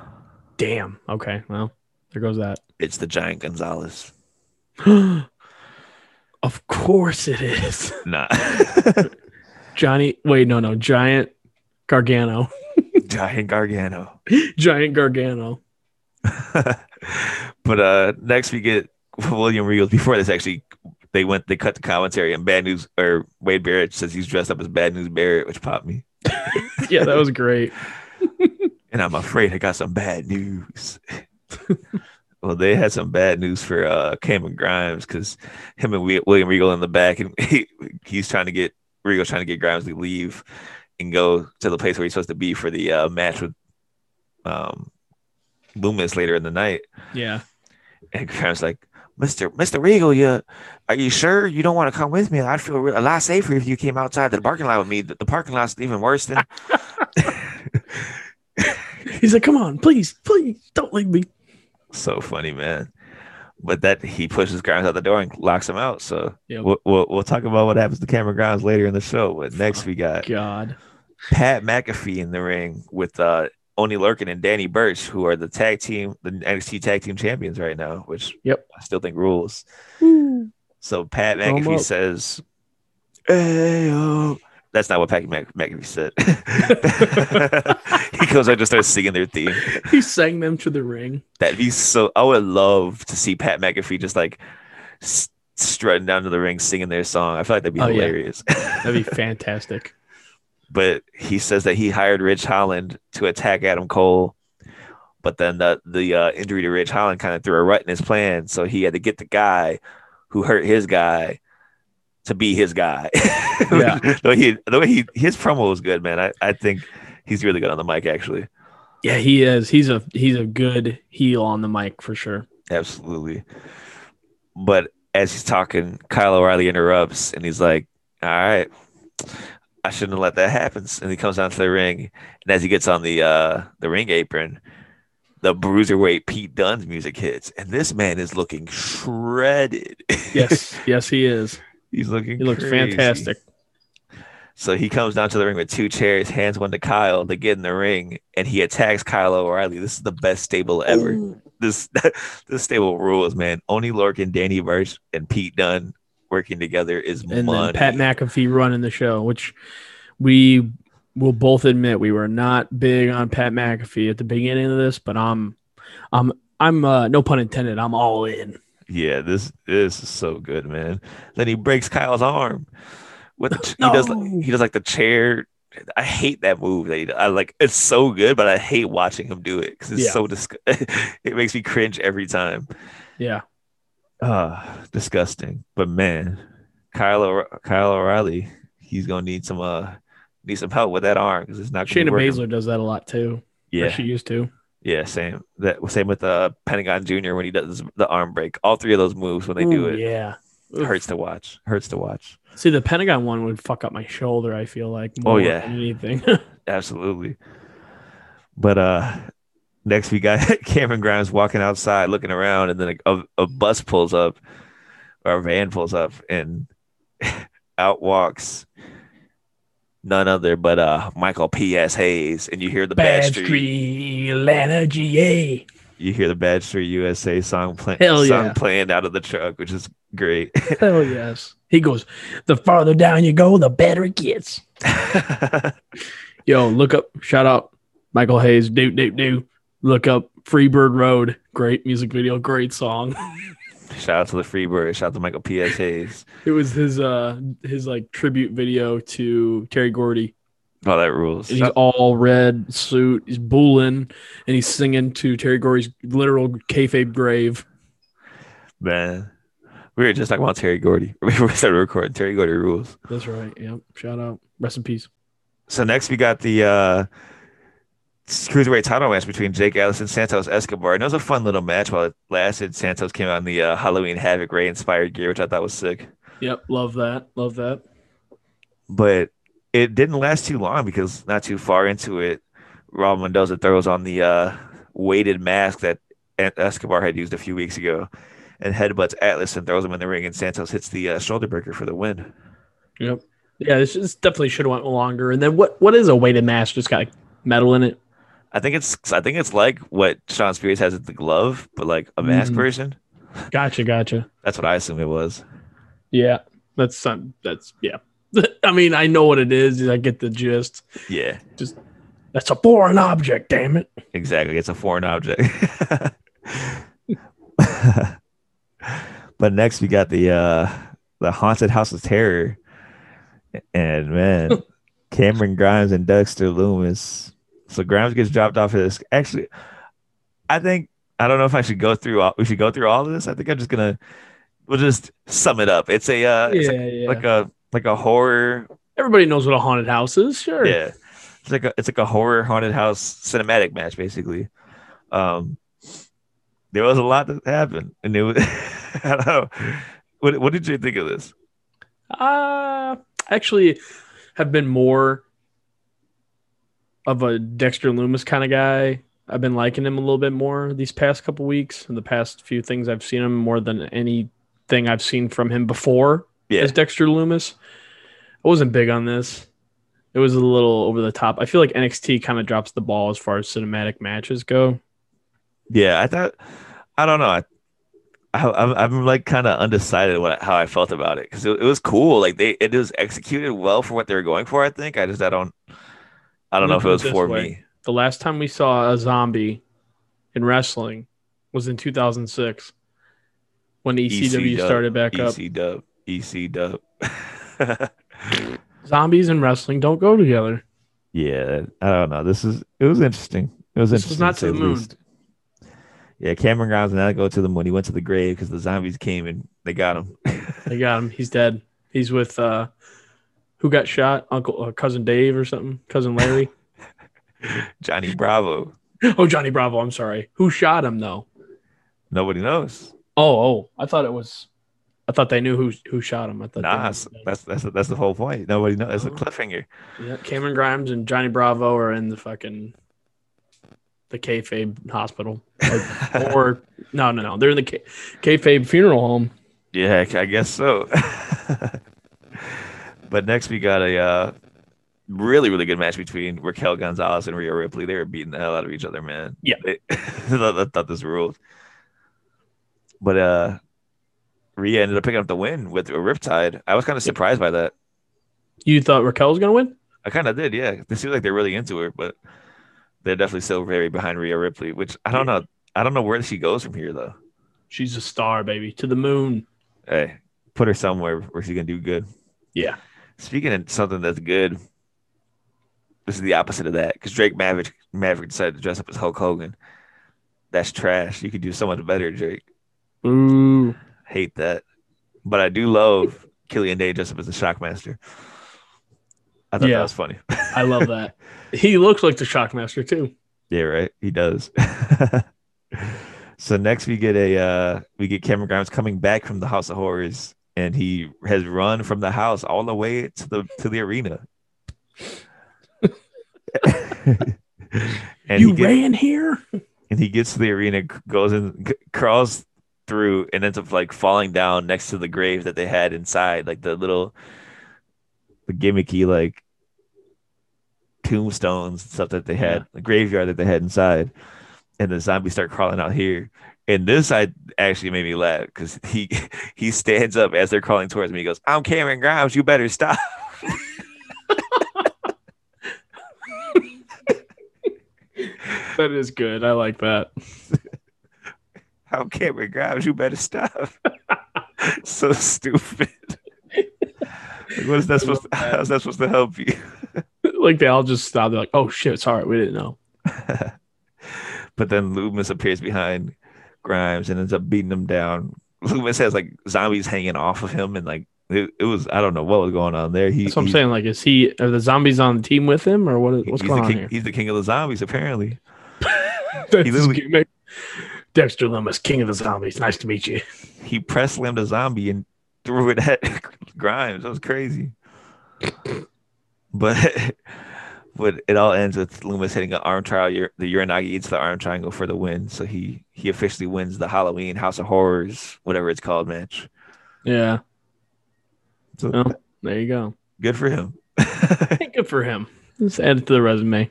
Speaker 3: Damn. Okay. Well, there goes that.
Speaker 5: it's the giant gonzalez
Speaker 3: of course it is. [LAUGHS]
Speaker 5: Nah.
Speaker 3: Johnny. Wait, no, no. Giant Gargano. [LAUGHS]
Speaker 5: Giant Gargano. [LAUGHS]
Speaker 3: Giant Gargano.
Speaker 5: but uh next we get William Regal. Before this actually they went they cut the commentary and bad news or Wade Barrett says he's dressed up as bad news Barrett, which popped me.
Speaker 3: Yeah, that was great.
Speaker 5: And I'm afraid I got some bad news. [LAUGHS] well, they had some bad news for uh Cameron Grimes because him and Wi- William Regal in the back and [LAUGHS] he, he's trying to get Regal's trying to get Grimes to leave and go to the place where he's supposed to be for the uh, match with um Loomis later in the night.
Speaker 3: Yeah.
Speaker 5: And Graham's like, Mister Mister Regal, you are you sure you don't want to come with me? I'd feel re- a lot safer if you came outside the parking lot with me. The, the parking lot's even worse than.
Speaker 3: He's like, come on, please, please don't leave me.
Speaker 5: so funny, man. But that he pushes Grimes out the door and locks him out. So
Speaker 3: Yep.
Speaker 5: we'll, we'll we'll talk about what happens to Cameron Grimes later in the show. But next we got
Speaker 3: God.
Speaker 5: Pat McAfee in the ring with uh, Oni Lurkin and Danny Burch, who are the tag team, the NXT tag team champions right now, which
Speaker 3: Yep.
Speaker 5: I still think rules. So Pat
Speaker 3: Drum
Speaker 5: McAfee
Speaker 3: up.
Speaker 5: says, "Ayo." That's not what Pat Mc-
Speaker 3: [LAUGHS]
Speaker 5: McAfee said. [LAUGHS] he goes out and just starts singing their theme.
Speaker 3: He sang them to the ring.
Speaker 5: That'd be so. I would love to see Pat McAfee just like s- strutting down to the ring singing their song. I feel like that'd be
Speaker 3: Oh, yeah.
Speaker 5: hilarious. [LAUGHS]
Speaker 3: That'd be fantastic.
Speaker 5: but he says that he hired Rich Holland to attack Adam Cole. But then the the uh, injury to Rich Holland kind of threw a rut in his plan, so he had to get the guy who hurt his guy to be his guy. [LAUGHS]
Speaker 3: Yeah.
Speaker 5: the way he, the way he his promo was good, man. I, I think he's really good on the mic, actually.
Speaker 3: Yeah, he is. He's a he's a good heel on the mic for
Speaker 5: [LAUGHS]
Speaker 3: sure.
Speaker 5: Absolutely. But as he's talking, Kyle O'Reilly interrupts and he's like, All right, I shouldn't have let that happen. And he comes down to the ring. And as he gets on the uh the ring apron, the bruiserweight Pete Dunne's music hits. And this man is looking shredded.
Speaker 3: Yes, yes, he is.
Speaker 5: [LAUGHS] he's looking
Speaker 3: He looks
Speaker 5: crazy.
Speaker 3: fantastic.
Speaker 5: So he comes down to the ring with two chairs, hands one to Kyle. They get in the ring, and he attacks Kyle O'Reilly. This is the best stable ever. This [LAUGHS] this stable rules, man. Oni Lorcan, Danny Burch, and Pete Dunn working together is
Speaker 3: And
Speaker 5: money.
Speaker 3: then Pat McAfee running the show, which we will both admit we were not big on Pat McAfee at the beginning of this, but I'm I'm I'm uh, no pun intended, I'm all in.
Speaker 5: yeah, this this is so good, man. Then he breaks Kyle's arm. With the, ch- he does
Speaker 3: No.
Speaker 5: like, he does like the chair. I hate that move. That he, I like it's so good, but I hate watching him do it because it's
Speaker 3: Yeah.
Speaker 5: so disg- [LAUGHS] it makes me cringe every time.
Speaker 3: Yeah.
Speaker 5: Ah, disgusting. But man, Kyle O'Re- Kyle O'Reilly, he's gonna need some uh need some help with that arm because it's not gonna be
Speaker 3: Shayna
Speaker 5: working.
Speaker 3: Baszler does that a lot too. Yeah.
Speaker 5: Yeah,
Speaker 3: She used to.
Speaker 5: yeah, same. That same with uh Pentagon Junior when he does the arm break. All three of those moves when they do
Speaker 3: Ooh,
Speaker 5: it
Speaker 3: Yeah. Oof.
Speaker 5: hurts to watch. Hurts to watch.
Speaker 3: See, the Pentagon one would fuck up my shoulder. I feel like more
Speaker 5: Oh, yeah.
Speaker 3: than anything. [LAUGHS]
Speaker 5: Absolutely. But uh next we got [LAUGHS] Cameron Grimes walking outside looking around and then a, a, a bus pulls up or a van pulls up and [LAUGHS] out walks none other but uh Michael P.S. Hayes and you hear the Bad, Street,
Speaker 3: Street, Atlanta, GA.
Speaker 5: you hear the Bad Street USA song playing
Speaker 3: Hell yeah.
Speaker 5: song playing out of the truck, which is great. [LAUGHS]
Speaker 3: Hell yes. He goes, the farther down you go, the better it gets. Yo, look up, shout out Michael Hayes, do, do, do. Look up Freebird Road. Great music video, great song. [LAUGHS]
Speaker 5: shout out to the Freebird, shout out to Michael P.S. Hayes.
Speaker 3: It was his uh his like tribute video to Terry Gordy.
Speaker 5: Oh, that rules.
Speaker 3: And he's all red suit. He's booling and he's singing to Terry Gordy's literal kayfabe grave.
Speaker 5: Man, we were just talking about Terry Gordy. [LAUGHS] We started recording Terry Gordy rules.
Speaker 3: That's right. Yep. Shout out. Rest in peace.
Speaker 5: So next we got the uh, cruiserweight title match between Jake Ellis and Santos Escobar, and it was a fun little match while it lasted. Santos came out in the uh, Halloween Havoc Ray inspired gear, which I thought was sick.
Speaker 3: Yep. Love that. Love that.
Speaker 5: But it didn't last too long because not too far into it, Rob Mendoza throws on the uh, weighted mask that E-, Escobar had used a few weeks ago, and headbutts Atlas and throws him in the ring, and Santos hits the uh, shoulder breaker for the win.
Speaker 3: Yep. Yeah, this, this definitely should have went longer. And then what? What is a weighted mask? Just got like, metal in it.
Speaker 5: I think it's I think it's like what Sean Spears has at the glove, but like a mask
Speaker 3: Mhm.
Speaker 5: version.
Speaker 3: Gotcha. Gotcha.
Speaker 5: That's what I assume it was.
Speaker 3: Yeah. That's some. That's yeah. [LAUGHS] I mean, I know what it is. I get the gist.
Speaker 5: Yeah,
Speaker 3: That's a foreign object. Damn it.
Speaker 5: exactly. It's a foreign object. [LAUGHS] but next we got the uh the haunted house of terror, and man, Cameron Grimes and Dexter Loomis. So Grimes gets dropped off his. Actually, I think I don't know if I should go through. All, we should go through all of this. I think I'm just gonna we'll just sum it up. It's a uh, it's
Speaker 3: Yeah. Yeah.
Speaker 5: like a like a horror
Speaker 3: Everybody knows what a haunted house is. Sure.
Speaker 5: yeah it's like a it's like a horror haunted house cinematic match basically um there was a lot that happened and it was [LAUGHS] i don't know what, what did you think of this
Speaker 3: Uh actually have been more of a Dexter Loomis kind of guy. I've been liking him a little bit more these past couple weeks and the past few things I've seen him more than anything I've seen from him before
Speaker 5: Yeah.
Speaker 3: as Dexter Loomis. I wasn't big on this. It was a little over the top. I feel like NXT kind of drops the ball as far as cinematic matches go.
Speaker 5: yeah i thought i don't know i, I I'm, I'm like kind of undecided what how i felt about it because it, it was cool like they it was executed well for what they were going for i think i just i don't i
Speaker 3: Let me
Speaker 5: don't know if
Speaker 3: put
Speaker 5: it
Speaker 3: it
Speaker 5: was
Speaker 3: this
Speaker 5: for
Speaker 3: way.
Speaker 5: me
Speaker 3: The last time we saw a zombie in wrestling was in 2006 when ECW
Speaker 5: ECW.
Speaker 3: E started back up.
Speaker 5: ec dub ec [LAUGHS] dub
Speaker 3: Zombies and wrestling don't go together.
Speaker 5: Yeah, I don't know. This is it was interesting. It was
Speaker 3: This was
Speaker 5: interesting.
Speaker 3: not
Speaker 5: say
Speaker 3: to the moon.
Speaker 5: least. Yeah, Cameron Grimes did not go to the moon. He went to the grave because the zombies came and they got him. [LAUGHS]
Speaker 3: They got him. He's dead. He's with uh who got shot? Uncle uh, cousin Dave or something? Cousin Larry?
Speaker 5: Johnny Bravo.
Speaker 3: oh, Johnny Bravo, I'm sorry. Who shot him though?
Speaker 5: Nobody knows.
Speaker 3: Oh, oh. I thought it was I thought they knew who who shot him. I thought
Speaker 5: Nah,
Speaker 3: they knew.
Speaker 5: that's that's that's the whole point. Nobody knows. It's a
Speaker 3: Oh.
Speaker 5: cliffhanger.
Speaker 3: Yeah, Cameron Grimes and Johnny Bravo are in the fucking the kayfabe hospital,
Speaker 5: [LAUGHS]
Speaker 3: Like, or no, no, no, they're in the K- kayfabe funeral home.
Speaker 5: Yeah, I guess so. but next we got a uh, really really good match between Raquel Gonzalez and Rhea Ripley. They were beating the hell out of each other, man.
Speaker 3: Yeah.
Speaker 5: They- [LAUGHS] I thought, I thought this ruled. But uh, Rhea ended up picking up the win with a Riptide. I was kind of surprised by that.
Speaker 3: You thought Raquel was gonna win?
Speaker 5: I kind of did, yeah. They seem like they're really into her, but they're definitely still very behind Rhea Ripley, which I don't know. I don't know where she goes from here though.
Speaker 3: She's a star, baby, to the moon.
Speaker 5: Hey, put her somewhere where she can do good.
Speaker 3: Yeah,
Speaker 5: Speaking of something that's good, this is the opposite of that because Drake Maverick Maverick decided to dress up as Hulk Hogan. That's trash. You could do so much better, Drake.
Speaker 3: ooh,
Speaker 5: Hate that, but I do love Killian Day dressed up as the Shockmaster. I thought
Speaker 3: Yeah.
Speaker 5: that was funny.
Speaker 3: I
Speaker 5: [LAUGHS]
Speaker 3: love that. he looks like the Shockmaster too.
Speaker 5: yeah, right. He does. [LAUGHS] so next we get a uh, we get Cameron Grimes coming back from the House of Horrors, and he has run from the house all the way to the to the arena. and he
Speaker 3: [LAUGHS] you
Speaker 5: gets-
Speaker 3: ran here?
Speaker 5: and he gets to the arena, c- goes in, c- crawls through, and ends up like falling down next to the grave that they had inside, like the little, the gimmicky like tombstones and stuff that they had,
Speaker 3: Yeah.
Speaker 5: the graveyard that they had inside, and the zombies start crawling out here. And this I actually made me laugh because he [LAUGHS] he stands up as they're crawling towards me. He goes, "I'm Cameron Grimes. You better stop."
Speaker 3: That is good. I like that. [LAUGHS]
Speaker 5: I'm Cameron Grimes. You better stop. [LAUGHS] so stupid. like, what is that supposed? To, how is that supposed to help you?
Speaker 3: like they all just stop. They're like, "Oh shit, it's all right. We didn't know."
Speaker 5: But then Loomis appears behind Grimes and ends up beating him down. Loomis has like zombies hanging off of him, and like it, it was I don't know what was going on there. He,
Speaker 3: That's what I'm
Speaker 5: he's-
Speaker 3: saying. Like, is he are the zombies on the team with him, or what?
Speaker 5: he-
Speaker 3: What's
Speaker 5: he's
Speaker 3: going
Speaker 5: the
Speaker 3: on
Speaker 5: king,
Speaker 3: here?
Speaker 5: He's the king of the zombies, apparently.
Speaker 3: [LAUGHS] That's
Speaker 5: he
Speaker 3: his
Speaker 5: literally-
Speaker 3: gimmick. Dexter Loomis, king of the zombies. Nice to meet you.
Speaker 5: He press slammed a zombie and threw it at [LAUGHS] Grimes. That was crazy. But [LAUGHS] but it all ends with Loomis hitting an arm trial. Ur- The Uranagi eats the arm triangle for the win. So he he officially wins the Halloween House of Horrors, whatever it's called, match.
Speaker 3: Yeah,
Speaker 5: So
Speaker 3: Oh. there you
Speaker 5: [LAUGHS]
Speaker 3: go.
Speaker 5: good for him.
Speaker 3: Good for him. Let's add it to the resume.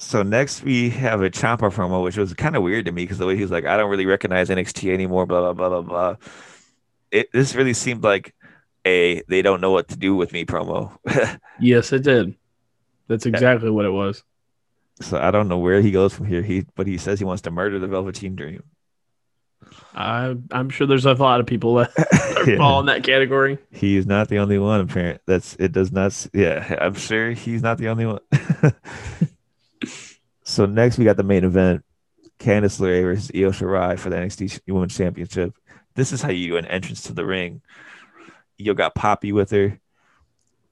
Speaker 5: So next we have a Champa promo, which was kind of weird to me because the way he was like, I don't really recognize NXT anymore, blah blah blah blah blah. It this really seemed like a they don't know what to do with me promo. [LAUGHS]
Speaker 3: Yes, it did. That's exactly what it was.
Speaker 5: so I don't know where he goes from here. He but he says he wants to murder the Velveteen Dream. [LAUGHS]
Speaker 3: I I'm sure there's a lot of people
Speaker 5: [LAUGHS]
Speaker 3: that
Speaker 5: Yeah.
Speaker 3: fall in that category.
Speaker 5: He is not the only one. Apparent that's it does not. s- Yeah, I'm sure he's not the only one. [LAUGHS] so next we got the main event: Candice LeRae versus Io Shirai for the NXT Women's Championship. This is how you do an entrance to the ring. Io got Poppy with her.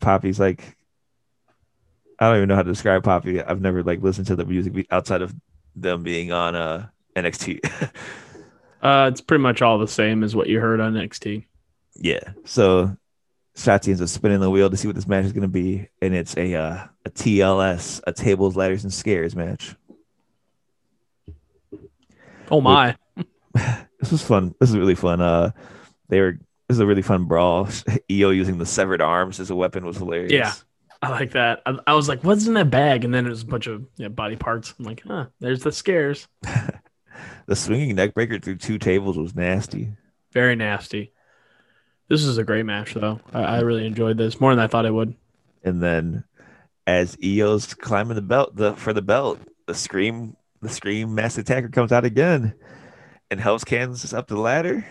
Speaker 5: Poppy's like, I don't even know how to describe Poppy. I've never like listened to the music be- outside of them being on uh [LAUGHS] NXT.
Speaker 3: Uh, it's pretty much all the same as what you heard on NXT.
Speaker 5: Yeah. So Shotzi ends up spinning the wheel to see what this match is going to be, and it's a uh, a TLS, a tables, ladders, and scares match.
Speaker 3: Oh my!
Speaker 5: This was fun. This is really fun. Uh, they were. This is a really fun brawl. [LAUGHS] Io using the severed arms as a weapon was hilarious.
Speaker 3: Yeah. I like that. I, I was like, "What's in that bag?" And then it was a bunch of yeah, body parts. I'm like, "Huh." There's the scares.
Speaker 5: The swinging neckbreaker through two tables was nasty.
Speaker 3: Very nasty. This is a great match, though. I, I really enjoyed this more than I thought I would.
Speaker 5: And then, as Io's climbing the belt, the for the belt, the scream, the scream mass attacker comes out again, and helps Kansas up the ladder.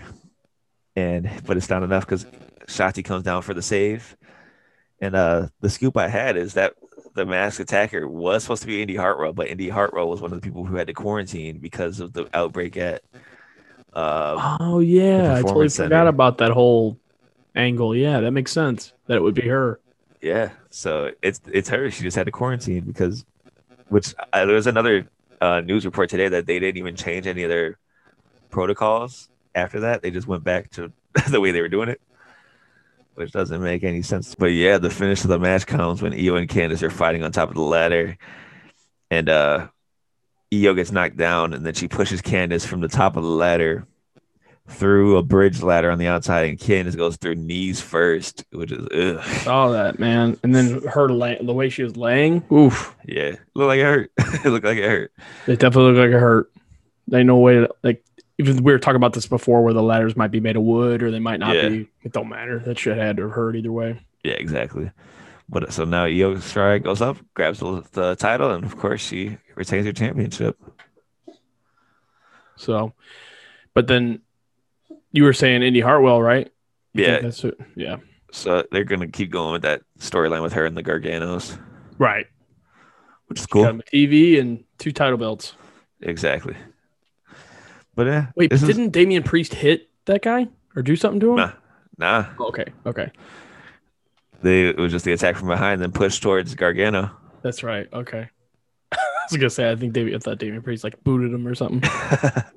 Speaker 5: And but it's not enough because Shotzi comes down for the save. And uh, the scoop I had is that the masked attacker was supposed to be Indy Hartwell, but Indy Hartwell was one of the people who had to quarantine because of the outbreak at. Uh,
Speaker 3: Oh yeah, I totally
Speaker 5: Performance Center.
Speaker 3: forgot about that whole angle. Yeah, that makes sense. That it would be her.
Speaker 5: Yeah. So it's it's her. She just had to quarantine because, which uh, there was another uh, news report today that they didn't even change any of their protocols after that. They just went back to [LAUGHS] the way they were doing it, which doesn't make any sense. But yeah, the finish of the match comes when Io and Candice are fighting on top of the ladder, and uh, Io gets knocked down, and then she pushes Candice from the top of the ladder. Through a bridge ladder on the outside, and Candice goes through knees first, which is ugh.
Speaker 3: Saw that man, and then her la- the way she was laying. Oof.
Speaker 5: Yeah, look like it hurt. [LAUGHS] it looked like it hurt.
Speaker 3: They definitely look like it hurt. They no way to, like even we were talking about this before where the ladders might be made of wood or they might not
Speaker 5: Yeah.
Speaker 3: be. It don't matter. That shit had to have hurt either way.
Speaker 5: Yeah, exactly. But so now Io Shirai goes up, grabs the, the title, and of course she retains her championship.
Speaker 3: So but then you were saying Indy Hartwell, right? You think
Speaker 5: Yeah.
Speaker 3: That's it? Yeah.
Speaker 5: So they're gonna keep going with that storyline with her and the Garganos,
Speaker 3: Right.
Speaker 5: which is cool.
Speaker 3: Got him a TV and two title belts.
Speaker 5: Exactly. But yeah,
Speaker 3: Wait,
Speaker 5: this
Speaker 3: but
Speaker 5: is-
Speaker 3: didn't Damian Priest hit that guy or do something to him?
Speaker 5: nah, nah.
Speaker 3: Okay. Okay.
Speaker 5: They it was just the attack from behind, then push towards Gargano.
Speaker 3: That's right. Okay. [LAUGHS] I was gonna say I think David I thought Damian Priest like booted him or something. [LAUGHS]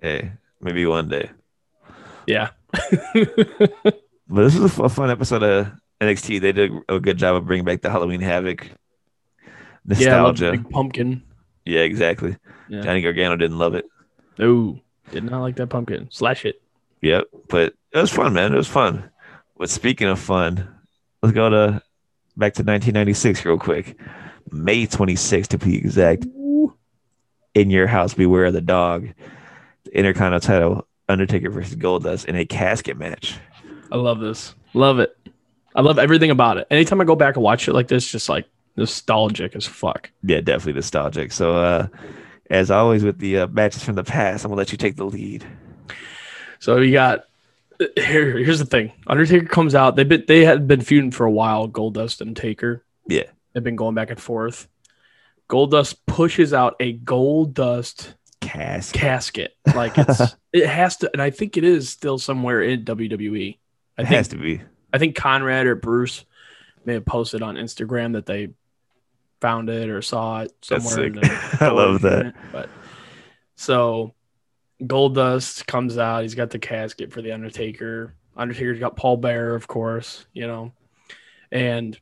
Speaker 5: hey, maybe one day.
Speaker 3: yeah.
Speaker 5: But this is a f- a fun episode of NXT. They did a good job of bringing back the Halloween Havoc nostalgia.
Speaker 3: Yeah, I love the big pumpkin.
Speaker 5: Yeah, exactly.
Speaker 3: Yeah.
Speaker 5: Johnny Gargano didn't love it.
Speaker 3: No, did not like that pumpkin. Slash it.
Speaker 5: Yep, but it was fun, man. It was fun. But speaking of fun, let's go to back to 1996 real quick. May 26th to be exact. In your house, beware of the dog. The Intercontinental title, Undertaker versus Goldust in a casket match.
Speaker 3: I love this. Love it. I love everything about it. Anytime I go back and watch it like this, just like nostalgic as fuck.
Speaker 5: Yeah, definitely nostalgic. So, uh, as always with the uh, matches from the past, I'm gonna let you take the lead.
Speaker 3: So you got uh, here. Here's the thing. Undertaker comes out. They been, they had been feuding for a while. Goldust and Taker.
Speaker 5: Yeah.
Speaker 3: They've been going back and forth. Goldust pushes out a gold dust
Speaker 5: Cass.
Speaker 3: casket. Like
Speaker 5: [LAUGHS]
Speaker 3: it's it has to and I think it is still somewhere in WWE. I
Speaker 5: It
Speaker 3: think
Speaker 5: has to be.
Speaker 3: I think Conrad or Bruce may have posted on Instagram that they found it or saw it
Speaker 5: That's
Speaker 3: somewhere. in
Speaker 5: sick. [LAUGHS]
Speaker 3: the-
Speaker 5: I love that.
Speaker 3: But so Goldust comes out. He's got the casket for the Undertaker. Undertaker's got Paul Bearer, of course. You know, and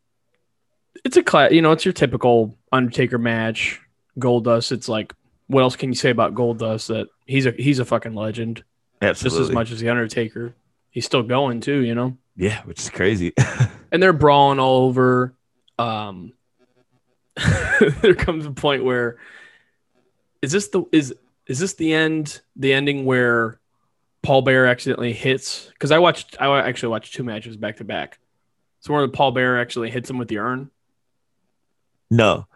Speaker 3: it's a class. You know, it's your typical Undertaker match. Goldust. It's like, what else can you say about Goldust? That he's a he's a fucking legend, just
Speaker 5: Absolutely.
Speaker 3: as much as the Undertaker. He's still going too. You know
Speaker 5: Yeah, which is crazy.
Speaker 3: and they're brawling all over. Um, [LAUGHS] there comes a point where is this the is is this the end the ending where Paul Bear accidentally hits? Because I watched I actually watched two matches back to back. So where Paul Bear actually hits him with the urn.
Speaker 5: no.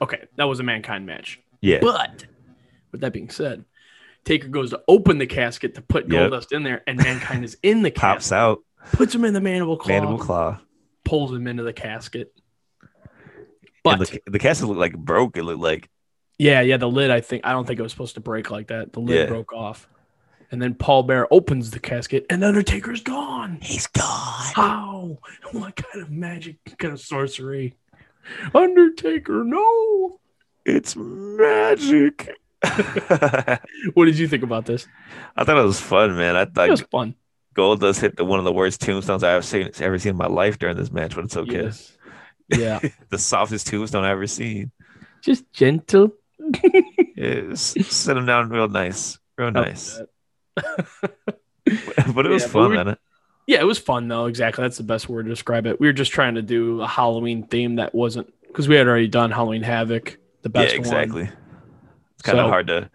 Speaker 3: Okay, that was a mankind match.
Speaker 5: Yeah.
Speaker 3: But with that being said, Taker goes to open the casket to put
Speaker 5: Yep.
Speaker 3: Goldust in there, and mankind is in the
Speaker 5: Pops
Speaker 3: casket,
Speaker 5: out.
Speaker 3: puts him in the mandible claw,
Speaker 5: Mandible claw.
Speaker 3: pulls him into the casket.
Speaker 5: And
Speaker 3: But
Speaker 5: the, the casket looked like broke. It looked like
Speaker 3: Yeah, yeah, the lid. I think I don't think it was supposed to break like that. The lid
Speaker 5: Yeah.
Speaker 3: broke off, and then Paul Bear opens the casket, and Undertaker's gone.
Speaker 5: he's gone.
Speaker 3: How? What kind of magic? what kind of sorcery? Undertaker, no.
Speaker 5: It's magic. [LAUGHS] I
Speaker 3: What did you think about this?
Speaker 5: thought it was fun, man. I
Speaker 3: It
Speaker 5: thought
Speaker 3: was fun.
Speaker 5: Goldust hit the, one of the worst tombstones I've seen ever seen in my life during this match, but it's okay.
Speaker 3: Yes.
Speaker 5: [LAUGHS]
Speaker 3: Yeah,
Speaker 5: The softest tombstone I've ever seen.
Speaker 3: just gentle.
Speaker 5: Yeah, s- set him down real nice, real
Speaker 3: I like
Speaker 5: nice.
Speaker 3: that.
Speaker 5: [LAUGHS] but it was
Speaker 3: Yeah, but
Speaker 5: fun,
Speaker 3: we-
Speaker 5: man.
Speaker 3: Yeah, it was fun though. Exactly, that's the best word to describe it. We were just trying to do a Halloween theme that wasn't because we had already done Halloween Havoc, the
Speaker 5: Yeah,
Speaker 3: best one.
Speaker 5: exactly. It's kind of
Speaker 3: So-
Speaker 5: hard to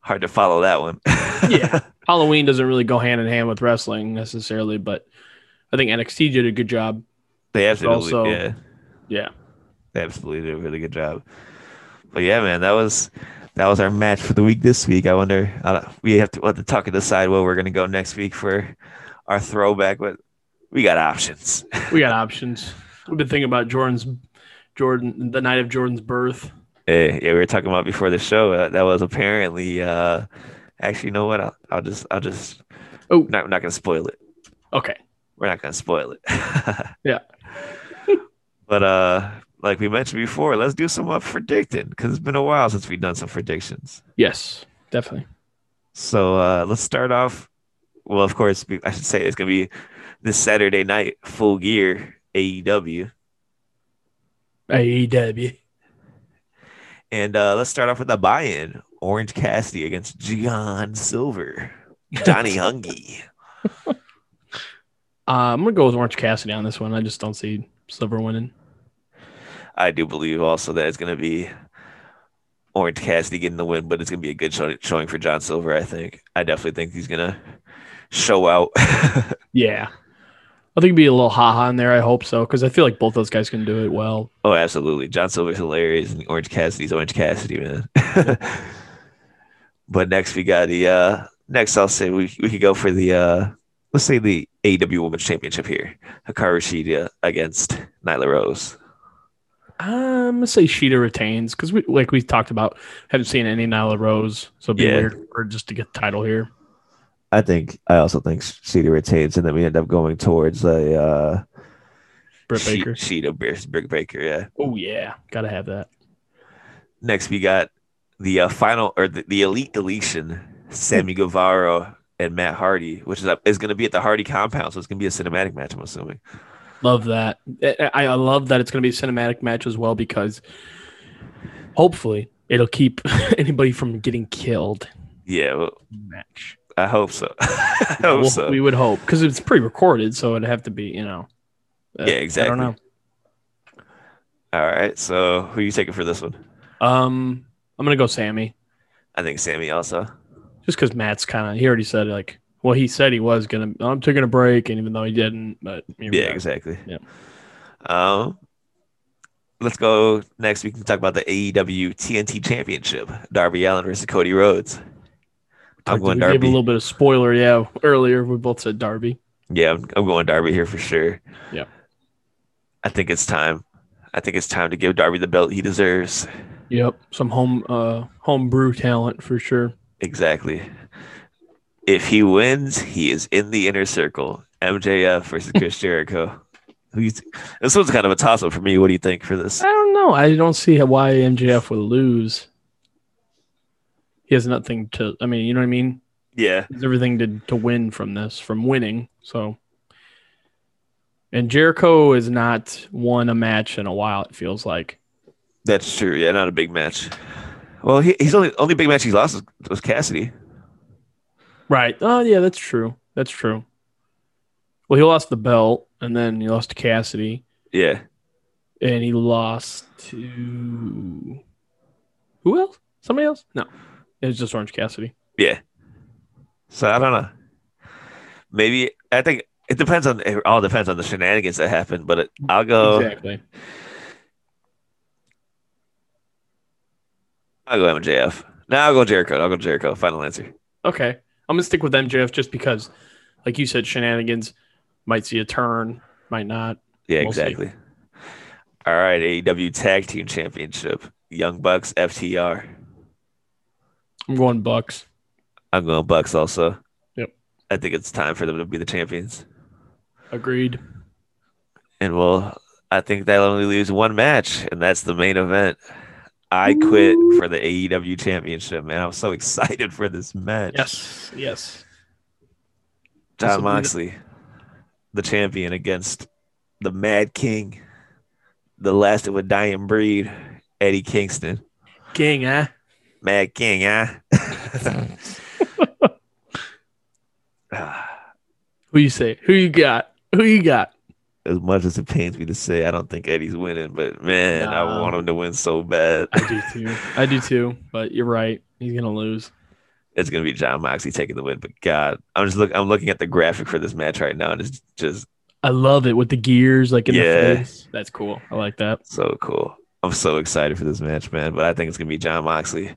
Speaker 5: hard to follow that one. [LAUGHS]
Speaker 3: yeah, [LAUGHS] Halloween doesn't really go hand in hand with wrestling necessarily, but I think NXT did a good job.
Speaker 5: they absolutely,
Speaker 3: also-
Speaker 5: yeah,
Speaker 3: Yeah,
Speaker 5: they absolutely did a really good job. But yeah, man, that was that was our match for the week this week. I wonder I don't, we have to we'll have to talk and decide where we're gonna go next week for our throwback, but we got options. [LAUGHS]
Speaker 3: we got options. We've been thinking about Jordan's Jordan the night of Jordan's birth.
Speaker 5: Eh, yeah, we were talking about before the show. Uh, that was apparently. Uh, actually, you know what? I'll, I'll just, I'll just.
Speaker 3: Oh.
Speaker 5: not, not gonna spoil it.
Speaker 3: Okay,
Speaker 5: We're not gonna spoil it. [LAUGHS]
Speaker 3: Yeah.
Speaker 5: But uh, like we mentioned before, let's do some uh, predicting because it's been a while since we've done some predictions.
Speaker 3: yes, definitely.
Speaker 5: So uh, let's start off. Well, of course, we- I should say it's gonna be this Saturday night, full gear E AEW,
Speaker 3: E AEW.
Speaker 5: and uh, let's start off with the buy-in: Orange Cassidy against John Silver, Donnie Hungy.
Speaker 3: Uh, I'm gonna go with Orange Cassidy on this one. I just don't see Silver winning.
Speaker 5: I do believe also that it's going to be Orange Cassidy getting the win, but it's going to be a good show- showing for John Silver. I think. I definitely think he's going to show out.
Speaker 3: Yeah, I think it'd be a little haha in there. I hope so because I feel like both those guys can do it well.
Speaker 5: oh, absolutely. John Silver's hilarious, and Orange Cassidy's Orange Cassidy, man. [LAUGHS] but next we got the uh next I'll say we we could go for the uh let's say the AEW Women's Championship here. Hikaru Shida against Nyla Rose.
Speaker 3: I'm gonna say Sheeta retains because we like we talked about haven't seen any Nyla Rose, so it'd be
Speaker 5: Yeah.
Speaker 3: weird for her just to get the title here.
Speaker 5: I think I also think Shida retains, and then we end up going towards a uh
Speaker 3: Britt
Speaker 5: She-
Speaker 3: Baker.
Speaker 5: Sheeta Britt Britt Baker, yeah.
Speaker 3: Oh yeah, gotta have that.
Speaker 5: Next, we got the uh, final or the, the elite deletion, Sammy Guevara and Matt Hardy, which is up is going to be at the Hardy compound, so it's going to be a cinematic match. I'm assuming.
Speaker 3: Love that. I, I I love that it's gonna be a cinematic match as well because hopefully it'll keep [LAUGHS] anybody from getting killed.
Speaker 5: Yeah, well,
Speaker 3: Match.
Speaker 5: I hope so. [LAUGHS] I hope
Speaker 3: Well,
Speaker 5: Oh, so.
Speaker 3: We would hope because it's pre-recorded, so it'd have to be you know. uh,
Speaker 5: yeah, exactly.
Speaker 3: I don't
Speaker 5: All right, so who you taking for this one?
Speaker 3: know. Um, I'm gonna go Sammy
Speaker 5: I think Sammy also.
Speaker 3: just because Matt's kind of he already said like well he said he was gonna I'm taking a break and even though he didn't but here we
Speaker 5: Yeah,
Speaker 3: are.
Speaker 5: exactly.
Speaker 3: Yeah.
Speaker 5: Um, let's go next. We can talk about the E AEW TNT Championship: Darby Allen versus Cody Rhodes. I'm
Speaker 3: Talked-
Speaker 5: going
Speaker 3: we
Speaker 5: Darby.
Speaker 3: gave a little bit of spoiler yeah earlier we both said Darby
Speaker 5: Yeah, I'm, I'm going Darby here for sure.
Speaker 3: Yeah.
Speaker 5: I think it's time. I think it's time to give Darby the belt he deserves.
Speaker 3: Yep, some home uh homebrew talent for sure.
Speaker 5: Exactly. If he wins, he is in the inner circle. MJF [LAUGHS] versus Chris Jericho. Who you th- this one's kind of a toss up for me. What do you think for this?
Speaker 3: I don't know. I don't see how- why MJF would lose. He has nothing to. I mean, you know what I mean.
Speaker 5: Yeah.
Speaker 3: He has everything to to win from this, from winning. So, and Jericho has not won a match in a while. It feels like.
Speaker 5: That's true. Yeah, not a big match. Well, he, he's only only big match he's lost was, was Cassidy.
Speaker 3: Right. Oh yeah, that's true. That's true. Well, he lost the belt, and then he lost to Cassidy,
Speaker 5: Yeah.
Speaker 3: and he lost to who else? Somebody else? No, it was just Orange Cassidy.
Speaker 5: Yeah. So I don't know. Maybe I think it depends on it all depends on the shenanigans that happen. But it, I'll go.
Speaker 3: Exactly.
Speaker 5: I'll go MJF. No, I'll go Jericho. I'll go Jericho. Final answer.
Speaker 3: Okay, I'm gonna stick with MJF just because, like you said, shenanigans might see a turn, might not.
Speaker 5: Yeah,
Speaker 3: We'll see.
Speaker 5: exactly. All right, AEW Tag Team Championship, Young Bucks, FTR.
Speaker 3: I'm going Bucks.
Speaker 5: I'm going Bucks also.
Speaker 3: Yep.
Speaker 5: I think it's time for them to be the champions.
Speaker 3: Agreed.
Speaker 5: And well, I think that only leaves one match, and that's the main event. I quit for the AEW Championship, man. I'm so [LAUGHS] excited for this match.
Speaker 3: Yes. Yes. This'll
Speaker 5: John
Speaker 3: be the-
Speaker 5: Moxley, the champion against the Mad King, the last of a dying breed, Eddie Kingston.
Speaker 3: King, eh?
Speaker 5: Mad King, huh? Ah,
Speaker 3: Who you say? Who you got? Who you got?
Speaker 5: as much as it pains me to say, I don't think Eddie's winning, but man, I
Speaker 3: Nah.
Speaker 5: want him to win so bad.
Speaker 3: I do too. I do too. But you're right. He's gonna lose.
Speaker 5: it's gonna be John Moxley taking the win, but God, I'm just look. I'm looking at the graphic for this match right now, and it's just
Speaker 3: I love it with the gears like in
Speaker 5: Yeah.
Speaker 3: the face. That's cool. I like that.
Speaker 5: so cool. I'm so excited for this match, man. But I think it's gonna be John Moxley.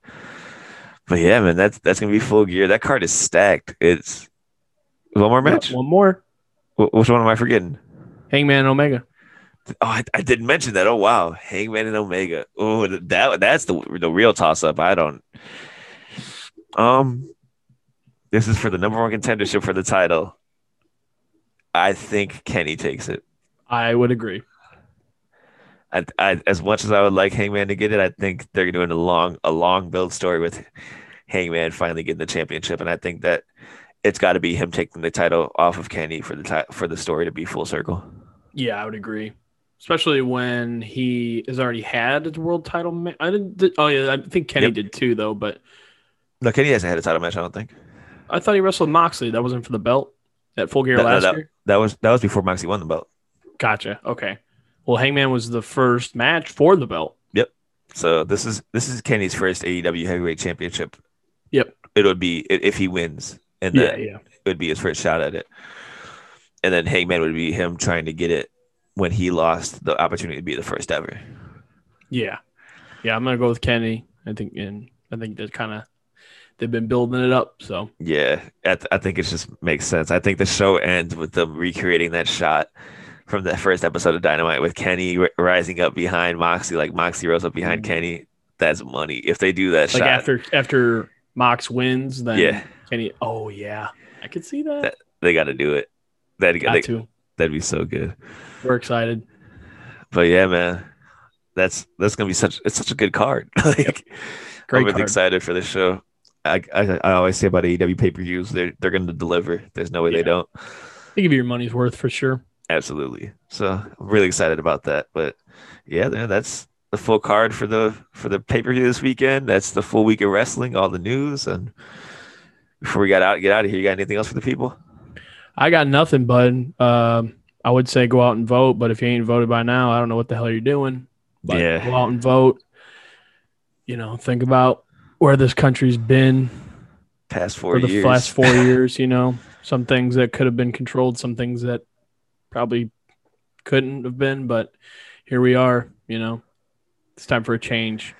Speaker 5: But yeah, man, that's that's gonna be full gear. That card is stacked. It's one more match.
Speaker 3: One more.
Speaker 5: Wh- Which one am I forgetting?
Speaker 3: Hangman Omega.
Speaker 5: Oh, I, I didn't mention that. Oh wow, Hangman and Omega. Oh, th- that that's the the real toss up. I don't. Um, this is for the number one contendership for the title. I think Kenny takes it.
Speaker 3: I would agree.
Speaker 5: I, I, as much as I would like Hangman to get it, I think they're doing a long a long build story with Hangman finally getting the championship, and I think that it's got to be him taking the title off of Kenny for the ti- for the story to be full circle.
Speaker 3: Yeah, I would agree. Especially when he has already had his world title. Ma- I didn't. oh yeah, I think Kenny
Speaker 5: Yep.
Speaker 3: did too, though. But
Speaker 5: No, Kenny hasn't had a title match. I don't think.
Speaker 3: I thought he wrestled Moxley. That wasn't for the belt at Full Gear
Speaker 5: No, no,
Speaker 3: last year.
Speaker 5: That was that was before Moxie won the belt.
Speaker 3: Gotcha. Okay. Well, Hangman was the first match for the belt.
Speaker 5: So this is this is Kenny's first AEW Heavyweight Championship.
Speaker 3: Yep.
Speaker 5: It would be i- if he wins, and that
Speaker 3: yeah.
Speaker 5: it would be his first shot at it. And then Hangman would be him trying to get it when he lost the opportunity to be the first ever.
Speaker 3: Yeah. Yeah, I'm gonna go with Kenny. I think, and I think they're kind of they've been building it up. So
Speaker 5: Yeah, I, th- I think it just makes sense. I think the show ends with them recreating that shot from the first episode of Dynamite with Kenny r- rising up behind Moxie, like Moxie rose up behind Kenny. That's money. If they do that
Speaker 3: Mm-hmm. like
Speaker 5: shot,
Speaker 3: after after Mox wins, then
Speaker 5: yeah,
Speaker 3: Kenny. Oh yeah, I could see that.
Speaker 5: That- they got to do it. That
Speaker 3: Got
Speaker 5: they,
Speaker 3: to.
Speaker 5: that'd be so good.
Speaker 3: We're excited.
Speaker 5: But yeah, man, that's that's gonna be such it's such a good card. [LAUGHS] like,
Speaker 3: Great
Speaker 5: I'm really
Speaker 3: card.
Speaker 5: excited for this show. I, I I always say about AEW pay per views, they're they're gonna deliver. There's no way
Speaker 3: Yeah.
Speaker 5: they don't.
Speaker 3: They give you your money's worth for sure.
Speaker 5: Absolutely. So I'm really excited about that. But yeah, man, that's the full card for the for the pay per view this weekend. That's the full week of wrestling, all the news, and before we got out get out of here, you got anything else for the people?
Speaker 3: I got nothing, bud. Um, I would say go out and vote, but if you ain't voted by now, I don't know what the hell you're doing. But
Speaker 5: Yeah.
Speaker 3: go out and vote. You know, think about where this country's been
Speaker 5: Past four
Speaker 3: for the
Speaker 5: years.
Speaker 3: last
Speaker 5: [LAUGHS]
Speaker 3: four years. You know, some things that could have been controlled, some things that probably couldn't have been, but here we are. You know, it's time for a change.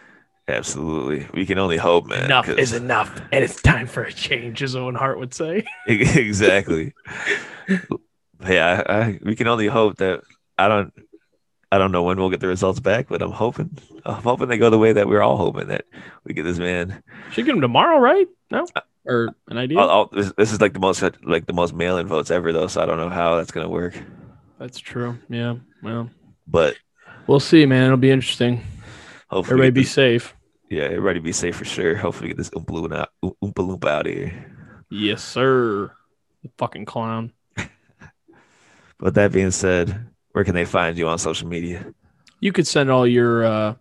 Speaker 5: Absolutely. We can only hope, man.
Speaker 3: enough
Speaker 5: 'cause-
Speaker 3: is
Speaker 5: [LAUGHS]
Speaker 3: enough, and it's time for a change, as Owen Hart would say. [LAUGHS]
Speaker 5: exactly. yeah, I, I, we can only hope that I don't. I don't know when we'll get the results back, but I'm hoping I'm hoping they go the way that we're all hoping that we get this man.
Speaker 3: Should get him tomorrow, right? No,
Speaker 5: Uh,
Speaker 3: or an idea?
Speaker 5: I'll- I'll- this, this is like the most like the most mail-in votes ever though, so I don't know how that's gonna work.
Speaker 3: That's true. Yeah. Well,
Speaker 5: But
Speaker 3: we'll see, man. It'll be interesting.
Speaker 5: hopefully,
Speaker 3: Everybody
Speaker 5: get
Speaker 3: be
Speaker 5: this-
Speaker 3: safe.
Speaker 5: yeah, everybody be safe for sure. Hopefully, get this oompa loompa, oompa loompa out of here.
Speaker 3: Yes, sir. Fucking clown.
Speaker 5: But that being said, where can they find you on social media?
Speaker 3: You could send all your uh,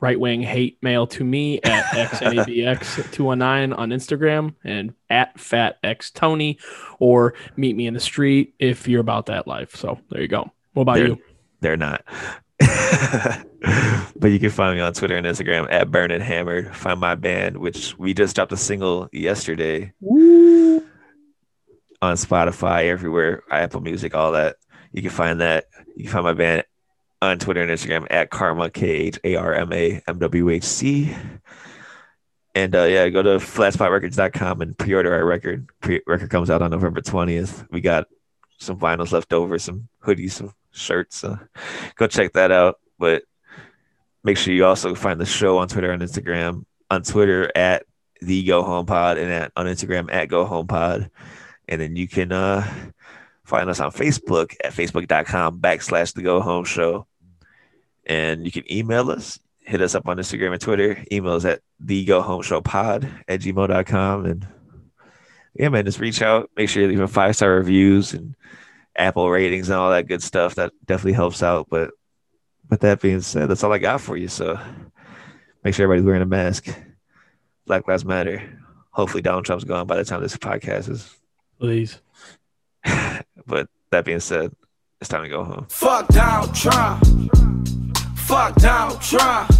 Speaker 3: right wing hate mail to me at [LAUGHS] E xnabx219 on Instagram and at fatxtony or meet me in the street if you're about that life. So there you go. What about
Speaker 5: There-
Speaker 3: you?
Speaker 5: They're not. [LAUGHS] but you can find me on Twitter and Instagram at Burn and Hammered. Find my band, which we just dropped a single yesterday on Spotify, everywhere, Apple Music, all that. You can find that. You can find my band on Twitter and Instagram at Karma K H A R M A M W H C. And uh, yeah, go to flatspotrecords.com and pre-order our record. Pre- record comes out on November 20th. We got some vinyls left over, some hoodies, some shirts. uh, So [LAUGHS] go check that out. But make sure you also find the show on Twitter and Instagram. On Twitter at the Go Home Pod and at on Instagram at Go Home Pod. And then you can uh, find us on Facebook at facebook.com backslash the Go Home Show. And you can email us, hit us up on Instagram and Twitter. Email us at the Go Home Show Pod at gmail.com. And yeah, man, just reach out. Make sure you're leaving five star reviews and Apple ratings and all that good stuff. That definitely helps out. But with that being said, that's all I got for you. So make sure everybody's wearing a mask. Black Lives Matter. Hopefully Donald Trump's gone by the time this podcast is.
Speaker 3: Please.
Speaker 5: But that being said, it's time to go home.
Speaker 6: Fuck Donald Trump. Fuck Donald Trump.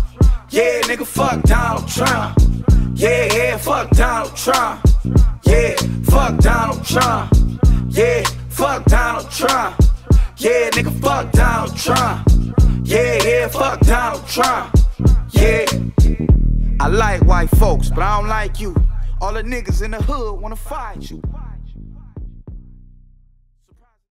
Speaker 6: Yeah, nigga, fuck Donald Trump. Yeah, yeah, fuck Donald Trump. Yeah, fuck Donald Trump. Yeah, fuck Donald Trump. Yeah, nigga, fuck Donald Trump. Yeah, yeah, fuck Donald Trump. Yeah. I like white folks, but I don't like you. All the niggas in the hood wanna fight you.